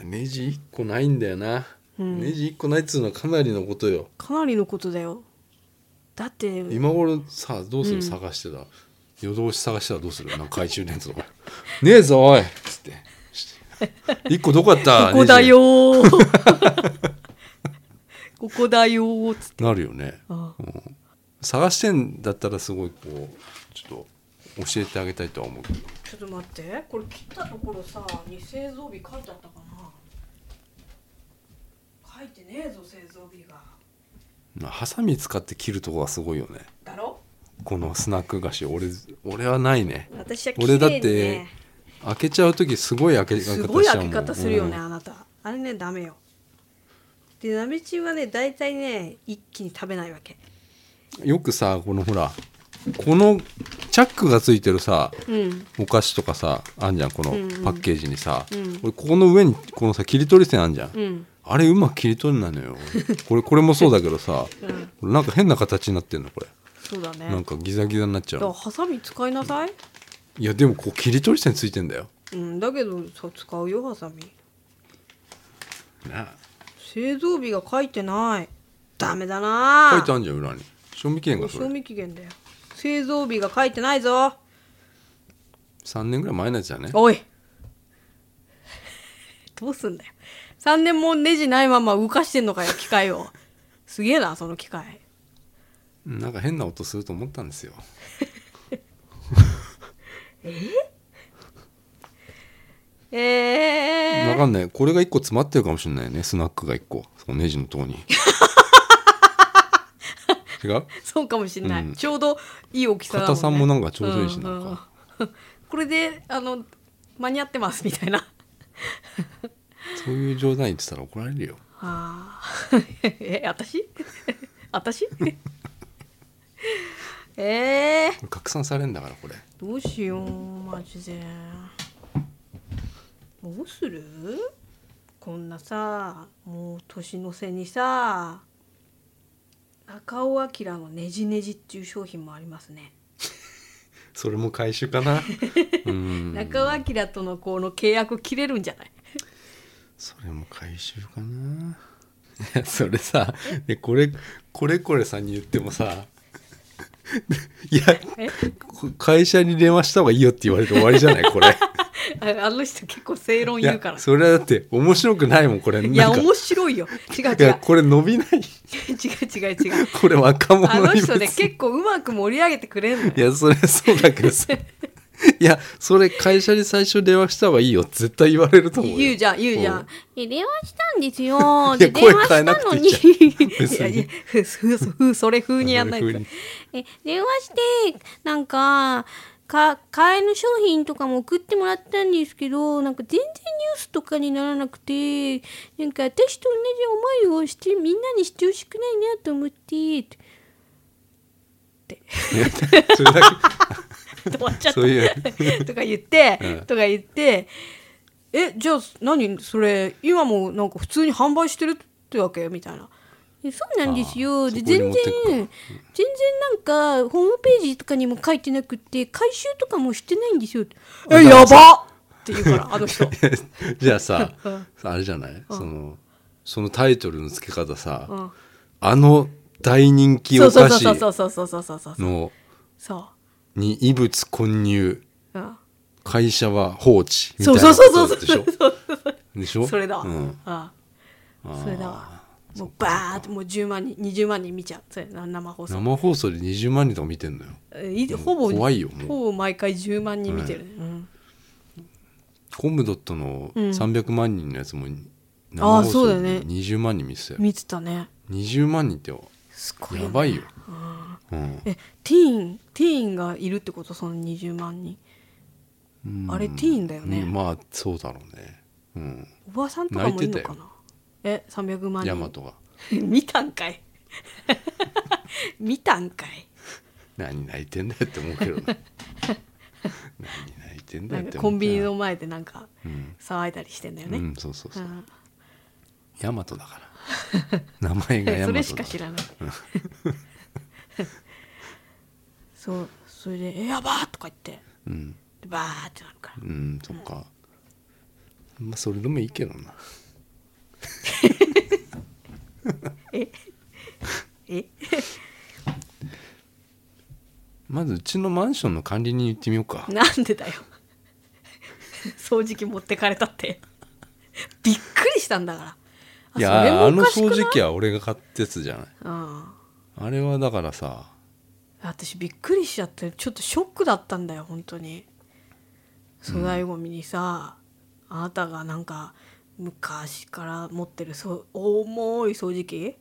[SPEAKER 2] んネジ1個ないんだよな、
[SPEAKER 1] うん
[SPEAKER 2] ネジ1個ないっつうのはかなりのことよ
[SPEAKER 1] かなりのことだよだって
[SPEAKER 2] 今頃さどうする、
[SPEAKER 1] うん
[SPEAKER 2] 探してた夜通し探したらどうするなんか懐中電 灯とかねえぞおいっつって1個どこやった
[SPEAKER 1] ここだよ
[SPEAKER 2] ネ
[SPEAKER 1] ーここだよーつって
[SPEAKER 2] ジなるよね
[SPEAKER 1] あ
[SPEAKER 2] 探してんだったらすごいこうちょっと教えてあげたいとは思うけど
[SPEAKER 1] ちょっと待ってこれ切ったところさに製造日書いてあったかな書いてねえぞ製造日が
[SPEAKER 2] まあハサミ使って切るとこがすごいよね
[SPEAKER 1] だろ
[SPEAKER 2] このスナック菓子俺俺はないね
[SPEAKER 1] 私は綺
[SPEAKER 2] 俺だっ
[SPEAKER 1] 麗に
[SPEAKER 2] て
[SPEAKER 1] ね
[SPEAKER 2] 開けちゃう時すごい開け方しちゃう
[SPEAKER 1] す
[SPEAKER 2] もん
[SPEAKER 1] ごい開け方するよね、
[SPEAKER 2] うん
[SPEAKER 1] あなたあれねダメよでなめちんはね大体ね一気に食べないわけ
[SPEAKER 2] よくさこのほらこのチャックがついてるさ
[SPEAKER 1] うん
[SPEAKER 2] お菓子とかさあんじゃんこの
[SPEAKER 1] うんうん
[SPEAKER 2] パッケージにさ、
[SPEAKER 1] うん
[SPEAKER 2] 俺ここの上にこのさ切り取り線あんじゃん、
[SPEAKER 1] うん
[SPEAKER 2] あれうまく切り取んないのよ これこれもそうだけどさ、なんか変な形になってんのこれ
[SPEAKER 1] そうだね
[SPEAKER 2] なんかギザギザになっちゃ
[SPEAKER 1] だから
[SPEAKER 2] う
[SPEAKER 1] ハサミ使いなさい、
[SPEAKER 2] いやでもこう切り取り線ついてんだよ
[SPEAKER 1] うん、だけどさ使うよハサミ
[SPEAKER 2] ね
[SPEAKER 1] 製造日が書いてないダメだな
[SPEAKER 2] 書いてあんじゃん裏に賞味期限がそ
[SPEAKER 1] 賞
[SPEAKER 2] れ
[SPEAKER 1] 味期限だよ製造日が書いてないぞ
[SPEAKER 2] 3年ぐらい前のやつだね
[SPEAKER 1] おい どうすんだよ3年もネジないまま動かしてんのかよ機械をすげえなその機械
[SPEAKER 2] なんか変な音すると思ったんですよ
[SPEAKER 1] え
[SPEAKER 2] わ
[SPEAKER 1] え
[SPEAKER 2] かんないこれが1個詰まってるかもしれないねスナックが1個そのネジのとこ に違う
[SPEAKER 1] そうかもしんない、
[SPEAKER 2] うん
[SPEAKER 1] ちょうどいい大きさだもん、ね、
[SPEAKER 2] 硬さもなんかちょうどいいしなん
[SPEAKER 1] う
[SPEAKER 2] か
[SPEAKER 1] うんこれであの間に合ってますみたいな
[SPEAKER 2] そういう冗談言ってたら怒られるよ
[SPEAKER 1] あー え私私 えー、
[SPEAKER 2] 拡散されんだからこれ
[SPEAKER 1] どうしようマジでどうするこんなさもう年の瀬にさ中尾明のねじねじっていう商品もありますね、
[SPEAKER 2] それも回収かな うん
[SPEAKER 1] 中尾明とのこの契約切れるんじゃない
[SPEAKER 2] それも回収かな いやそれさでこれこれこれさんに言ってもさいや
[SPEAKER 1] え
[SPEAKER 2] こ会社に電話した方がいいよって言われて終わりじゃないこれ
[SPEAKER 1] ああの人結構正論
[SPEAKER 2] い
[SPEAKER 1] 言うから
[SPEAKER 2] やそれはだって面白くないもんこれ
[SPEAKER 1] いや
[SPEAKER 2] なんか
[SPEAKER 1] 面白いよ違う違う
[SPEAKER 2] いやこれ伸びない
[SPEAKER 1] 違う違う違う
[SPEAKER 2] これ若者
[SPEAKER 1] あの人ね
[SPEAKER 2] 別に
[SPEAKER 1] 結構うまく盛り上げてくれんのよ
[SPEAKER 2] いやそれそうだけどさいやそれ会社に最初電話した方がいいよ絶対言われると思うよ
[SPEAKER 1] 言うじゃん言うじゃ
[SPEAKER 2] うん
[SPEAKER 1] ん
[SPEAKER 3] え、電話したんですよ。
[SPEAKER 2] いや
[SPEAKER 3] で、電話
[SPEAKER 2] 声変え
[SPEAKER 3] し
[SPEAKER 2] な
[SPEAKER 3] た
[SPEAKER 2] く
[SPEAKER 3] の
[SPEAKER 2] てい
[SPEAKER 3] に
[SPEAKER 2] い。じ
[SPEAKER 1] いやいやふふふそれ風にやんない
[SPEAKER 2] それ風
[SPEAKER 1] と
[SPEAKER 2] に
[SPEAKER 3] え、電話して、なんか、か、買えぬ商品とかも送ってもらったんですけど、なんか全然ニュースとかにならなくて、なんか私と同じ思いをして、みんなにしてほしくないなと思って、
[SPEAKER 2] いやそれだ
[SPEAKER 1] 終わっちゃった
[SPEAKER 2] けそうい う
[SPEAKER 1] とか言って、
[SPEAKER 2] うん
[SPEAKER 1] とか言ってえじゃあ何それ今もなんか普通に販売してるってわけみたいな
[SPEAKER 3] えそうなんです
[SPEAKER 2] あ
[SPEAKER 3] よ。
[SPEAKER 2] ー
[SPEAKER 3] で
[SPEAKER 2] そこに
[SPEAKER 3] 全
[SPEAKER 2] 持
[SPEAKER 3] 然、
[SPEAKER 2] ってく
[SPEAKER 3] 全
[SPEAKER 2] か
[SPEAKER 3] 然なんか、ホームページとかにも書いてなくて、回収とかもしてないんですよ。
[SPEAKER 1] え
[SPEAKER 2] だか
[SPEAKER 1] や
[SPEAKER 2] らさ
[SPEAKER 1] ばっって言うからあの 人
[SPEAKER 2] じゃあさ
[SPEAKER 1] うん
[SPEAKER 2] あれじゃないそのそのタイトルの付け方さ、
[SPEAKER 1] うん
[SPEAKER 2] あの大人気
[SPEAKER 1] そう
[SPEAKER 2] お
[SPEAKER 1] そう
[SPEAKER 2] 菓
[SPEAKER 1] そうそ
[SPEAKER 2] 子
[SPEAKER 1] うそうそうそうそうそうそう
[SPEAKER 2] の
[SPEAKER 1] そ
[SPEAKER 2] に異物混入
[SPEAKER 1] う、うん、
[SPEAKER 2] 会社は放置み
[SPEAKER 1] そ
[SPEAKER 2] たいうな
[SPEAKER 1] そうそうそう
[SPEAKER 2] ことでし
[SPEAKER 1] そ
[SPEAKER 2] ょ
[SPEAKER 1] うそう
[SPEAKER 2] でしょ
[SPEAKER 1] それだわ、
[SPEAKER 2] う
[SPEAKER 1] うん
[SPEAKER 2] ん、
[SPEAKER 1] あ
[SPEAKER 2] あー
[SPEAKER 1] それだわもうバーってもう10万人20万人見ちゃうそれな生放送
[SPEAKER 2] 生放送で20万人とか見てんのよ
[SPEAKER 1] えいほぼ
[SPEAKER 2] 怖いよもう
[SPEAKER 1] ほぼ毎回10万人見てるね、うん
[SPEAKER 2] コムドットの
[SPEAKER 1] うん
[SPEAKER 2] 300万人のやつも生
[SPEAKER 1] あー
[SPEAKER 2] 放
[SPEAKER 1] そうだ
[SPEAKER 2] 送
[SPEAKER 1] よね
[SPEAKER 2] で20万人見てたよ、
[SPEAKER 1] 見てたね
[SPEAKER 2] 20万人ってや
[SPEAKER 1] すごい、ね、
[SPEAKER 2] ばいよ、うん、
[SPEAKER 1] えティーンティーンがいるってことその20万人
[SPEAKER 2] うん
[SPEAKER 1] あれティーンだよね
[SPEAKER 2] うんまあそうだろうねうん
[SPEAKER 1] おばさんとかもいるのか
[SPEAKER 2] 泣いて
[SPEAKER 1] なえ300万
[SPEAKER 2] ヤマ
[SPEAKER 1] 人
[SPEAKER 2] トが
[SPEAKER 1] 見たんかい 見たんかい
[SPEAKER 2] 何泣いてんだよって思う けどね何泣いてんだ
[SPEAKER 1] な
[SPEAKER 2] よ
[SPEAKER 1] ん
[SPEAKER 2] って
[SPEAKER 1] か
[SPEAKER 2] 思
[SPEAKER 1] コ
[SPEAKER 2] う
[SPEAKER 1] ン
[SPEAKER 2] け
[SPEAKER 1] ビニ
[SPEAKER 2] ど
[SPEAKER 1] の前でなんか
[SPEAKER 2] うん、
[SPEAKER 1] 騒いだりしてんだよ
[SPEAKER 2] う
[SPEAKER 1] ね、
[SPEAKER 2] ん、そうそう
[SPEAKER 1] う
[SPEAKER 2] そう、
[SPEAKER 1] ん
[SPEAKER 2] ヤマトだから名前がヤ
[SPEAKER 1] そ
[SPEAKER 2] マトだ
[SPEAKER 1] れしか知らない そうそれで「えやばー!」とか言って
[SPEAKER 2] うん
[SPEAKER 1] でバーってなるから
[SPEAKER 2] うんそっかまあそれでもいいけどな
[SPEAKER 1] え
[SPEAKER 2] まずうちのマンションの管理人に言ってみようか
[SPEAKER 1] なんでだよ掃除機持ってかれたってびっくりしたんだからあ
[SPEAKER 2] いやあの
[SPEAKER 1] ない
[SPEAKER 2] 掃除機は俺が買ったやつじゃない
[SPEAKER 1] うん
[SPEAKER 2] あれはだからさ
[SPEAKER 1] 私びっくりしちゃってちょっとショックだったんだよ本当に粗大ごみにさ、あなたがなんか昔から持ってるそう重い掃除機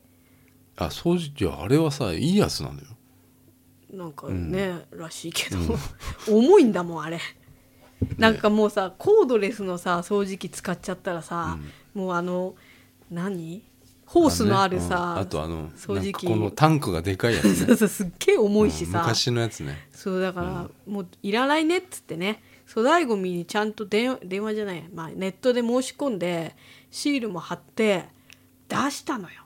[SPEAKER 2] あ掃除機はあれはさいいやつなんだよ
[SPEAKER 1] なんかね、らしいけど、 重いんだもんあれなんかもうさコードレスのさ掃除機使っちゃったらさ、もうあの何ホースのある
[SPEAKER 2] のね
[SPEAKER 1] さ
[SPEAKER 2] うんあとあの
[SPEAKER 1] 掃除機
[SPEAKER 2] なんかこのタンクがでかいやつね
[SPEAKER 1] そうそうすっげえ重いし
[SPEAKER 2] うん
[SPEAKER 1] さ、
[SPEAKER 2] 昔のやつね
[SPEAKER 1] そうだから、もういらないねっつってね粗大ごみにちゃんと電電話じゃない、まあ、ネットで申し込んでシールも貼って出したのよ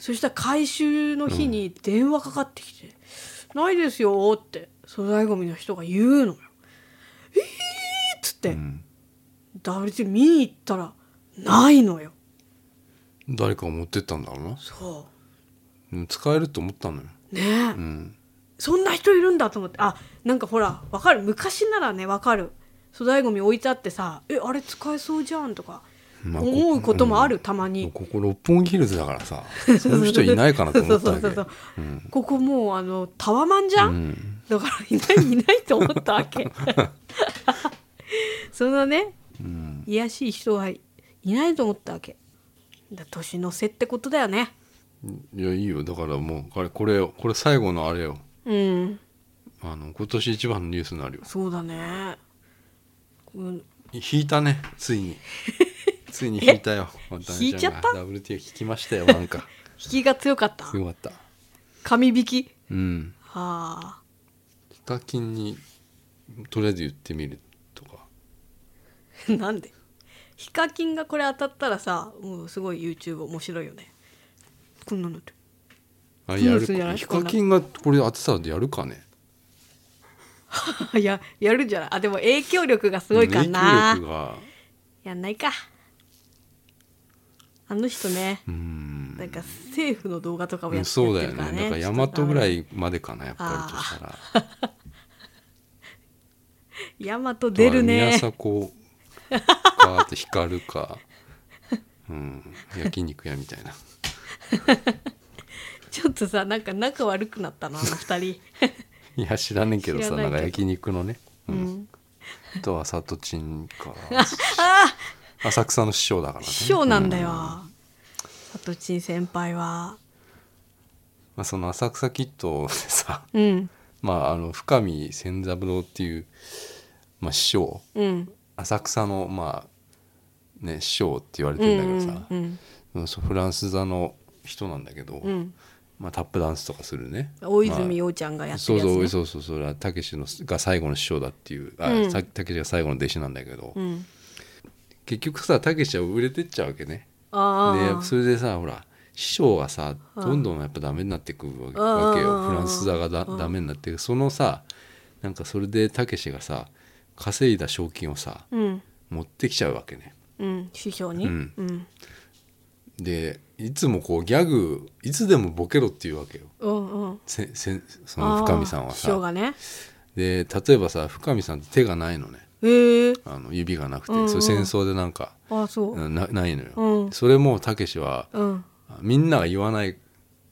[SPEAKER 1] そしたら回収の日に電話かかってきて「ないですよ」って粗大ごみの人が言うのよ。えーっつって、
[SPEAKER 2] ん
[SPEAKER 1] WC 見に行ったらないのよ。
[SPEAKER 2] 誰かが持ってったんだろうな
[SPEAKER 1] そ
[SPEAKER 2] でも使えると思ったのよ
[SPEAKER 1] うねえ、
[SPEAKER 2] うん
[SPEAKER 1] そんな人いるんだと思ってあなんかほらわかる昔ならねわかる粗大ごみ置いてあってさ「えあれ使えそうじゃん」とか
[SPEAKER 2] まあ
[SPEAKER 1] 思うこともあるたま
[SPEAKER 2] もう
[SPEAKER 1] に。
[SPEAKER 2] ここ六本木ヒルズだからさそういう人いないかなと思ったわ け
[SPEAKER 1] そうそうそうそうここもうあのタワマンじゃん、
[SPEAKER 2] うん
[SPEAKER 1] だからいないいないと思ったわ けそのね
[SPEAKER 2] うん
[SPEAKER 1] 癒やしい人はいないと思ったわけだ年の瀬ってことだよね
[SPEAKER 2] いやいいよだからもうこれこれこれ最後のあれよ
[SPEAKER 1] うん
[SPEAKER 2] あの今年一番のニュースになるよ
[SPEAKER 1] そうだね、うん、
[SPEAKER 2] 引いたねつい についに引いたよ
[SPEAKER 1] 引いちゃった
[SPEAKER 2] WT 引きましたよなんか
[SPEAKER 1] 引きが強かった
[SPEAKER 2] すごかった
[SPEAKER 1] 神引き
[SPEAKER 2] うん
[SPEAKER 1] はあ
[SPEAKER 2] ヒカキンにとりあえず言ってみるとか
[SPEAKER 1] なんでヒカキンがこれ当たったらさもうすごい YouTube 面白いよねこんなのって
[SPEAKER 2] あ
[SPEAKER 1] ニュ
[SPEAKER 2] や
[SPEAKER 1] ースじゃない
[SPEAKER 2] るヒカキンがこれ当てたらやるかね
[SPEAKER 1] あややるんじゃないあでも影響力がすごいか
[SPEAKER 2] 影響
[SPEAKER 1] な
[SPEAKER 2] 力が
[SPEAKER 1] やんないかあの人ね
[SPEAKER 2] うん
[SPEAKER 1] なんか政府の動画とかもやって
[SPEAKER 2] そう
[SPEAKER 1] やって
[SPEAKER 2] だよ
[SPEAKER 1] るから
[SPEAKER 2] ね
[SPEAKER 1] ね
[SPEAKER 2] だから大和ぐら
[SPEAKER 1] ちょっ
[SPEAKER 2] いまでかなやっぱりとしたら
[SPEAKER 1] とダメだ大和出るね
[SPEAKER 2] あとは宮迫かあと光るか うん焼肉屋みたいな
[SPEAKER 1] ちょっとさなんか仲悪くなったなあ の二人
[SPEAKER 2] いや知らねえけど
[SPEAKER 1] 知
[SPEAKER 2] さ
[SPEAKER 1] ら
[SPEAKER 2] な
[SPEAKER 1] ないけど
[SPEAKER 2] んか焼肉のね、うんあとは里ちんか浅草の師匠だからね
[SPEAKER 1] 師匠なんだよ、さとちん先輩は
[SPEAKER 2] まあ、その浅草キッドでさ
[SPEAKER 1] うん
[SPEAKER 2] まああの深見千三郎っていう、まあ、師匠
[SPEAKER 1] うん
[SPEAKER 2] 浅草のまあね師匠って言われ
[SPEAKER 1] うん
[SPEAKER 2] てるんだけどさ、
[SPEAKER 1] うん
[SPEAKER 2] うんそうフランス座の人なんだけど、
[SPEAKER 1] うん
[SPEAKER 2] まあ、タップダンスとかするね
[SPEAKER 1] 大
[SPEAKER 2] まあ
[SPEAKER 1] 泉洋ちゃんがやって
[SPEAKER 2] そ
[SPEAKER 1] る
[SPEAKER 2] う
[SPEAKER 1] やつ、ね
[SPEAKER 2] そうそうそうそれはたけしのが最後の師匠だっていうあ、
[SPEAKER 1] うん
[SPEAKER 2] さたけしが最後の弟子なんだけど、
[SPEAKER 1] うん、
[SPEAKER 2] 結局さたけしは売れてっちゃうわけね
[SPEAKER 1] あ
[SPEAKER 2] で
[SPEAKER 1] あ、
[SPEAKER 2] それでさほら師匠がさどんどんやっぱダメになってくるわけわけ
[SPEAKER 1] うんうんう
[SPEAKER 2] よ
[SPEAKER 1] ん
[SPEAKER 2] フランス座がだダメになってくそのさなんかそれでたけしがさ稼いだ賞金をさ
[SPEAKER 1] うん
[SPEAKER 2] 持ってきちゃうわけね
[SPEAKER 1] うん師匠に、う
[SPEAKER 2] うんん
[SPEAKER 1] うん、
[SPEAKER 2] でいつもこうギャグいつでもボケろっていうわけよ
[SPEAKER 1] うんうん
[SPEAKER 2] せせそ
[SPEAKER 1] あ
[SPEAKER 2] の
[SPEAKER 1] ー
[SPEAKER 2] 深見さんは
[SPEAKER 1] 師匠
[SPEAKER 2] さ
[SPEAKER 1] がね
[SPEAKER 2] で例えばさ深見さんって手がないのね
[SPEAKER 1] へえ
[SPEAKER 2] あの指がなくて、
[SPEAKER 1] うんうん
[SPEAKER 2] それ戦争でなんか
[SPEAKER 1] あそう
[SPEAKER 2] なないのよ、
[SPEAKER 1] うん
[SPEAKER 2] それもたけしは
[SPEAKER 1] うん
[SPEAKER 2] みんなが言わないと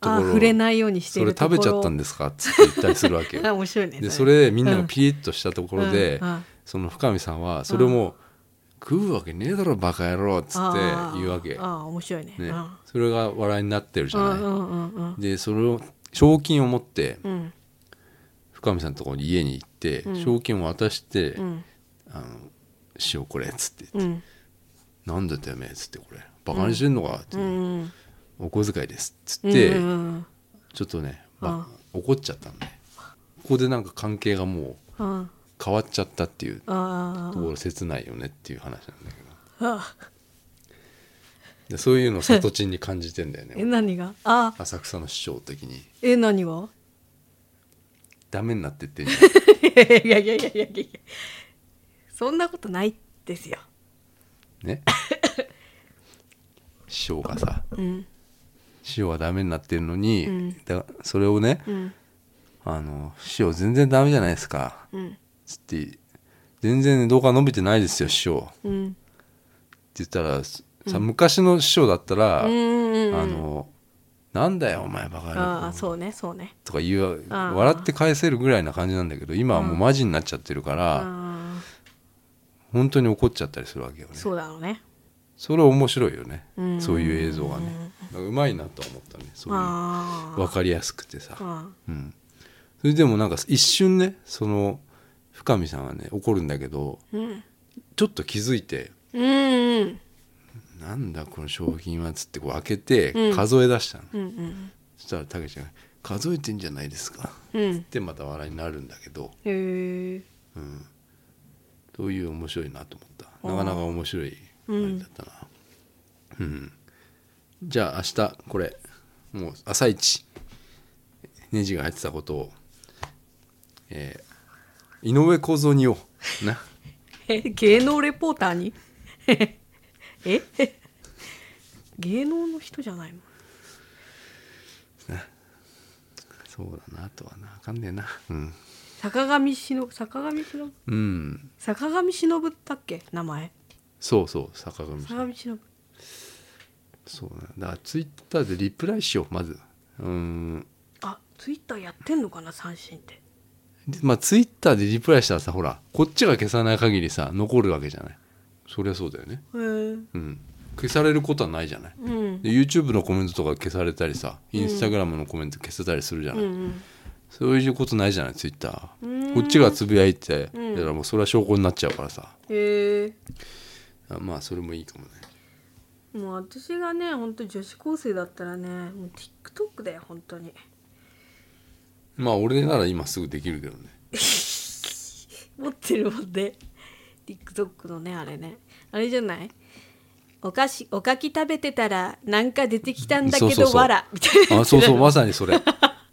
[SPEAKER 2] こ
[SPEAKER 1] あ
[SPEAKER 2] ろ
[SPEAKER 1] 触れないようにして
[SPEAKER 2] そ
[SPEAKER 1] い
[SPEAKER 2] れ
[SPEAKER 1] ると
[SPEAKER 2] 食
[SPEAKER 1] ころ
[SPEAKER 2] べちゃったんですかっつって言ったりするわけ よ
[SPEAKER 1] 面白いね
[SPEAKER 2] でそれでみんな
[SPEAKER 1] う
[SPEAKER 2] が
[SPEAKER 1] ん
[SPEAKER 2] ピリッとしたところで、
[SPEAKER 1] うんうん
[SPEAKER 2] その深見さんはそれも「食うわけねえだろバカ野郎」っつって
[SPEAKER 1] あー
[SPEAKER 2] 言うわけ、
[SPEAKER 1] ああ面白いね
[SPEAKER 2] ね
[SPEAKER 1] あ、
[SPEAKER 2] それが笑いになってるじ
[SPEAKER 1] あ
[SPEAKER 2] ゃ
[SPEAKER 1] う
[SPEAKER 2] ない、
[SPEAKER 1] んうんうんうん
[SPEAKER 2] でそれを賞金を持って
[SPEAKER 1] うん
[SPEAKER 2] 深見さんのところに家に行って、
[SPEAKER 1] ん
[SPEAKER 2] 賞金を渡して「
[SPEAKER 1] うん
[SPEAKER 2] あのしようこれ」っつって
[SPEAKER 1] うん
[SPEAKER 2] 「なんでてめえ」っつって「これバカにしてんのか」って、
[SPEAKER 1] うん
[SPEAKER 2] お小遣いです」っつって、
[SPEAKER 1] うんうん
[SPEAKER 2] ちょっとね、まあ、怒っちゃったんでここでなんか関係がもう
[SPEAKER 1] うんうん
[SPEAKER 2] 変わっちゃったっていうと
[SPEAKER 1] あ
[SPEAKER 2] ころ切ないよねっていう話なんだけど
[SPEAKER 1] ああ
[SPEAKER 2] でそういうのを里地に感じてんだ よ
[SPEAKER 1] え
[SPEAKER 2] ね
[SPEAKER 1] 何があ
[SPEAKER 2] 浅草の市長的に
[SPEAKER 1] え何が
[SPEAKER 2] ダメになってって んじゃ
[SPEAKER 1] い
[SPEAKER 2] ん
[SPEAKER 1] やいやいやいやいやそんなことないですよ
[SPEAKER 2] ね師匠がさ
[SPEAKER 1] うん
[SPEAKER 2] 師匠はダメになってるのに、
[SPEAKER 1] うん
[SPEAKER 2] だそれをね、
[SPEAKER 1] うん
[SPEAKER 2] あの師匠全然ダメじゃないですか
[SPEAKER 1] うん
[SPEAKER 2] つって全然動画伸びてないですよ師匠
[SPEAKER 1] うん
[SPEAKER 2] って言ったらさ、昔の師匠だったら、
[SPEAKER 1] うんうん
[SPEAKER 2] あのなんだよお前バカ
[SPEAKER 1] ああ
[SPEAKER 2] 野郎
[SPEAKER 1] そうねそうね
[SPEAKER 2] とか言う
[SPEAKER 1] ああ
[SPEAKER 2] 笑って返せるぐらいな感じなんだけど今はもうマジになっちゃってるから、
[SPEAKER 1] あ
[SPEAKER 2] 本当に怒っちゃったりするわけよね
[SPEAKER 1] ーそうだろうね
[SPEAKER 2] それ面白いよね、
[SPEAKER 1] うん
[SPEAKER 2] そういう映像がねだからうまいなとは思ったねそういう
[SPEAKER 1] あ
[SPEAKER 2] 分かりやすくてさ、
[SPEAKER 1] あ
[SPEAKER 2] うん、それでもなんか一瞬ねその深見さんはね怒るんだけど
[SPEAKER 1] うん
[SPEAKER 2] ちょっと気づいて
[SPEAKER 1] うんうん
[SPEAKER 2] 「なんだこの商品は」っつってこう開けて
[SPEAKER 1] うん
[SPEAKER 2] 数え出したの、
[SPEAKER 1] うんうん
[SPEAKER 2] そしたらたけちゃんが「数えてんじゃないですか」
[SPEAKER 1] うん
[SPEAKER 2] ってまた笑いになるんだけど、
[SPEAKER 1] へえ
[SPEAKER 2] うん、そういう面白いなと思ったなかなか面白いあれだったな、うんじゃあ明日これもう朝一ネジが入ってたことを、えー井上公造にような
[SPEAKER 1] え芸能レポーターにえ芸能の人じゃないの
[SPEAKER 2] そうだなとはなあかんねえなうん、
[SPEAKER 1] 坂上忍坂上忍
[SPEAKER 2] うん、
[SPEAKER 1] 坂上忍だっけ名前
[SPEAKER 2] そうそう坂上さ
[SPEAKER 1] 坂
[SPEAKER 2] ん
[SPEAKER 1] 上忍
[SPEAKER 2] そうだだからツイッターでリプライしようまずうん
[SPEAKER 1] あツイッターやってんのかな三振って
[SPEAKER 2] でまあツイッターでリプライしたらさほらこっちが消さない限りさ残るわけじゃないそりゃそうだよね
[SPEAKER 1] へー
[SPEAKER 2] うん消されることはないじゃない
[SPEAKER 1] うん
[SPEAKER 2] で YouTube のコメントとか消されたりさ Instagram のコメント消せたりするじゃ
[SPEAKER 1] う
[SPEAKER 2] ない、
[SPEAKER 1] ん
[SPEAKER 2] そういうことないじゃないツイッタ
[SPEAKER 1] うん
[SPEAKER 2] ーこっちがつぶやいて
[SPEAKER 1] うん
[SPEAKER 2] たらもうそれは証拠になっちゃうからさ
[SPEAKER 1] へえ
[SPEAKER 2] あまあそれもいいかもね
[SPEAKER 1] もう私がね本当女子高生だったらねもう TikTok だよ本当に
[SPEAKER 2] まあ俺なら今すぐできる けどね
[SPEAKER 1] 持ってるもんね TikTok のねあれねあれじゃないお菓子おかき食べてたらなんか出てきたんだ
[SPEAKER 2] そう
[SPEAKER 1] け
[SPEAKER 2] そう
[SPEAKER 1] ど
[SPEAKER 2] そう
[SPEAKER 1] わらみたいな
[SPEAKER 2] あそうそうまさにそれ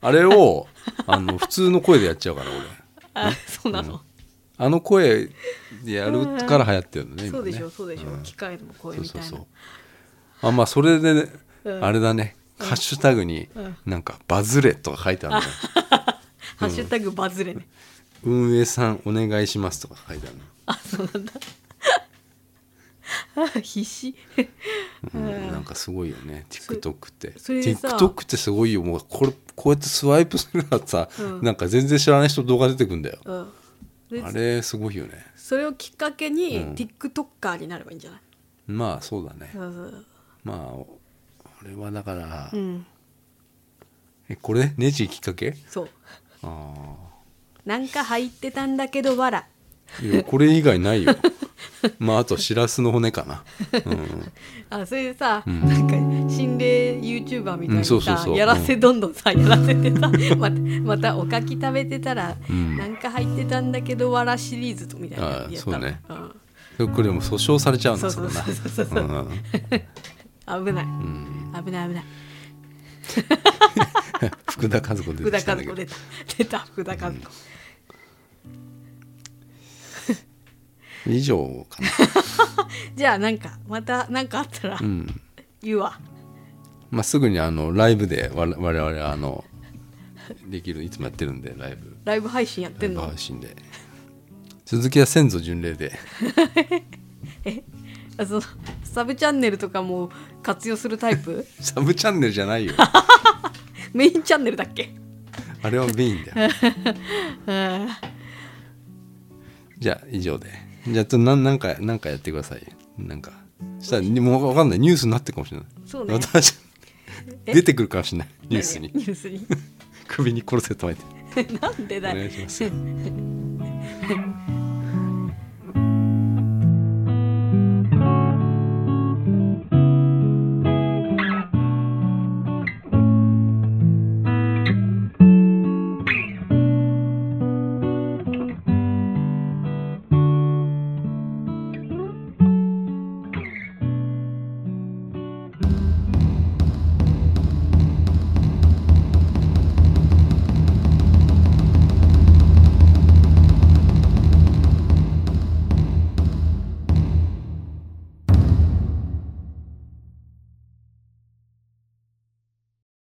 [SPEAKER 2] あれをあの普通の声でやっちゃうから俺
[SPEAKER 1] あそうなの、
[SPEAKER 2] あの声でやるから流行ってるのね今ね
[SPEAKER 1] そうでしょそうでしょ、機械の声
[SPEAKER 2] そう
[SPEAKER 1] み
[SPEAKER 2] そ
[SPEAKER 1] たいうな
[SPEAKER 2] そうあまあそれでね、
[SPEAKER 1] うん
[SPEAKER 2] あれだねハッシュタグになんか「バズれ」とか書いてあるの、
[SPEAKER 1] ハッシュタグバズれね、
[SPEAKER 2] 運営さんお願いします」とか書いてあるの
[SPEAKER 1] あ 必死
[SPEAKER 2] うん、なんかすごいよね TikTok って
[SPEAKER 1] それでさ
[SPEAKER 2] TikTok ってすごいよもうこれこうやってスワイプするからさ、
[SPEAKER 1] うん
[SPEAKER 2] なんか全然知らない人の動画出てくんだよ
[SPEAKER 1] うんで
[SPEAKER 2] あれすごいよね
[SPEAKER 1] それをきっかけ
[SPEAKER 2] う
[SPEAKER 1] に
[SPEAKER 2] ん
[SPEAKER 1] TikToker になればいいんじゃない、
[SPEAKER 2] まあそうだね、
[SPEAKER 1] そうそう
[SPEAKER 2] まあお俺はだから、
[SPEAKER 1] うん
[SPEAKER 2] えこれネジきっかけ
[SPEAKER 1] そう
[SPEAKER 2] あ
[SPEAKER 1] なんか入ってたんだけどわら
[SPEAKER 2] あいやこれ以外ない よまああとしらすの骨かな
[SPEAKER 1] あそれでさ、
[SPEAKER 2] うん
[SPEAKER 1] なんか心霊 YouTuber みたいにさ、
[SPEAKER 2] うんそうそうそう
[SPEAKER 1] やらせどんどんさ、やらせてさ またまたおかき食べてたら、
[SPEAKER 2] うん
[SPEAKER 1] なんか入ってたんだけどわらシリーズとみたいな
[SPEAKER 2] あ
[SPEAKER 1] やつや
[SPEAKER 2] ー
[SPEAKER 1] った
[SPEAKER 2] そう
[SPEAKER 1] の
[SPEAKER 2] ねこれも訴訟されちゃうんだ
[SPEAKER 1] そうそうそうそう
[SPEAKER 2] れなう
[SPEAKER 1] うん、
[SPEAKER 2] ん
[SPEAKER 1] 危ない
[SPEAKER 2] うん
[SPEAKER 1] 危ない危ない
[SPEAKER 2] 福田和子出
[SPEAKER 1] 福
[SPEAKER 2] て
[SPEAKER 1] 田和
[SPEAKER 2] きたんだけ
[SPEAKER 1] 子出
[SPEAKER 2] ど
[SPEAKER 1] た 出た福田和子、
[SPEAKER 2] 以上かな
[SPEAKER 1] じゃあなんかまたなんかあったら
[SPEAKER 2] うん
[SPEAKER 1] 言うわ、
[SPEAKER 2] まあすぐにあのライブで我々我々あのできるいつもやってるんでライブ
[SPEAKER 1] ライブ配信やって
[SPEAKER 2] ライ
[SPEAKER 1] ん
[SPEAKER 2] ブ
[SPEAKER 1] の
[SPEAKER 2] 配信で続きは先祖巡礼で
[SPEAKER 1] あそのサブチャンネルとかも活用するタイプ
[SPEAKER 2] サブチャンネルじゃないよ
[SPEAKER 1] メインチャンネルだっ け
[SPEAKER 2] あれはメインだよ
[SPEAKER 1] うん
[SPEAKER 2] じゃあ以上でじゃあちょっとなんなんかなんかやってくださいなんかしたらにもうわかんないニュースになってるかもしれない
[SPEAKER 1] そうね
[SPEAKER 2] 私
[SPEAKER 1] え
[SPEAKER 2] 出てくるかもしれないニュース に
[SPEAKER 1] ニュースに
[SPEAKER 2] 首に殺せと巻いて
[SPEAKER 1] なんでだ
[SPEAKER 2] お
[SPEAKER 1] よ
[SPEAKER 2] 願いします